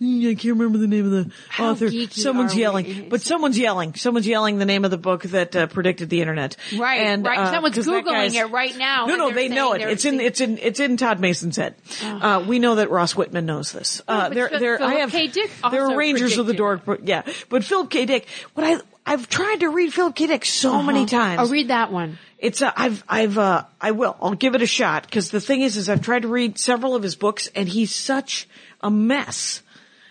[SPEAKER 3] Mm, I can't remember the name of the
[SPEAKER 4] How
[SPEAKER 3] author.
[SPEAKER 4] geeky
[SPEAKER 3] Someone's
[SPEAKER 4] are we?
[SPEAKER 3] yelling, but someone's yelling, someone's yelling the name of the book that uh, predicted the internet.
[SPEAKER 4] Right, right.
[SPEAKER 3] uh,
[SPEAKER 4] Someone's
[SPEAKER 3] 'cause that
[SPEAKER 4] Googling
[SPEAKER 3] guy's-
[SPEAKER 4] it right now,
[SPEAKER 3] No,
[SPEAKER 4] and
[SPEAKER 3] no,
[SPEAKER 4] they're
[SPEAKER 3] they know
[SPEAKER 4] saying
[SPEAKER 3] it.
[SPEAKER 4] they're-
[SPEAKER 3] It's in it's in it's in Todd Mason's head. Uh, we know that Ross Whitman knows this. Uh,
[SPEAKER 4] but
[SPEAKER 3] there,
[SPEAKER 4] Phil-
[SPEAKER 3] there, I
[SPEAKER 4] Philip
[SPEAKER 3] have
[SPEAKER 4] K. Dick
[SPEAKER 3] there
[SPEAKER 4] also
[SPEAKER 3] are Rangers of the Dork.
[SPEAKER 4] predicted
[SPEAKER 3] But yeah, but Philip K. Dick. What I I've tried to read Philip K. Dick so many times.
[SPEAKER 4] Uh-huh. I'll read that one.
[SPEAKER 3] It's a, I've I've uh, I will I'll give it a shot because the thing is is I've tried to read several of his books and he's such a mess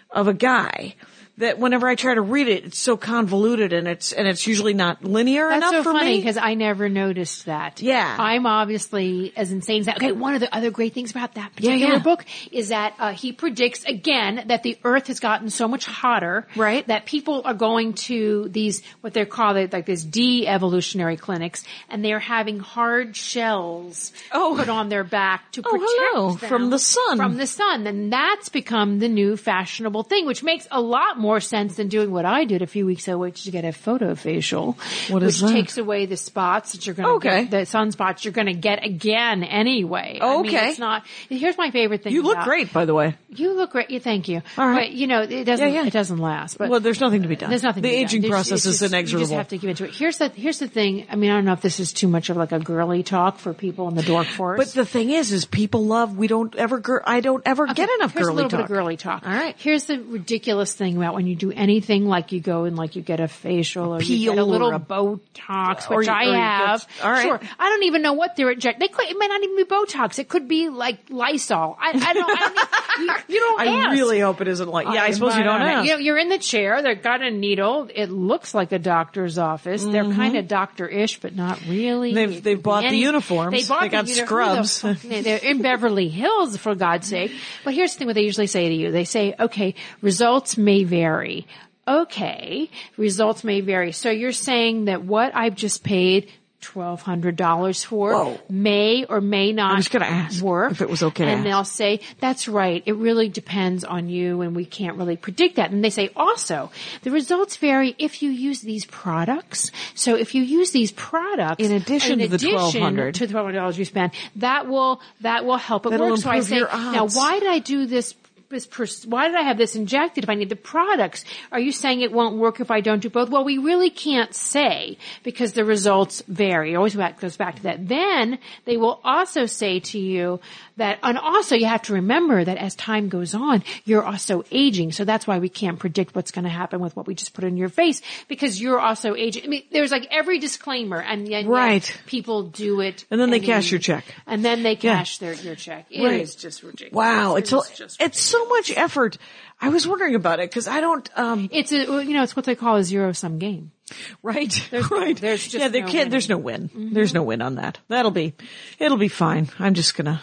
[SPEAKER 3] of a guy that whenever I try to read it it's so convoluted and it's and it's usually not linear
[SPEAKER 4] That's
[SPEAKER 3] enough
[SPEAKER 4] so
[SPEAKER 3] for
[SPEAKER 4] funny
[SPEAKER 3] me.
[SPEAKER 4] because I never noticed that.
[SPEAKER 3] Yeah.
[SPEAKER 4] I'm obviously as insane as that. Okay, one of the other great things about that particular
[SPEAKER 3] yeah.
[SPEAKER 4] book is that uh, he predicts again that the Earth has gotten so much hotter,
[SPEAKER 3] Right.
[SPEAKER 4] That people are going to these what they're called like these de-evolutionary clinics, and they're having hard shells
[SPEAKER 3] Oh.
[SPEAKER 4] put on their back to
[SPEAKER 3] Oh,
[SPEAKER 4] protect
[SPEAKER 3] hello,
[SPEAKER 4] them
[SPEAKER 3] from the sun.
[SPEAKER 4] from the sun. And that's become the new fashionable thing, which makes a lot more sense than doing what I did a few weeks ago, which is to get a photo facial
[SPEAKER 3] What is
[SPEAKER 4] which
[SPEAKER 3] that?
[SPEAKER 4] takes away the spots that you're going to
[SPEAKER 3] Okay.
[SPEAKER 4] get, the sunspots you're going to get again anyway. I mean,
[SPEAKER 3] Okay.
[SPEAKER 4] it's not. Here's my favorite thing.
[SPEAKER 3] you look
[SPEAKER 4] about-
[SPEAKER 3] great by the way.
[SPEAKER 4] You look great. Yeah, thank you.
[SPEAKER 3] All right.
[SPEAKER 4] But you know it doesn't.
[SPEAKER 3] Yeah, yeah.
[SPEAKER 4] It doesn't last. But
[SPEAKER 3] Well, there's nothing to be done.
[SPEAKER 4] there's nothing.
[SPEAKER 3] The
[SPEAKER 4] to be done.
[SPEAKER 3] aging
[SPEAKER 4] There's-
[SPEAKER 3] process
[SPEAKER 4] it's
[SPEAKER 3] is
[SPEAKER 4] just- You just
[SPEAKER 3] inexorable.
[SPEAKER 4] have to give into it. Here's the here's the thing. I mean, I don't know if this is too much of like a girly talk for people in the dork force.
[SPEAKER 3] But the thing is is people love we don't ever gir- I don't ever get enough
[SPEAKER 4] Here's
[SPEAKER 3] girly
[SPEAKER 4] a little
[SPEAKER 3] talk.
[SPEAKER 4] bit of girly talk.
[SPEAKER 3] All right.
[SPEAKER 4] Here's the ridiculous thing about when you do anything like you go and like you get a facial or you
[SPEAKER 3] peel
[SPEAKER 4] get
[SPEAKER 3] or
[SPEAKER 4] a little
[SPEAKER 3] a-
[SPEAKER 4] Botox,
[SPEAKER 3] Or
[SPEAKER 4] which
[SPEAKER 3] you-
[SPEAKER 4] I
[SPEAKER 3] or you get-
[SPEAKER 4] have.
[SPEAKER 3] all right.
[SPEAKER 4] Sure. I don't even know what they're injecting. They could, it may not even be Botox. It could be like Lysol. I, I don't. I don't you, you don't.
[SPEAKER 3] I
[SPEAKER 4] ask.
[SPEAKER 3] really hope it isn't like yeah I suppose you don't ask.
[SPEAKER 4] You know, you're in the chair. They've got a needle. It looks like a doctor's office. They're kind of doctor-ish, but not really.
[SPEAKER 3] Mm-hmm. They've-
[SPEAKER 4] It could
[SPEAKER 3] they've
[SPEAKER 4] be
[SPEAKER 3] bought the
[SPEAKER 4] any-
[SPEAKER 3] uniforms.
[SPEAKER 4] They bought
[SPEAKER 3] They
[SPEAKER 4] the
[SPEAKER 3] got
[SPEAKER 4] uni-
[SPEAKER 3] scrubs.
[SPEAKER 4] Who the fuck- They're in Beverly Hills, for God's sake. But here's the thing: what they usually say to you, they say, "Okay, results may vary." Okay, results may vary. So you're saying that what I've just paid. Twelve hundred dollars for
[SPEAKER 3] Whoa.
[SPEAKER 4] may or may not. I
[SPEAKER 3] was gonna ask
[SPEAKER 4] work
[SPEAKER 3] if it was okay to
[SPEAKER 4] and
[SPEAKER 3] ask.
[SPEAKER 4] they'll I'll say, that's right. It really depends on you and we can't really predict that. And they say also, the results vary if you use these products. So if you use these products,
[SPEAKER 3] In addition to the
[SPEAKER 4] addition
[SPEAKER 3] $1,200.
[SPEAKER 4] to the $1,200 you spend, that will, that will help it
[SPEAKER 3] That'll
[SPEAKER 4] work. So I
[SPEAKER 3] improve
[SPEAKER 4] say,
[SPEAKER 3] your
[SPEAKER 4] now
[SPEAKER 3] odds."
[SPEAKER 4] why did I do this is pers- why did I have this injected if I need the products? Are you saying it won't work if I don't do both? Well, we really can't say because the results vary. It always back- goes back to that. Then they will also say to you that, and also you have to remember that as time goes on, you're also aging. So that's why we can't predict what's going to happen with what we just put in your face because you're also aging. I mean, there's like every disclaimer and yet, yet
[SPEAKER 3] Right.
[SPEAKER 4] people do it.
[SPEAKER 3] And then they cash your check.
[SPEAKER 4] And then they cash their, your check. It is
[SPEAKER 3] Right.
[SPEAKER 4] just ridiculous.
[SPEAKER 3] Wow,
[SPEAKER 4] It
[SPEAKER 3] it's so,
[SPEAKER 4] is just
[SPEAKER 3] it's so much effort. I was wondering about it because I don't. um
[SPEAKER 4] It's a, well, you know, it's what they call a zero sum game.
[SPEAKER 3] Right, right.
[SPEAKER 4] there's just
[SPEAKER 3] yeah, there
[SPEAKER 4] no Mm-hmm.
[SPEAKER 3] can't. There's no win. There's no win on that. That'll be, it'll be fine. I'm just gonna.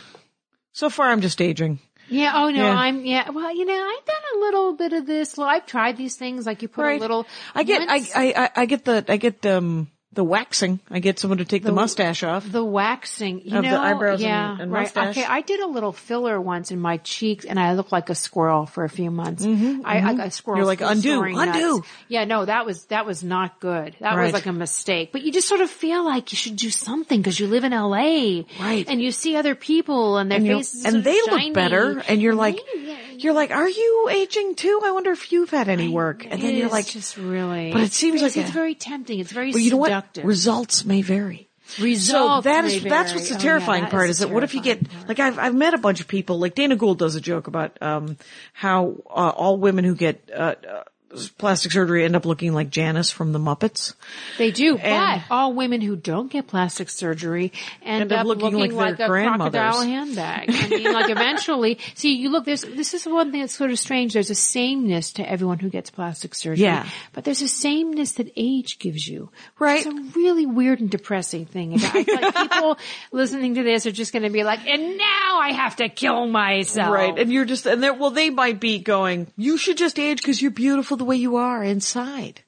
[SPEAKER 3] So far, I'm just aging.
[SPEAKER 4] Yeah. Oh no,
[SPEAKER 3] Yeah.
[SPEAKER 4] I'm yeah. Well, you know, I've done a little bit of this. Well, I've tried these things. Like you put
[SPEAKER 3] Right.
[SPEAKER 4] a little.
[SPEAKER 3] I get. I,
[SPEAKER 4] once
[SPEAKER 3] I. I. I get the. I get um the waxing. I get someone to take the, mustache off.
[SPEAKER 4] the waxing. You
[SPEAKER 3] of the
[SPEAKER 4] know,
[SPEAKER 3] eyebrows and-
[SPEAKER 4] yeah,
[SPEAKER 3] and
[SPEAKER 4] right.
[SPEAKER 3] mustache.
[SPEAKER 4] Okay, I did a little filler once in my cheeks, and I looked like a squirrel for a few months. I, I got squirrels.
[SPEAKER 3] Mm-hmm, You're like,
[SPEAKER 4] for
[SPEAKER 3] undo,
[SPEAKER 4] storing
[SPEAKER 3] undo.
[SPEAKER 4] nuts. Yeah, no, that was that was not good. That
[SPEAKER 3] Right.
[SPEAKER 4] was like a mistake. But you just sort of feel like you should do something because you live in LA,
[SPEAKER 3] Right.
[SPEAKER 4] And you see other people and their
[SPEAKER 3] and, you-
[SPEAKER 4] faces,
[SPEAKER 3] and
[SPEAKER 4] are
[SPEAKER 3] they
[SPEAKER 4] shiny.
[SPEAKER 3] look better. And you're like,
[SPEAKER 4] Yeah,
[SPEAKER 3] you're like, are you aging too? I wonder if you've had any work. And then
[SPEAKER 4] It
[SPEAKER 3] you're
[SPEAKER 4] is
[SPEAKER 3] like,
[SPEAKER 4] just really.
[SPEAKER 3] but it seems
[SPEAKER 4] it's,
[SPEAKER 3] like
[SPEAKER 4] it's
[SPEAKER 3] a-
[SPEAKER 4] very tempting. It's very
[SPEAKER 3] well, you know what?
[SPEAKER 4] seductive.
[SPEAKER 3] Results may vary. So
[SPEAKER 4] Results
[SPEAKER 3] that
[SPEAKER 4] may
[SPEAKER 3] is that's
[SPEAKER 4] vary.
[SPEAKER 3] what's the
[SPEAKER 4] Oh, yeah,
[SPEAKER 3] terrifying
[SPEAKER 4] that
[SPEAKER 3] part
[SPEAKER 4] the
[SPEAKER 3] is, that what if you get
[SPEAKER 4] terrifying part.
[SPEAKER 3] like I've I've met a bunch of people like Dana Gould does a joke about um how uh, all women who get uh, uh, plastic surgery end up looking like Janice from the Muppets.
[SPEAKER 4] they do,
[SPEAKER 3] and-
[SPEAKER 4] but all women who don't get plastic surgery end,
[SPEAKER 3] End up
[SPEAKER 4] up,
[SPEAKER 3] looking like their
[SPEAKER 4] a crocodile
[SPEAKER 3] grandmothers.
[SPEAKER 4] handbag. I mean, like eventually, see, you look. There's this is one thing that's sort of strange. There's a sameness to everyone who gets plastic surgery,
[SPEAKER 3] Yeah.
[SPEAKER 4] But there's a sameness that age gives you, which
[SPEAKER 3] Right.
[SPEAKER 4] is a really weird and depressing thing. And I feel like people listening to this are just going to be like, and now I have to kill myself,
[SPEAKER 3] Right. And you're just and they well they might be going, you should just age cuz you're beautiful the way you are inside.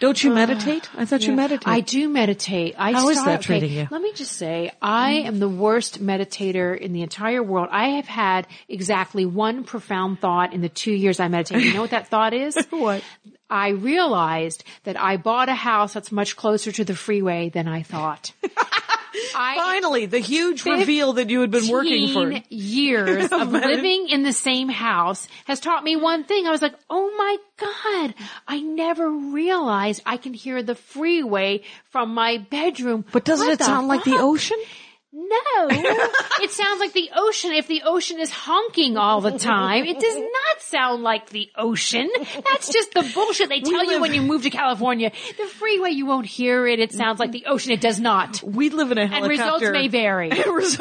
[SPEAKER 3] Don't you meditate? I thought you
[SPEAKER 4] Uh, Yeah.
[SPEAKER 3] meditate.
[SPEAKER 4] I do meditate. I
[SPEAKER 3] How
[SPEAKER 4] start,
[SPEAKER 3] is that
[SPEAKER 4] okay,
[SPEAKER 3] treating you?
[SPEAKER 4] Let me just say, I am the worst meditator in the entire world. I have had exactly one profound thought in the two years I meditated. You know what that thought is?
[SPEAKER 3] What?
[SPEAKER 4] I realized that I bought a house that's much closer to the freeway than I thought. I
[SPEAKER 3] Finally, the huge reveal that you had been working for.
[SPEAKER 4] 15 years of living in the same house has taught me one thing. I was like, oh my God, I never realized I can hear the freeway from my bedroom.
[SPEAKER 3] But doesn't
[SPEAKER 4] What
[SPEAKER 3] it sound like the
[SPEAKER 4] fuck?
[SPEAKER 3] ocean?
[SPEAKER 4] No. it sounds like the ocean if the ocean is honking all the time. It does not sound like the ocean. That's just the bullshit they tell you
[SPEAKER 3] live-
[SPEAKER 4] when you move to California. The freeway, you won't hear it. It sounds like the ocean. It does not.
[SPEAKER 3] We live in a
[SPEAKER 4] And
[SPEAKER 3] helicopter.
[SPEAKER 4] results may vary.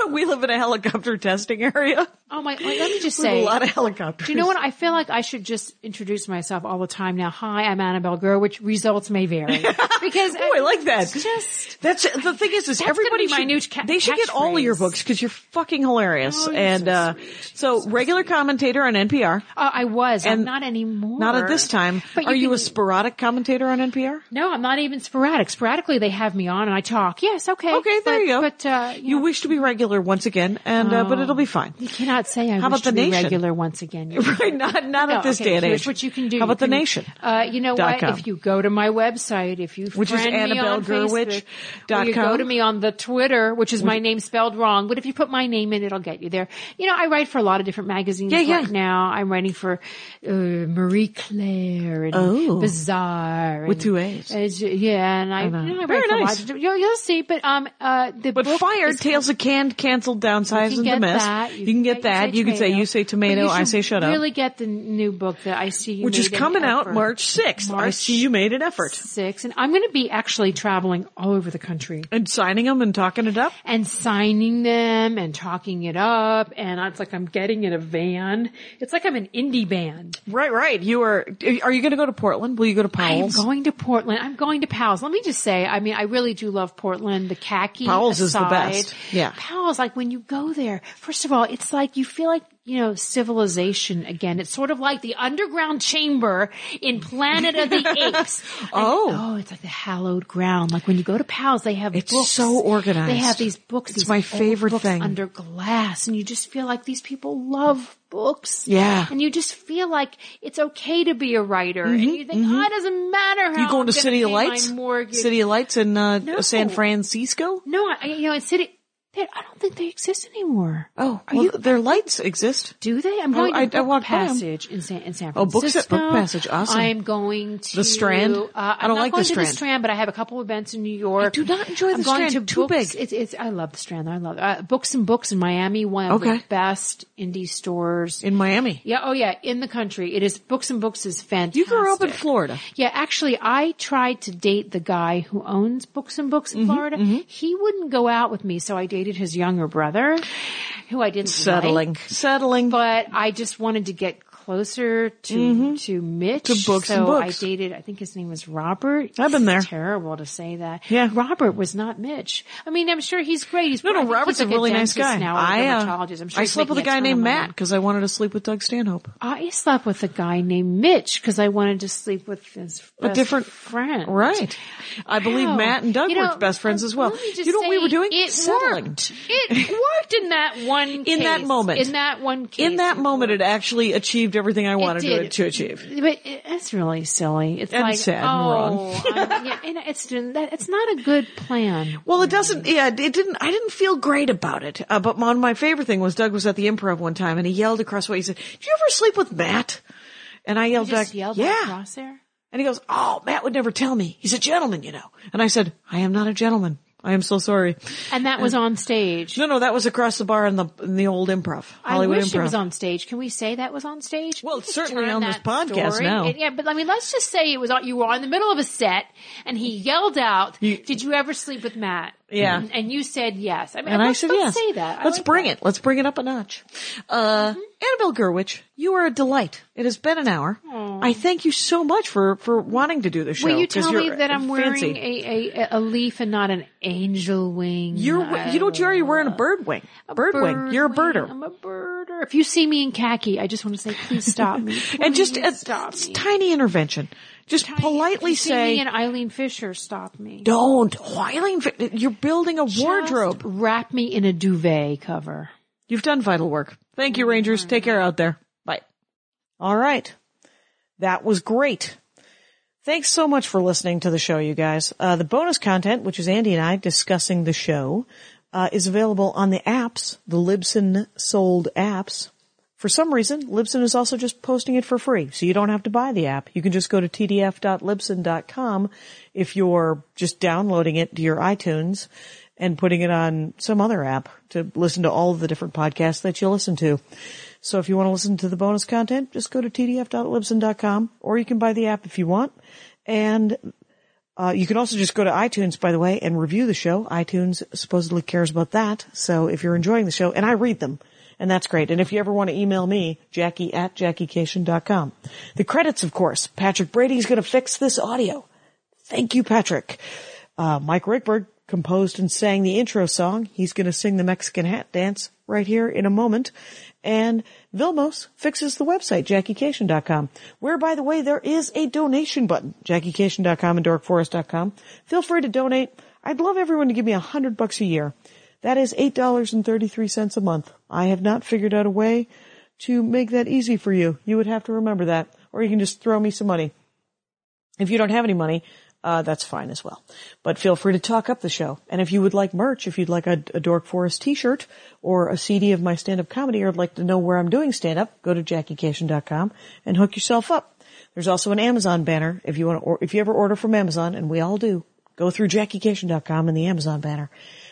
[SPEAKER 3] we live in a helicopter testing area.
[SPEAKER 4] Oh my, let me just
[SPEAKER 3] With
[SPEAKER 4] say.
[SPEAKER 3] a lot of helicopters.
[SPEAKER 4] Do you know what? I feel like I should just introduce myself all the time now. Hi, I'm Annabelle Gerwich. Results may vary. Because
[SPEAKER 3] Oh, I like that.
[SPEAKER 4] It's just
[SPEAKER 3] that's the thing is, is
[SPEAKER 4] gonna
[SPEAKER 3] everybody
[SPEAKER 4] be my
[SPEAKER 3] should,
[SPEAKER 4] new ca-
[SPEAKER 3] they should get all of your
[SPEAKER 4] catchphrase.
[SPEAKER 3] books because you're fucking hilarious.
[SPEAKER 4] Oh, you're
[SPEAKER 3] and
[SPEAKER 4] so
[SPEAKER 3] uh,
[SPEAKER 4] sweet.
[SPEAKER 3] so, regular commentator on NPR,
[SPEAKER 4] uh, I was,
[SPEAKER 3] And
[SPEAKER 4] I'm not anymore.
[SPEAKER 3] not at this time.
[SPEAKER 4] But
[SPEAKER 3] Are you
[SPEAKER 4] can-
[SPEAKER 3] a sporadic commentator on NPR?
[SPEAKER 4] No, I'm not even sporadic. Sporadically, they have me on and I talk. Yes, okay.
[SPEAKER 3] Okay, there
[SPEAKER 4] But-
[SPEAKER 3] you go.
[SPEAKER 4] But uh, Oh. you,
[SPEAKER 3] You
[SPEAKER 4] know,
[SPEAKER 3] wish to be regular once again, and uh, but it'll be fine.
[SPEAKER 4] you cannot say I
[SPEAKER 3] How
[SPEAKER 4] wish
[SPEAKER 3] about the
[SPEAKER 4] to be
[SPEAKER 3] nation?
[SPEAKER 4] regular once again. You
[SPEAKER 3] Right? Not not
[SPEAKER 4] No,
[SPEAKER 3] at this
[SPEAKER 4] okay,
[SPEAKER 3] day and
[SPEAKER 4] here's
[SPEAKER 3] age.
[SPEAKER 4] what you can do.
[SPEAKER 3] How
[SPEAKER 4] You
[SPEAKER 3] about the
[SPEAKER 4] can-
[SPEAKER 3] nation?
[SPEAKER 4] Uh, you know
[SPEAKER 3] Dot
[SPEAKER 4] what?
[SPEAKER 3] com.
[SPEAKER 4] If you go to my website, if you
[SPEAKER 3] Which is
[SPEAKER 4] friend me on
[SPEAKER 3] AnnabelleGerwich
[SPEAKER 4] Facebook, or you
[SPEAKER 3] dot com.
[SPEAKER 4] go to me on the Twitter, which is my name spelled wrong, but if you put my name in, it'll get you there. You know, I write for a lot of different magazines
[SPEAKER 3] Yeah, yeah.
[SPEAKER 4] right now. I'm writing for uh, Marie Claire and
[SPEAKER 3] Oh.
[SPEAKER 4] Bizarre
[SPEAKER 3] With
[SPEAKER 4] and-
[SPEAKER 3] two A's.
[SPEAKER 4] Uh, yeah, and I,
[SPEAKER 3] know.
[SPEAKER 4] you know, I
[SPEAKER 3] Very
[SPEAKER 4] write for a lot
[SPEAKER 3] nice.
[SPEAKER 4] of di- You'll, you'll see, but um, uh, the
[SPEAKER 3] But
[SPEAKER 4] book
[SPEAKER 3] fired,
[SPEAKER 4] is-
[SPEAKER 3] tails of canned, canceled, downsized,
[SPEAKER 4] you
[SPEAKER 3] and
[SPEAKER 4] can
[SPEAKER 3] the
[SPEAKER 4] get
[SPEAKER 3] mess.
[SPEAKER 4] that.
[SPEAKER 3] You can get that. You can say you say
[SPEAKER 4] But
[SPEAKER 3] tomato,
[SPEAKER 4] you
[SPEAKER 3] I
[SPEAKER 4] should
[SPEAKER 3] say shut up.
[SPEAKER 4] Really get the new book that I see you
[SPEAKER 3] which is
[SPEAKER 4] made an
[SPEAKER 3] coming out
[SPEAKER 4] effort.
[SPEAKER 3] March 6th. I
[SPEAKER 4] March
[SPEAKER 3] see you made an effort.
[SPEAKER 4] six, and I'm going to be actually traveling all over the country
[SPEAKER 3] And signing them and talking it up.
[SPEAKER 4] and signing them and talking it up, and it's like I'm getting in a van. It's like I'm an indie band.
[SPEAKER 3] Right, right. You are, are you going to go to Portland? Will you go to
[SPEAKER 4] I'm
[SPEAKER 3] Powell's?
[SPEAKER 4] going to Portland. I'm going to Powell's. Let me just say, I mean, I really do love Portland. The khaki
[SPEAKER 3] Powell's is the
[SPEAKER 4] aside,
[SPEAKER 3] best. Yeah.
[SPEAKER 4] Powell's, like when you go there, first of all, it's like you feel like you know civilization again. It's sort of like the underground chamber in Planet of the Apes. And-
[SPEAKER 3] Oh.
[SPEAKER 4] oh, it's like the hallowed ground. Like when you go to Powell's, they have
[SPEAKER 3] It's
[SPEAKER 4] books.
[SPEAKER 3] so organized.
[SPEAKER 4] They have these books.
[SPEAKER 3] It's
[SPEAKER 4] these
[SPEAKER 3] my
[SPEAKER 4] old
[SPEAKER 3] favorite
[SPEAKER 4] books
[SPEAKER 3] thing.
[SPEAKER 4] under glass, and you just feel like these people love books.
[SPEAKER 3] Yeah.
[SPEAKER 4] and you just feel like it's okay to be a writer, and you think, oh, it doesn't matter how
[SPEAKER 3] Mm-hmm, you going
[SPEAKER 4] I'm
[SPEAKER 3] to
[SPEAKER 4] gonna
[SPEAKER 3] City of
[SPEAKER 4] pay my
[SPEAKER 3] Lights?
[SPEAKER 4] mortgage.
[SPEAKER 3] City of Lights in uh,
[SPEAKER 4] No.
[SPEAKER 3] San Francisco?
[SPEAKER 4] No, I, you know, in City. They, I don't think they exist anymore.
[SPEAKER 3] Oh,
[SPEAKER 4] Are
[SPEAKER 3] well,
[SPEAKER 4] you-
[SPEAKER 3] their lights exist.
[SPEAKER 4] Do they? I'm going
[SPEAKER 3] I- I
[SPEAKER 4] to Book
[SPEAKER 3] walked by 'em.
[SPEAKER 4] Passage in San, in San
[SPEAKER 3] Oh, Book-
[SPEAKER 4] Francisco.
[SPEAKER 3] Book Passage, awesome.
[SPEAKER 4] I'm going to
[SPEAKER 3] The Strand?
[SPEAKER 4] Uh,
[SPEAKER 3] I
[SPEAKER 4] I'm
[SPEAKER 3] don't
[SPEAKER 4] not
[SPEAKER 3] like the
[SPEAKER 4] going to
[SPEAKER 3] Strand.
[SPEAKER 4] the Strand, but I have a couple events in New York.
[SPEAKER 3] do not enjoy
[SPEAKER 4] I'm
[SPEAKER 3] the
[SPEAKER 4] going
[SPEAKER 3] Strand.
[SPEAKER 4] To
[SPEAKER 3] Too
[SPEAKER 4] books.
[SPEAKER 3] big.
[SPEAKER 4] It's, it's, I love the Strand. I love uh, books and books in Miami. One of
[SPEAKER 3] Okay.
[SPEAKER 4] the best indie stores.
[SPEAKER 3] In Miami.
[SPEAKER 4] yeah, oh yeah, in the country. It is books and books is fantastic.
[SPEAKER 3] You grew up in Florida.
[SPEAKER 4] Yeah, actually, I tried to date the guy who owns Books and Books
[SPEAKER 3] Mm-hmm,
[SPEAKER 4] in Florida. He wouldn't go out with me, so I dated his younger brother, who I didn't
[SPEAKER 3] Settling.
[SPEAKER 4] like.
[SPEAKER 3] Settling.
[SPEAKER 4] But I just wanted to get closer to to Mitch.
[SPEAKER 3] Mm-hmm. To Books
[SPEAKER 4] so
[SPEAKER 3] and Books.
[SPEAKER 4] I dated. I think his name was Robert.
[SPEAKER 3] I've been there.
[SPEAKER 4] It's terrible to say that.
[SPEAKER 3] Yeah.
[SPEAKER 4] Robert was not Mitch. I mean, I'm sure he's great. He's
[SPEAKER 3] no,
[SPEAKER 4] I
[SPEAKER 3] no,
[SPEAKER 4] think
[SPEAKER 3] Robert's
[SPEAKER 4] he's
[SPEAKER 3] a
[SPEAKER 4] like
[SPEAKER 3] really nice
[SPEAKER 4] dentist
[SPEAKER 3] guy.
[SPEAKER 4] Now, or
[SPEAKER 3] I, uh,
[SPEAKER 4] dermatologist. I'm sure
[SPEAKER 3] I
[SPEAKER 4] he's
[SPEAKER 3] slept with a
[SPEAKER 4] making
[SPEAKER 3] guy
[SPEAKER 4] ton of
[SPEAKER 3] named
[SPEAKER 4] money.
[SPEAKER 3] Matt because I wanted to sleep with Doug Stanhope.
[SPEAKER 4] I slept with a guy named Mitch because I wanted to sleep with his
[SPEAKER 3] A
[SPEAKER 4] best
[SPEAKER 3] different-
[SPEAKER 4] friend.
[SPEAKER 3] Right. I believe
[SPEAKER 4] Wow.
[SPEAKER 3] Matt and Doug
[SPEAKER 4] You know, uh,
[SPEAKER 3] were best friends as well.
[SPEAKER 4] let me just
[SPEAKER 3] You know what we
[SPEAKER 4] say,
[SPEAKER 3] were doing?
[SPEAKER 4] It
[SPEAKER 3] Settling.
[SPEAKER 4] worked. It worked in that one.
[SPEAKER 3] In that
[SPEAKER 4] case.
[SPEAKER 3] moment.
[SPEAKER 4] In that one. Case.
[SPEAKER 3] In that moment, it actually achieved everything I wanted to,
[SPEAKER 4] did.
[SPEAKER 3] to achieve.
[SPEAKER 4] But it- it's really silly. It's
[SPEAKER 3] And
[SPEAKER 4] like
[SPEAKER 3] sad
[SPEAKER 4] oh,
[SPEAKER 3] and wrong.
[SPEAKER 4] I'm- yeah, and it's that it's not a good plan.
[SPEAKER 3] Well, it doesn't. Yeah, it didn't. I didn't feel great about it. Uh, but one of my favorite thing was Doug was at the improv one time and he yelled across the way. He said, "Did you ever sleep with Matt?" And I yelled
[SPEAKER 4] You just
[SPEAKER 3] back,
[SPEAKER 4] yelled
[SPEAKER 3] "Yeah."
[SPEAKER 4] across there.
[SPEAKER 3] And he goes, "Oh, Matt would never tell me. He's a gentleman, you know." And I said, "I am not a gentleman. I am so sorry."
[SPEAKER 4] And that was on stage.
[SPEAKER 3] No, no, that was across the bar in the in the old improv, Hollywood
[SPEAKER 4] I wish
[SPEAKER 3] improv.
[SPEAKER 4] it was on stage. Can we say that was on stage?
[SPEAKER 3] Well,
[SPEAKER 4] We
[SPEAKER 3] it's
[SPEAKER 4] could
[SPEAKER 3] certainly
[SPEAKER 4] turn
[SPEAKER 3] on this
[SPEAKER 4] that
[SPEAKER 3] podcast
[SPEAKER 4] story.
[SPEAKER 3] now.
[SPEAKER 4] It- yeah, but I mean, let's just say it was. on- You were in the middle of a set, and he yelled out,
[SPEAKER 3] You-
[SPEAKER 4] "Did you ever sleep with Matt?"
[SPEAKER 3] Yeah.
[SPEAKER 4] and, and you said yes. I mean,
[SPEAKER 3] and I
[SPEAKER 4] let's,
[SPEAKER 3] said, "Yes,
[SPEAKER 4] let's say that. I
[SPEAKER 3] Let's
[SPEAKER 4] like
[SPEAKER 3] bring
[SPEAKER 4] that. Mm-hmm.
[SPEAKER 3] it. Let's bring it up a notch." Uh, Annabelle Gerwich, you are a delight. It has been an hour. I thank you so much for for wanting to do this show.
[SPEAKER 4] Will you
[SPEAKER 3] 'cause
[SPEAKER 4] tell me
[SPEAKER 3] you're uh,
[SPEAKER 4] that I'm
[SPEAKER 3] fancy.
[SPEAKER 4] wearing a, a a leaf and not an angel wing?
[SPEAKER 3] You're
[SPEAKER 4] I
[SPEAKER 3] you know Jerry, you're wearing a bird wing. bird, wing. You're a
[SPEAKER 4] wing.
[SPEAKER 3] birder.
[SPEAKER 4] I'm a birder. If you see me in khaki, I just want to say, please stop me.
[SPEAKER 3] and just
[SPEAKER 4] Please
[SPEAKER 3] a
[SPEAKER 4] stop
[SPEAKER 3] s-
[SPEAKER 4] me.
[SPEAKER 3] tiny intervention. Just politely
[SPEAKER 4] If you see
[SPEAKER 3] say
[SPEAKER 4] me and Eileen Fisher, stop me.
[SPEAKER 3] don't. Whiling, you're building a wardrobe.
[SPEAKER 4] Just wrap me in a duvet cover.
[SPEAKER 3] You've done vital work. Thank you, Rangers. Take care out there. Bye. All right. That was great. Thanks so much for listening to the show, you guys. Uh, the bonus content, which is Andy and I discussing the show, uh, is available on the apps, the Libsyn sold apps. For some reason, Libsyn is also just posting it for free, so you don't have to buy the app. You can just go to tdf.libsyn.com if you're just downloading it to your iTunes and putting it on some other app to listen to all of the different podcasts that you listen to. So if you want to listen to the bonus content, just go to tdf.libsyn.com or you can buy the app if you want. And uh, you can also just go to iTunes, by the way, and review the show. iTunes supposedly cares about that. So if you're enjoying the show, and I read them, and that's great. And if you ever want to email me, Jackie at JackieCation.com. The credits, of course. Patrick Brady's going to fix this audio. Thank you, Patrick. Uh, Mike Rickberg composed and sang the intro song. He's going to sing the Mexican hat dance right here in a moment. And Vilmos fixes the website, JackieCation.com, where, by the way, there is a donation button, JackieCation.com and DorkForest.com. Feel free to donate. I'd love everyone to give me a hundred bucks a year. That is $8.33 a month. I have not figured out a way to make that easy for you. You would have to remember that, or you can just throw me some money. If you don't have any money, uh, that's fine as well. But feel free to talk up the show. And if you would like merch, if you'd like a, a Dork Forest t-shirt or a CD of my stand-up comedy or would like to know where I'm doing stand-up, go to JackieCation.com and hook yourself up. There's also an Amazon banner if you want to, or if you ever order from Amazon, and we all do, go through JackieCation.com and the Amazon banner.